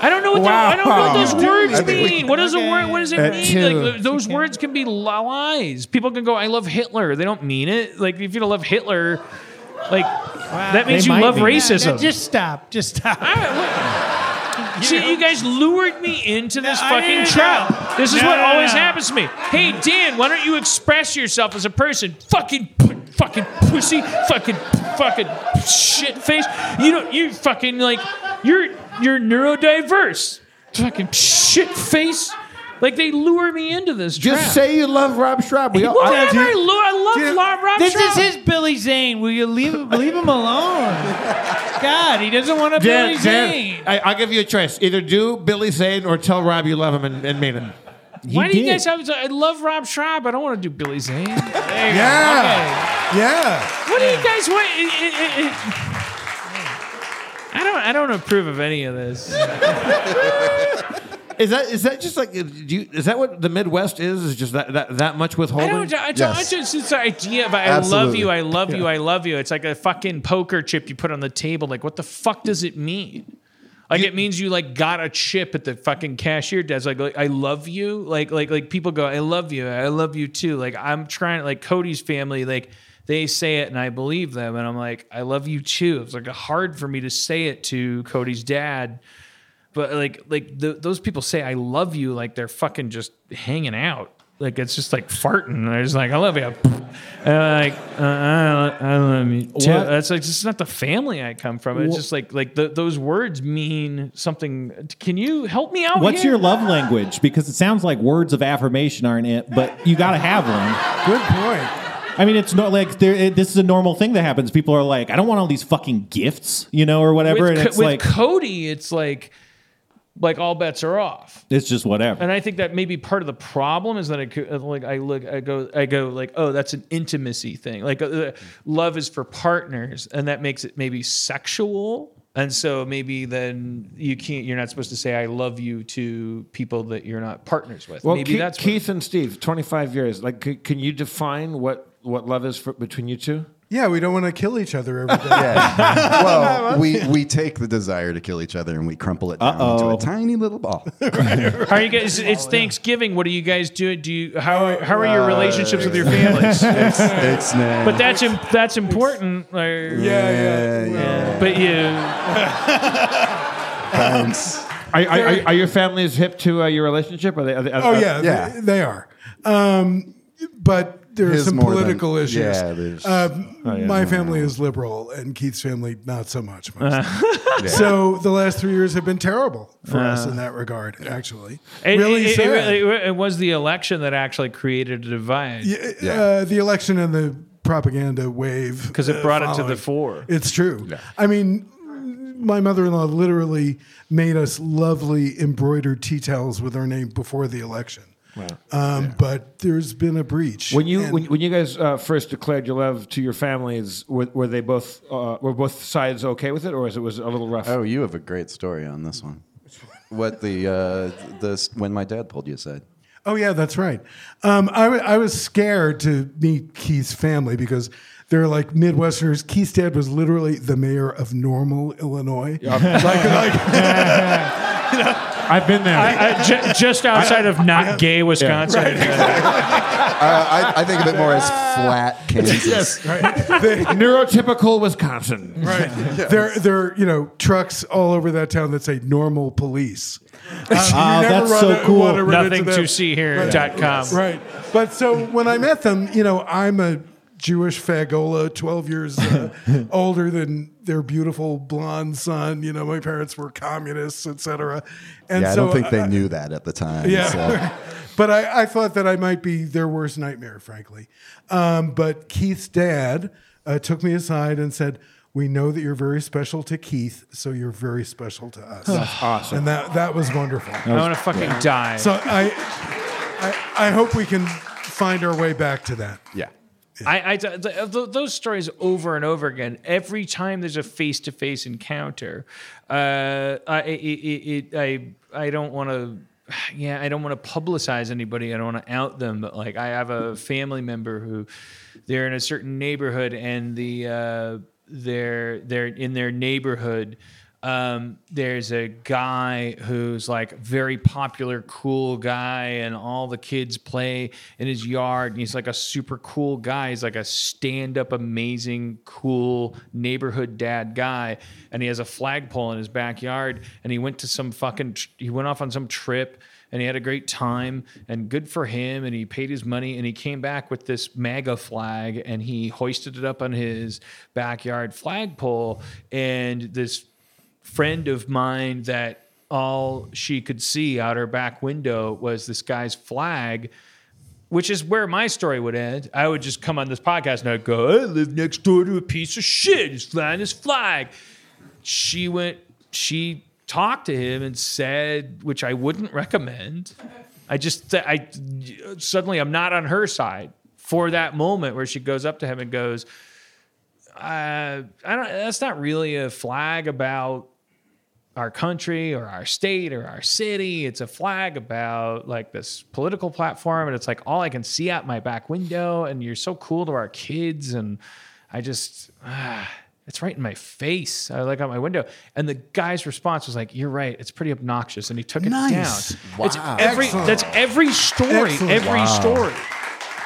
I don't know what the- I don't know what Wow. those You do words mean it. mean. What does a word? What does it That mean? too. Like, th- those words can be lies. People can go, "I love Hitler." They don't mean it. Like if you don't love Hitler, like that means They you might love be. Yeah, racism. Just stop. Just stop. See, you guys lured me into this I fucking didn't trap. know. This is No, what no, always no. happens to me. Hey, Dan, why don't you express yourself as a person? Fucking, p- fucking pussy, fucking, fucking shit face. You don't, you fucking like, you're you're neurodiverse. Fucking shit face. Like they lure me into this trap. Just say you love Rob Schraub. We all- Well, I- whatever, I lo- I love Rob- Rob This Schraub. is his Billy Zane. Will you leave him, leave him alone? God, he doesn't want a Dan, Billy Zane. Dan, I, I'll give you a choice. Either do Billy Zane or tell Rob you love him and, and mean it. Why do you guys have? I love Rob Schraub. I don't want to do Billy Zane. There you go. Yeah. Okay. Ah. What do you guys want? i- i- i- i- I don't. I don't approve of any of this. Is that is that just like do you, is that what the Midwest is? Is just that that, that much withholding? I don't. I don't I just, it's the idea of I love Absolutely. you. I love you. I love you. It's like a fucking poker chip you put on the table. Like, what the fuck does it mean? Like it means you like got a chip at the fucking cashier desk. Like, like I love you. Like like like people go, I love you. I love you too. Like I'm trying. Like Cody's family. Like they say it and I believe them. And I'm like, I love you too. It's like hard for me to say it to Cody's dad. But like like th those people say I love you like they're fucking just hanging out. Like it's just like farting. They're just like I love you. And I'm like uh, I, I love you too. What? That's like just not the family I come from. It's Wha- just like like th those words mean something. Can you help me out? What's here? your love language? Because it sounds like words of affirmation aren't it, but you got to have one. Good point. I mean, it's not like there, it, this is a normal thing that happens. People are like, I don't want all these fucking gifts, you know, or whatever. With, and Co- it's with like, Cody, it's like like all bets are off. it's just whatever. And I think that maybe part of the problem is that I could, uh, like I look I go I go like oh that's an intimacy thing like uh, love is for partners and that makes it maybe sexual and so maybe then you can't you're not supposed to say I love you to people that you're not partners with Well, maybe Keith, that's what- Keith and Steve, twenty five years. Like, c- can you define what what love is for, between you two? Yeah, we don't want to kill each other every Uh, day. well, we, we take the desire to kill each other and we crumple it down into a tiny little ball. How are you guys? It's Thanksgiving. What do you guys do? Do you how how are your relationships with your families? It's- it's nice. But that's im- that's important. like- yeah, But you. Thanks. Are, are, are, are your families hip to uh, your relationship? Are they? Are they are- Oh uh, are- yeah, They, they are. Um, but there are His some more than- political issues. yeah, there's- Um, Oh, yeah. my family is liberal, and Keith's family not so much. Uh. Yeah. So the last three years have been terrible for us Uh. in that regard. Actually, It, really it, it, sad. really- it was the election that actually created a divide. Y- uh, the election and the propaganda wave 'Cause it uh, brought it to following. the fore. It's true. I mean, my mother-in-law literally made us lovely embroidered tea towels with her name before the election. Wow. Um, But there's been a breach. When you And- when, when you guys uh, first declared your love to your families, were, were they both uh, were both sides okay with it, or is it was a little rough? Oh, you have a great story on this one. What the uh, the when my dad pulled you aside? Oh yeah, that's right. Um, I, w- I was scared to meet Keith's family because they're like Midwesterners. Keith's dad was literally the mayor of Normal, Illinois. like, like I've been there. I, I, ju- just outside of not gay Uh, Wisconsin. I, I think of it more as flat Kansas. Neurotypical Wisconsin. Right. there, there are you know trucks all over that town that say Normal Police. Uh, you Ah, never that's run so a- cool. wanna run into Nothing to them. see here dot com. Right. But so when I met them, you know, I'm a Jewish fagola, 12 years uh, older than their beautiful blonde son. You know, my parents were communists, etc. And yeah, so I don't think I- they knew that at the time. yeah. so. but I, I thought that I might be their worst nightmare, frankly. Um, but Keith's dad uh, took me aside and said, we know that you're very special to Keith, so you're very special to us. That's awesome. And that, that was wonderful. I wanna fucking Yeah. die. So I, I I hope we can find our way back to that. Yeah. I, I th- th- th- those stories over and over again. Every time there's a face to face encounter, uh, I, it, it, it, I I don't want to. Yeah, I don't want to publicize anybody. I don't want to out them. But like, I have a family member who they're in a certain neighborhood, and the uh, they're they're in their neighborhood. Um, there's a guy who's like very popular, cool guy, and all the kids play in his yard. And he's like a super cool guy. He's like a stand up, amazing, cool neighborhood dad guy. And he has a flagpole in his backyard. And he went to some fucking, tr- he went off on some trip and he had a great time and good for him and he paid his money and he came back with this maga flag and he hoisted it up on his backyard flagpole and this friend of mine that all she could see out her back window was this guy's flag which is where my story would end. I would just come on this podcast and I'd go, I live next door to a piece of shit. He's flying his flag. She went, she talked to him and said, which I wouldn't recommend. I just, I suddenly I'm not on her side for that moment where she goes up to him and goes, uh, I don't, that's not really a flag about our country or our state or our city. It's a flag about like this political platform. And it's like all I can see out my back window. And you're so cool to our kids. And I just, ah, it's right in my face. I look out my window. And the guy's response was like, You're right. It's pretty obnoxious. And he took Nice. it down. It's Wow. every, Excellent. that's every story, Excellent. every Wow. story.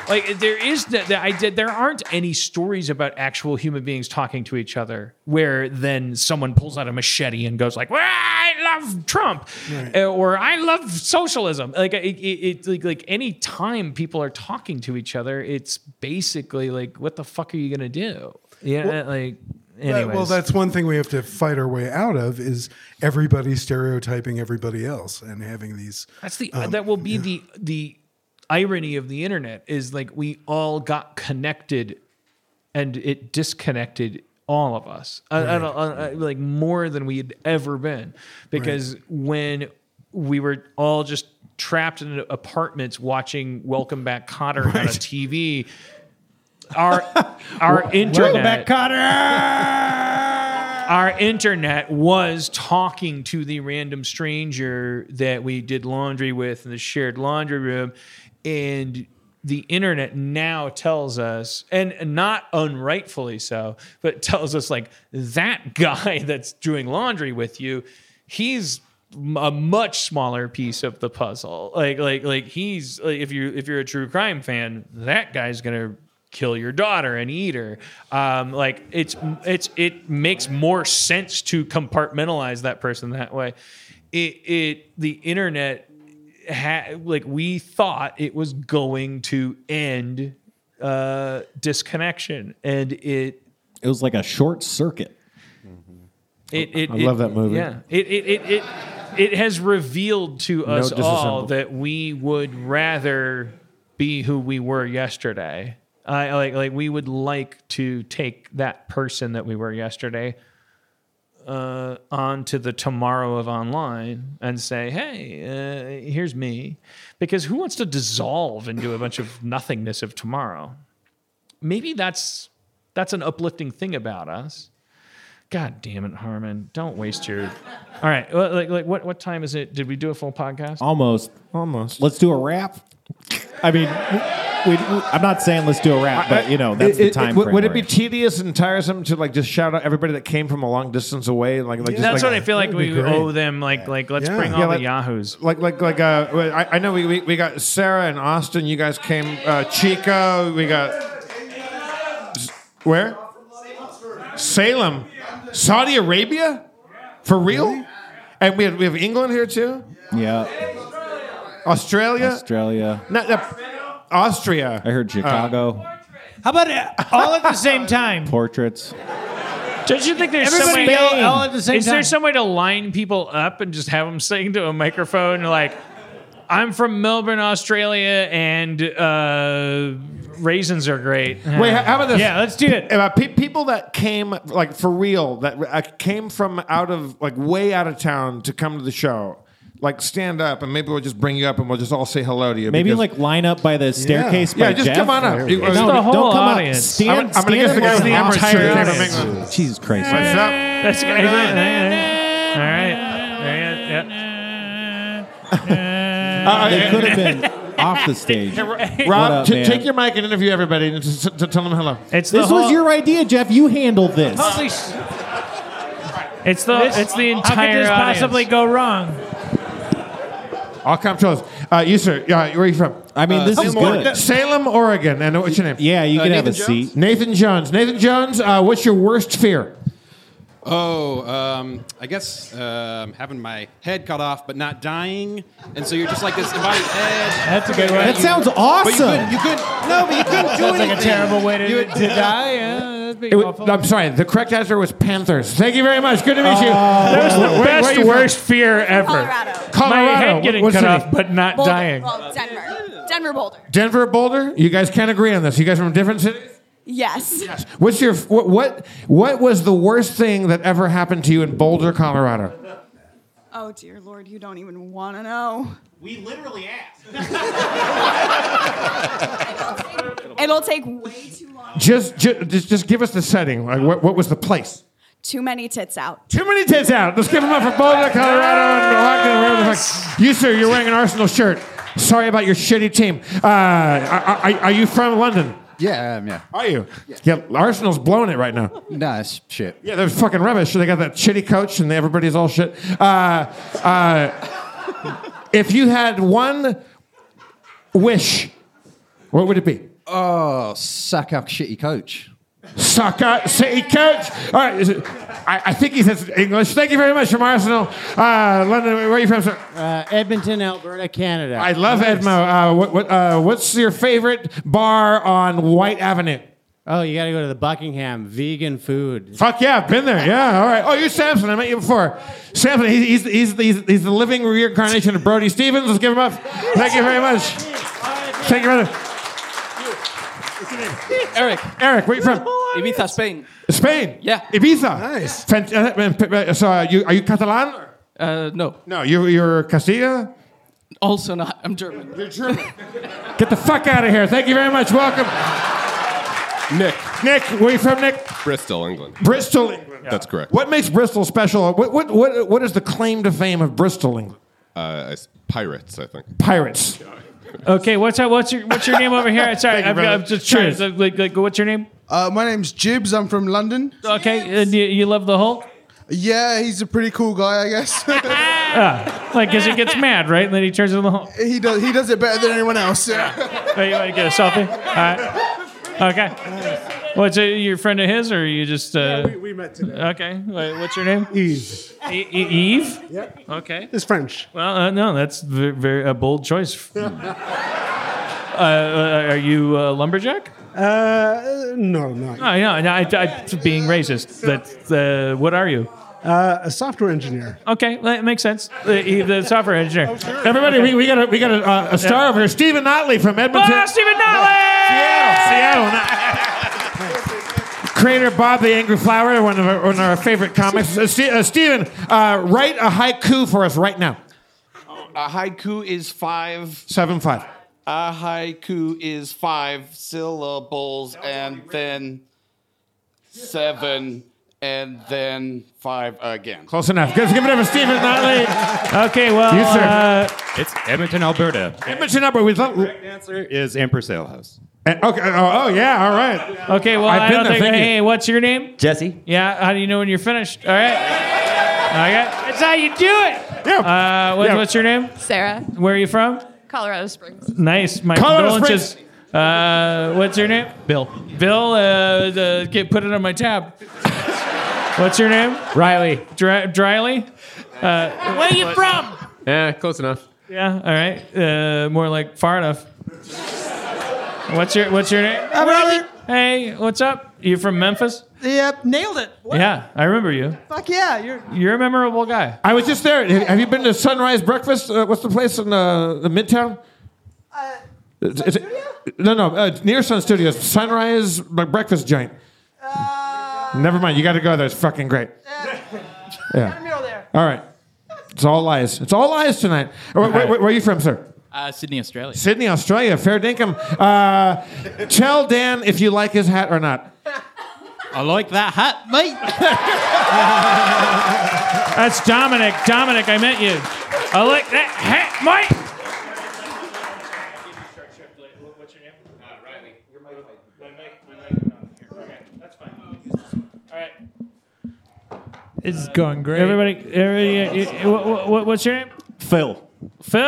Like there is that that I did. There aren't any stories about actual human beings talking to each other where then someone pulls out a machete and goes like, "Well, I love Trump," uh, or "I love socialism." Like it, it, it like like any time people are talking to each other, it's basically like, "What the fuck are you gonna do?" Yeah, like anyways. That- well, that's one thing we have to fight our way out of is everybody stereotyping everybody else and having these. That's the um, that will be the the irony of the internet is like we all got connected, and it disconnected all of us. Uh, I- I Right. don't- I- I- like more than we had ever been, because when we were all just trapped in apartments watching Welcome Back Cotter on a TV. Our our Welcome Back, internet our internet was talking to the random stranger that we did laundry with in the shared laundry room and the internet now tells us and not unrightfully so but tells us like that guy that's doing laundry with you he's a much smaller piece of the puzzle like like like he's like, if you if you're a true crime fan that guy's gonna kill your daughter and eat her. Um, like it's it's it makes more sense to compartmentalize that person that way. It it the internet ha- like we thought it was going to end uh, disconnection, and it It was like a short circuit. it, it I love it- that movie. Yeah, it it it. it it has revealed to No us all disassemble. that we would rather be who we were yesterday. I like like we would like to take that person that we were yesterday uh, onto the tomorrow of online and say, "Hey, uh, here's me," because who wants to dissolve into a bunch of nothingness of tomorrow? Maybe that's that's an uplifting thing about us. God damn it, Harmon! Don't waste your. All right, well, like like what what time is it? Did we do a full podcast? Oh, Almost. Almost. Let's do a wrap. I mean, we, we- I'm not saying let's do a wrap, but you know that's It- the it- time. would- frame Would it we're be in. tedious and tiresome to like just shout out everybody that came from a long distance away? Like, like just, That's like- what I feel like we owe them. Like like let's bring all Yeah, the like- yahoos. Like like like uh, I, I know we, we we got Sarah and Austin. You guys came uh, Chico. We got where Salem, Saudi Arabia, for real. And we have, we have England here too. Yeah. Australia, Australia. Not, not- Austria. I heard Chicago. How about uh, all at the same time? Portraits. Don't you think there's some Everybody way yell all at the same Is there time. some way to line people up and just have them sing to a microphone like I'm from Melbourne, Australia, and uh, raisins are great. Wait, how how about this? Yeah, let's do it. About pe- people that came, like for real, that uh, came from out of, like way out of town to come to the show. Like stand up, and maybe we'll just bring you up, and we'll just all say hello to you. Maybe because- like line up by the staircase. Yeah, by just Jeff. come on up. You- It's no, the don't whole come audience. up. Stand, I'm- I'm gonna stand guess the where guy's the name is entire Jerry audience Cameron is. Jesus Christ. What's up? That's good. All right. There you go. Uh, they uh, could have been off the stage. What Rob, up, t- man? take your mic and interview everybody and just, t- tell them hello. It's This was your idea, Jeff. You handled this. Holy sh- It's the it's the How could entire this possibly go wrong? I'll come to us. Uh, you, sir, uh, where are you from? I mean, Uh, this is Salem, Oregon. good. Salem, Oregon. And what's your name? Yeah, you Uh, can have Nathan a Jones? seat. Nathan Jones. Nathan Jones, uh, what's your worst fear? Oh, um, I guess um, having my head cut off, but not dying, and so you're just like this invited head. That's a good That sounds awesome. But you couldn't. You couldn't no, but you couldn't do Sounds anything. like a terrible way to, You- to die. Yeah, that'd be It wa- awful. I'm sorry. The correct answer was Panthers. Thank you very much. Good to meet you. That was the Where- where best are you from? worst fear ever. Colorado. Colorado. My head getting What cut city? off, but not Boulder. dying. Well, Denver. Denver Boulder. Denver, Boulder. You guys can't agree on this. You guys are from different cities. Yes. What's your what, what? What was the worst thing that ever happened to you in Boulder, Colorado? Oh dear lord, you don't even want to know. We literally asked. It'll take way too long. Just, ju- just, just give us the setting. Like, what, what was the place? Too many tits out. Too many tits out. Let's give them up for Boulder, Colorado, and Milwaukee, wherever the fuck. You, sir, you're wearing an Arsenal shirt. Sorry about your shitty team. Uh, are, are, are you from London? Yeah, um, yeah. Are you? Yeah, Arsenal's blowing it right now. Nah, it's shit. Yeah, they're fucking rubbish. They got that shitty coach, and everybody's all shit. Uh, uh, if you had one wish, what would it be? Oh, suck up, shitty coach. Soccer City coach. All right, is it- I, I think he says English. Thank you very much from Arsenal. Uh, London, where are you from, sir? Uh, Edmonton, Alberta, Canada. I love Edmo. Uh, what, what, uh, what's your favorite bar on White Avenue? Oh, you got to go to the Buckingham vegan food. Fuck yeah, I've been there. Yeah, all right. Oh, you're Samson. I met you before. Samson, he- he's, he's, he's, he's the living reincarnation of Brody Stevens. Let's give him up. Thank you very much. Thank you, brother. Eric. Eric, where you from? Ibiza, Spain. Spain. Yeah. Ibiza. Nice. so, uh, you, are you Catalan? Uh, no. No, you, you're Castilla? Also not. I'm German. You're German. Get the fuck out of here. Thank you very much. Welcome. Nick. Nick, where you from, Nick? Bristol, England. Bristol, England. That's correct. What makes Bristol special? What, what, what, what is the claim to fame of Bristol, England? Uh, it's pirates, I think. Pirates. Okay, what's up? What's your what's your name over here? Sorry, Thank you, I've, brother. I'm just trying. Cheers. To, like, like, what's your name? Uh, my name's Jibs. I'm from London. Okay, and you, you love the Hulk? Yeah, he's a pretty cool guy, I guess. Ah, like, because he gets mad, right? And then he turns into the Hulk. he does. He does it better than anyone else. Yeah. Hey, you want to get a selfie? All right. Okay. What's it, your friend of his, or you just? Uh, we, we met today. Okay. Wait, what's your name? Eve. E- E- Eve. Yep. Okay. It's French. Well, uh, no, that's very, very a bold choice. uh, uh, are you uh, lumberjack? Uh, no, Oh, not. yeah. No, I, I, being racist. That. Uh, what are you? Uh, Oh, a software engineer. Oh, Okay, well, it makes sense. Uh, Eve, the software engineer. Everybody, we, we got a, we got a, uh, a star over here. Stephen Notley from Edmonton. Ah, Stephen Notley! Seattle. Creator Bob the Angry Flower, one of our, one of our favorite comics. Uh, Ste- uh, Stephen, uh, write a haiku for us right now. A haiku is five. Seven five. A haiku is five syllables and then seven and then five again. Close enough. Let's give it up for Stephen Notley. Okay, well, You, sir. uh, It's Edmonton, Alberta. Edmonton, number. We'd love. Answer is Empress Ale House. Uh, okay. Oh, oh, yeah. All right. Okay. Well, I've I been don't there, think. thank you. Hey, what's your name? Jesse. Yeah. How do you know when you're finished? All right. Okay. That's how you do it. Yeah. Uh, what, Yeah. What's your name? Sarah, Where are you from? Colorado Springs. Nice. My Colorado condolences. Uh, what's your name? Bill. Bill. Uh, the, get put it on my tab. what's your name? Riley. Dry, Dryly. Uh, Where you from? Yeah, close enough. Yeah. All right. Uh, more like far enough. What's your What's your name? I'm Robert. Hey, what's up? You from Memphis? Yep, nailed it. What? Yeah, I remember you. Fuck yeah, you're You're a memorable guy. I was just there. Have have you been to Sunrise Breakfast? Uh, what's the place in uh, the Midtown? Uh, no, no, uh, near Sun Studios. Sunrise b- Breakfast Giant. Never mind. You got to go there. It's fucking great. yeah. there. All right. It's all lies. It's all lies tonight. Uh, Where, where- where are you from, sir? Uh, Sydney, Australia. Sydney, Australia. Fair dinkum. Uh, tell Dan if you like his hat or not. I like that hat, mate. That's Dominic. Dominic, I met you. I like that hat, Mike. Uh, It's going great. Everybody, everybody uh, you- what, what, what's your name? Phil. Phil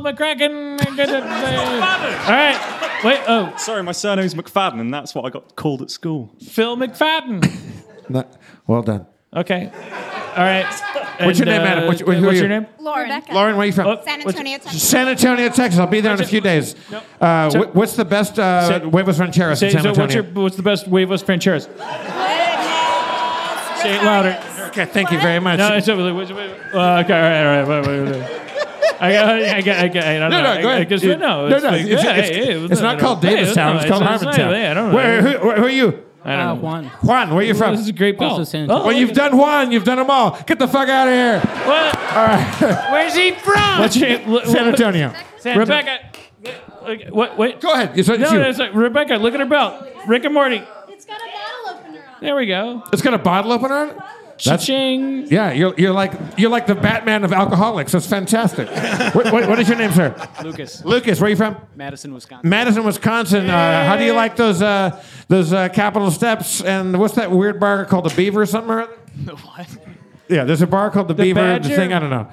McCracken. Good to- All right. Wait, oh. Sorry, my surname's McFadden, and that's what I got called at school. Phil McFadden. No, well done. Okay. All right. uh, What's your name, madam? What's- who are what's you? your name? Lauren. Rebecca. Lauren, where are you from? Oh, San what's- Antonio, Texas. San Antonio, Texas. I'll be there in a few days. Uh, wh- what's the best uh, huevos rancheros Say, in San so Antonio? what's, your, what's the best huevos francheras? Say it louder. Okay, thank you very much. No, it's over. Wait, wait, wait. Uh, okay, all right, all right. Wait, wait, wait. wait. I, got, I, got, I, got, I don't No, no, know. go I, I ahead. guess, It- no, no, it's no, like, it's- yeah, it's- hey, hey, it's not called hey, Davistown, no, it's called not- Harmontown. Hey, I don't know. Where- who- who are you? I don't Uh, know. Juan. Oh. Juan, where are you from? This is a great call. Also well, you've done one. You've done them all. Get the fuck out of here. What? All right. Where's he from? What's your name? San Antonio. San Rebecca. Wait, Wait, wait. Go ahead. It's, it's no, you. no, it's like, Rebecca, look at her belt. Rick and Morty. There we go. It's got a bottle opener on it? That's- Cha-ching. Yeah, you're, you're like you're like the Batman of alcoholics. That's fantastic. what, what- what is your name, sir? Lucas. Lucas, where are you from? Madison, Wisconsin. Madison, Wisconsin. Uh, how do you like those uh, those uh, Capitol steps? And what's that weird bar called the Beaver or something or other? what? Yeah, there's a bar called the, The Beaver. The Badger? thing I don't know.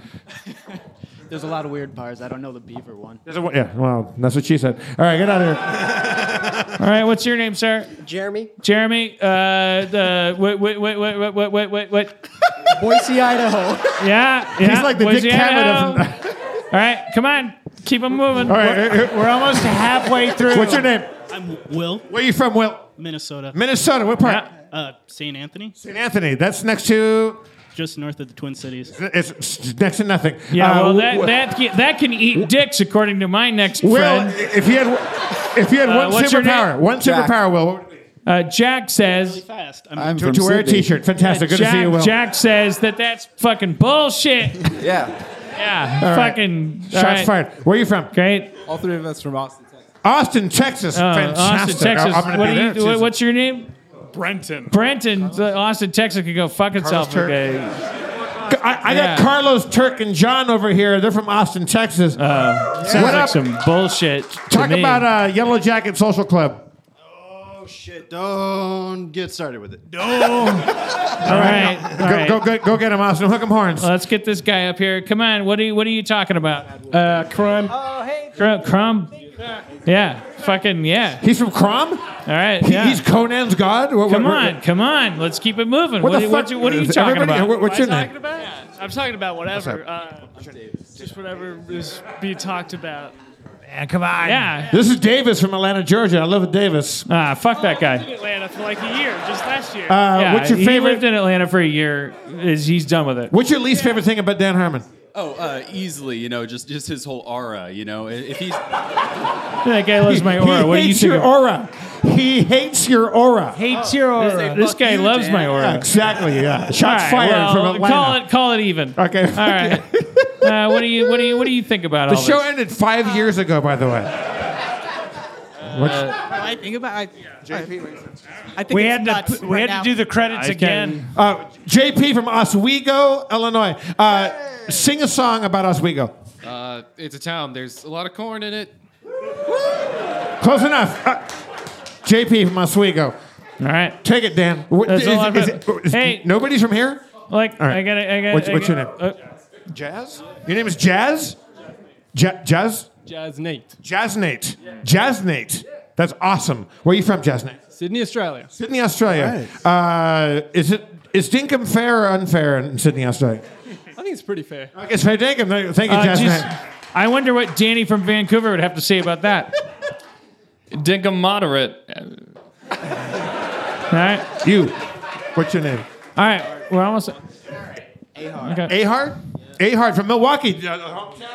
There's a lot of weird bars. I don't know the beaver one. There's a, yeah, well, that's what she said. All right, get out of here. All right, what's your name, sir? Jeremy. Jeremy. Uh, the wait, wait, wait, wait, wait, wait, wait, wait, wait. Boise, Idaho. Yeah, He's yeah, like the Boise, Dick Cavett Idaho. All right, come on, keep them moving. All right, we're, here- here- we're almost halfway through. What's your name? I'm Will. Where are you from, Will? Minnesota. Minnesota. What part? Uh, St. Anthony. St. Anthony. That's next to Just north of the Twin Cities. it's next to nothing. Yeah, Uh, well, that, wh- that can, that can eat dicks, according to my next Will, friend. if you had if you had Uh, one what's your superpower, name? one Jack. superpower, Will. What would it be? Uh, Jack says. I'm To- from to wear a Sydney. t-shirt. Fantastic. Good to Jack, see you, Will. Jack says that that's fucking bullshit. yeah. Yeah. All right. Fucking. all Shots right. fired. Where are you from? Great. All three of us from Austin, Texas. Austin, Texas. Uh, Fantastic. Austin, Texas. I'm gonna What be do you- there what- Tuesday. what's your name? Brenton. Brenton. uh, Austin, Texas could go fuck itself. Turk. okay. I, I Yeah. got Carlos, Turk, and John over here. They're from Austin, Texas. Uh, sounds What like up? some bullshit. to Talk me. about uh, Yellow Jacket Social Club. Oh shit! Don't get started with it. All right. Go, go, go, go get him, Austin. Hook him horns. Let's get this guy up here. Come on. What are you What are you talking about? Uh, crumb. Oh hey. Crumb. crumb. Yeah. Fucking yeah. He's from Crumb. All right. He- yeah. He's Conan's god. What- come what- on. Come on. Let's keep it moving. What What, the do- what fuck- do- what are you is talking everybody- about? what- what's your Am I name? talking about? I'm talking about whatever. Uh, just whatever is being talked about. Man, come on. Yeah. This is Davis from Atlanta, Georgia. I love Davis. Ah, fuck that I lived in Atlanta for like a year, just last year. Uh, Yeah, what's your favorite- He lived in Atlanta for a year. Is he's done with it? What's your least favorite thing about Dan Harmon? Oh, uh, easily, you know, just just his whole aura, you know. If he's That guy loves my aura. He What do you hates think? your of- aura. He hates your aura. Hates your aura. This guy loves my aura. Yeah, exactly. Yeah. All Shots right, fired well, from Atlanta. Call it. Call it even. Okay. All right. Uh, what do you What do you What do you think about The all show this? ended five years ago, by the way. I think about. I, I think We it's had to nuts p- we right had to now. do the credits I again. Uh, JP from Oswego, Illinois. Uh, sing a song about Oswego. Uh, it's a town. There's a lot of corn in it. Close enough. Uh, JP from Oswego. All right. Take it, Dan. What- That's a is- lot is of- it- is- Hey. Nobody's from here? Like All right. I got I got What's- what's your name? Jazz? uh, Your name is Jazz? Ja- Jazz? Jazz Nate. Jazz Nate. Jazz Nate. That's awesome. Where are you from, Jazz Nate? Sydney, Australia. Sydney, Australia. Uh, is it is Dinkum fair or unfair in Sydney, Australia? I think it's pretty fair. It's fair Dinkum. Thank you, Uh, Jazz just- Nate. I wonder what Danny from Vancouver would have to say about that. Dinkum moderate. All right. You. What's your name? All right. We're almost. A Hart? A Hart from Milwaukee.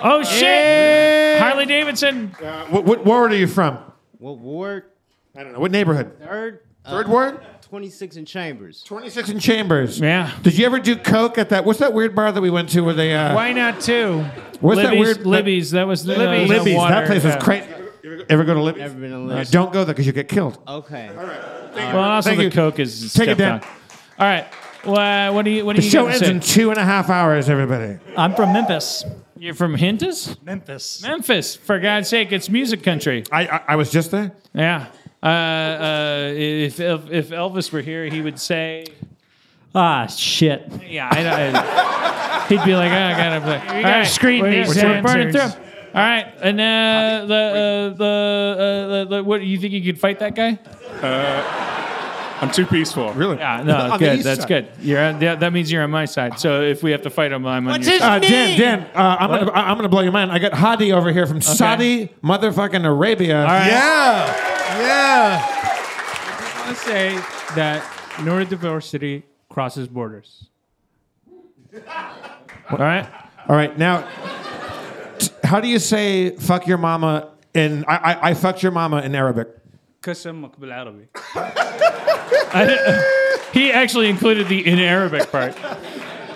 Oh shit! Harley Davidson. Uh, What, what ward are you from? What ward? I don't know. What neighborhood? Third. Third ward? 26 in Chambers. 26 in Chambers. Yeah. Did you ever do coke at that? What's that weird bar that we went to where they? Uh, Why not two? What's that Libby's, weird- Libby's? That was the Libby's. the Libby's. water, that place was yeah. crazy. Ever go to Libby's? Never been to Uh, Libby's. don't go there because you get killed. Okay. All Uh, right. Well, and also Thank the you. coke is Take it stepped down. on. All right. Well, what do you? What The do you? show got ends to say? in two and a half hours. Everybody. I'm from Memphis. You're from Hintus? Memphis. Memphis, for God's sake, it's music country. I I, I was just there. Yeah. Uh, uh, if, if if Elvis were here, he would say, Ah, shit. "Yeah, I, I, he'd be like, oh, I gotta play. We gotta screen we're- these We're burning through. dancers. 'em. All right, and uh, the uh, the, uh, the, the what? You think you could fight that guy? Uh, I'm too peaceful. Really? Yeah, no, good. That's good. You're on, yeah, that means you're on my side. So if we have to fight him, I'm on your Uh, side. Dan, Dan, uh, I'm, gonna, I- I'm gonna blow your mind. I got Hadi over here from Saudi motherfucking Arabia. right. Yeah, yeah. I want to say that neurodiversity crosses borders. All right, all right. Now, t- how do you say "fuck your mama"? In I, I, I fucked your mama in Arabic. Kasam Makbul Arabi. he actually included the in Arabic part.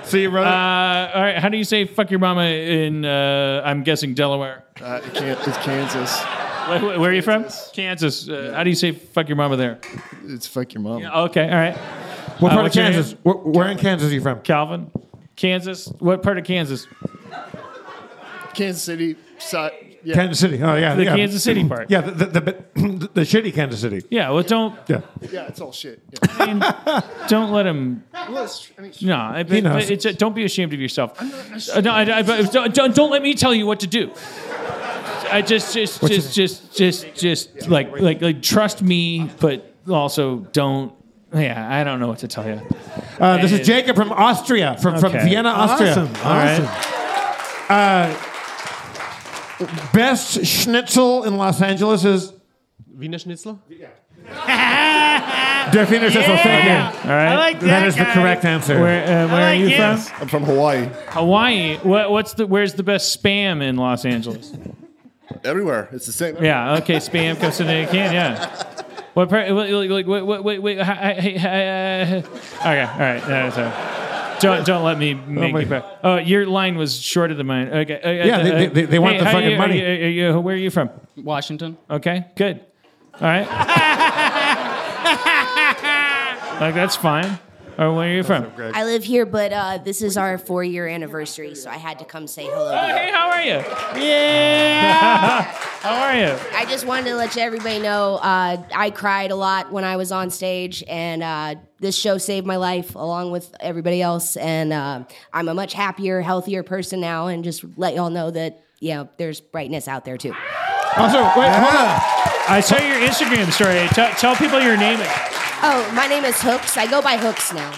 See you, brother. Uh, all right, how do you say "fuck your mama" in? Uh, I'm guessing Delaware. Uh, it's Kansas. Where, where are you from? Kansas. Uh, How do you say "fuck your mama" there? It's fuck your mom. Yeah, okay, all right. What Uh, part of what's your Kansas? name? Where, where in Kansas are you from? Calvin, Kansas. What part of Kansas? Kansas City. So, yeah. Kansas City. Oh yeah, The yeah. Kansas City part. Yeah, the the, the, the shitty Kansas City. Yeah. Well, don't Yeah. Yeah, it's all shit. Yeah. don't let him. Well, it's- I mean, No, I- He but, but knows. it's, don't be ashamed of yourself. Uh, no, I, I- but don't, don't- don't let me tell you what to do. I just, just, just, just, just, just like, like, like, trust me, but also don't. Yeah, I don't know what to tell you. Uh, this Uh, is Jacob from Austria, from, from okay. Vienna, Austria. Awesome, All right. Uh, best schnitzel in Los Angeles is Wiener Schnitzel? Der Wiener Schnitzel. Thank you. All right. I like that is the correct answer. Where, uh, where are you from? I'm from Hawaii. Hawaii. What, what's the? Where's the best spam in Los Angeles? Everywhere. It's the same. Yeah. Okay. Spam comes in a can. Yeah. What part? Like, like, wait, wait, wait, wait. hi- hi- hi- hi- hi- Okay. All right. No, sorry. Don't don't let me make my you back. Oh, your line was shorter than mine. Okay. uh, Yeah, uh, they- they- they- they want hey, the how fucking you- money. are you- are you- where are you from? Washington. Okay. Good. All right. like that's fine. Or where are you from? I live here, but uh, this is our four year anniversary, so I had to come say hello. Oh, to you. hey, how are you? Yeah. how are you? I just wanted to let everybody know uh, I cried a lot when I was on stage, and uh, this show saved my life along with everybody else. And uh, I'm a much happier, healthier person now, and just let y'all know that, you know, there's brightness out there too. Also, wait, hold on. I saw your Instagram story. Tell, tell people your name. Oh, my name is Hooks. I go by Hooks now.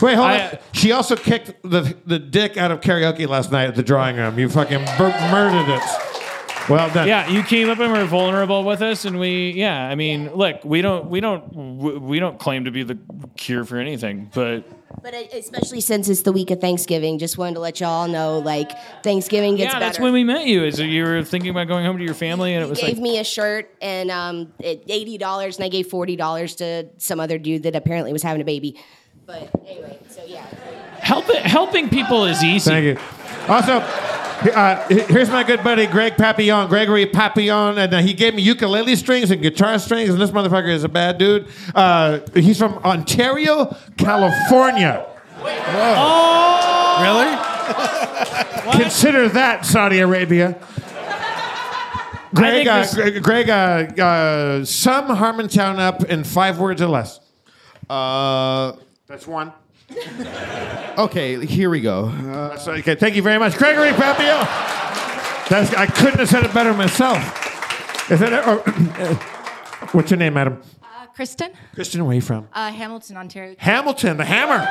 Wait, hold I- on. She also kicked the the dick out of karaoke last night at the drawing room. You fucking bur- murdered it. Well done. Yeah, you came up and were vulnerable with us, and we, yeah, I mean, look, we don't, we don't, we don't claim to be the cure for anything, but But uh, especially since it's the week of Thanksgiving, just wanted to let y'all know like Thanksgiving gets yeah, better. that's when we met you. Is that you were thinking about going home to your family, and it was gave like, me a shirt and um, it- eighty dollars, and I gave forty dollars to some other dude that apparently was having a baby. But anyway, so yeah. helping helping people is easy. Thank you. Also, uh, here's my good buddy Greg Papillon, Gregory Papillon, and uh, he gave me ukulele strings and guitar strings, and this motherfucker is a bad dude. Uh, he's from Ontario, California. Oh. Really? Consider that Saudi Arabia. Greg, think uh, this- Greg, Greg uh, uh, sum Harmontown up in five words or less. Uh, That's one. okay, here we go. Uh, That's okay. Thank you very much, Gregory Papillon. That's, I couldn't have said it better myself. Is that or, what's your name, madam? Uh, Kristen, Kristen, where are you from? uh, Hamilton, Ontario. Hamilton, the Hammer.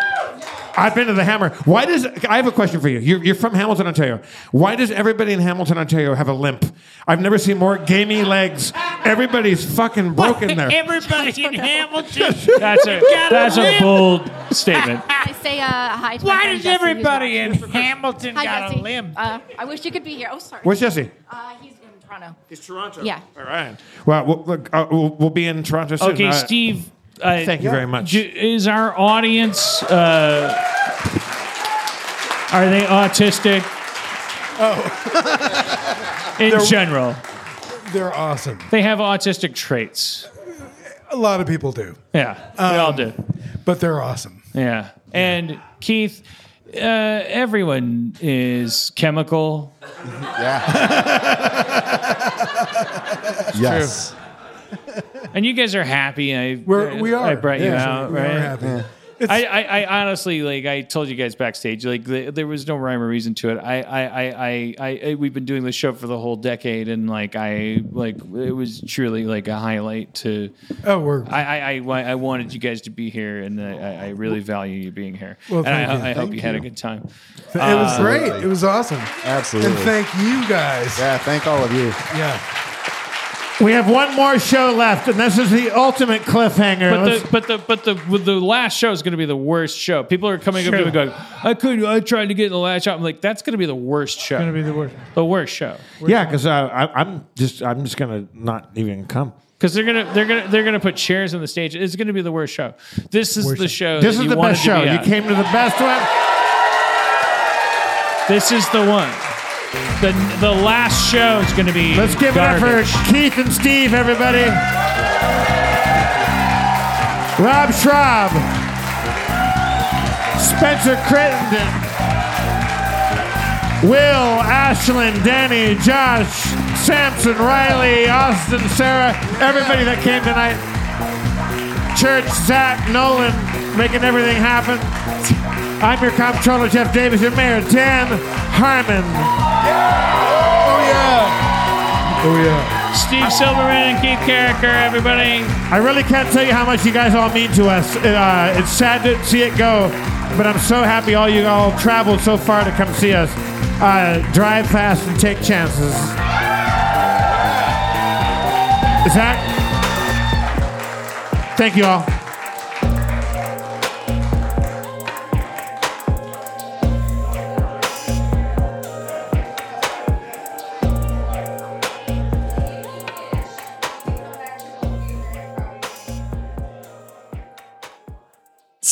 I've been to the Hammer. Why does I have a question for you? You're, you're from Hamilton, Ontario. Why does everybody in Hamilton, Ontario have a limp? I've never seen more gamey legs. Everybody's fucking broken there. Everybody in Hamilton. That's a- got that's a limp. bold statement. I say uh, hi. To my Why friend does Jesse, who's everybody in watching. Hamilton hi, got a Jesse. limp? Uh, I wish you could be here. Oh, sorry. Where's Jesse? Uh, he's in Toronto. He's Toronto. Yeah. All right. Well, we'll, look, uh, we'll, we'll be in Toronto soon. Okay, Uh, Steve. Uh, thank you very much. do- is our audience uh, are they autistic Oh. in They're- general? They're awesome. They have autistic traits. A lot of people do. Yeah, we Um, all do. But they're awesome. Yeah. And Keith, uh, everyone is chemical. Yeah. Yes. And you guys are happy. I uh, We're- we I are. brought you Yeah, out, we are right? happy. Yeah. I, I, I honestly like I told you guys backstage like th- there was no rhyme or reason to it. I I, I, I I I we've been doing this show for the whole decade and like I like it was truly like a highlight to. Oh, we're I I, I, wa- I wanted you guys to be here and I- I, I really value you being here. Well, and I, thank you. ho- I hope Thank you, had a you. good time. Uh, It was great. It was awesome. Absolutely. And thank you guys. Yeah, thank all of you. Yeah. We have one more show left, and this is the ultimate cliffhanger. But Let's- the, but the but the with the last show is going to be the worst show. People are coming up to me Sure. going, "I could I tried to get in the last show." I'm like, "That's going to be the worst show." Going to be the worst. The worst show. yeah, because uh, I- I'm just I'm just gonna not even come. Because they're gonna they're gonna they're gonna put chairs on the stage. It's gonna be the worst show. This is the show. This that is you the wanted best to show. be You at. came to the best one. This is the one. The the last show is gonna be. Let's give it up for Keith and Steve, everybody. Rob Schraub. Spencer Crittenden. Will, Ashlyn, Danny, Josh, Samson, Riley, Austin, Sarah, everybody that came tonight. Church, Zach, Nolan, making everything happen. I'm your comptroller, Jeff Davis, your mayor, Dan Harmon. Oh, yeah. Oh, yeah. Steve Silverman and Keith Carricker, everybody. I really can't tell you how much you guys all mean to us. It, uh, it's sad to see it go, but I'm so happy all you all traveled so far to come see us. Uh, drive fast and take chances. Zach, thank you all.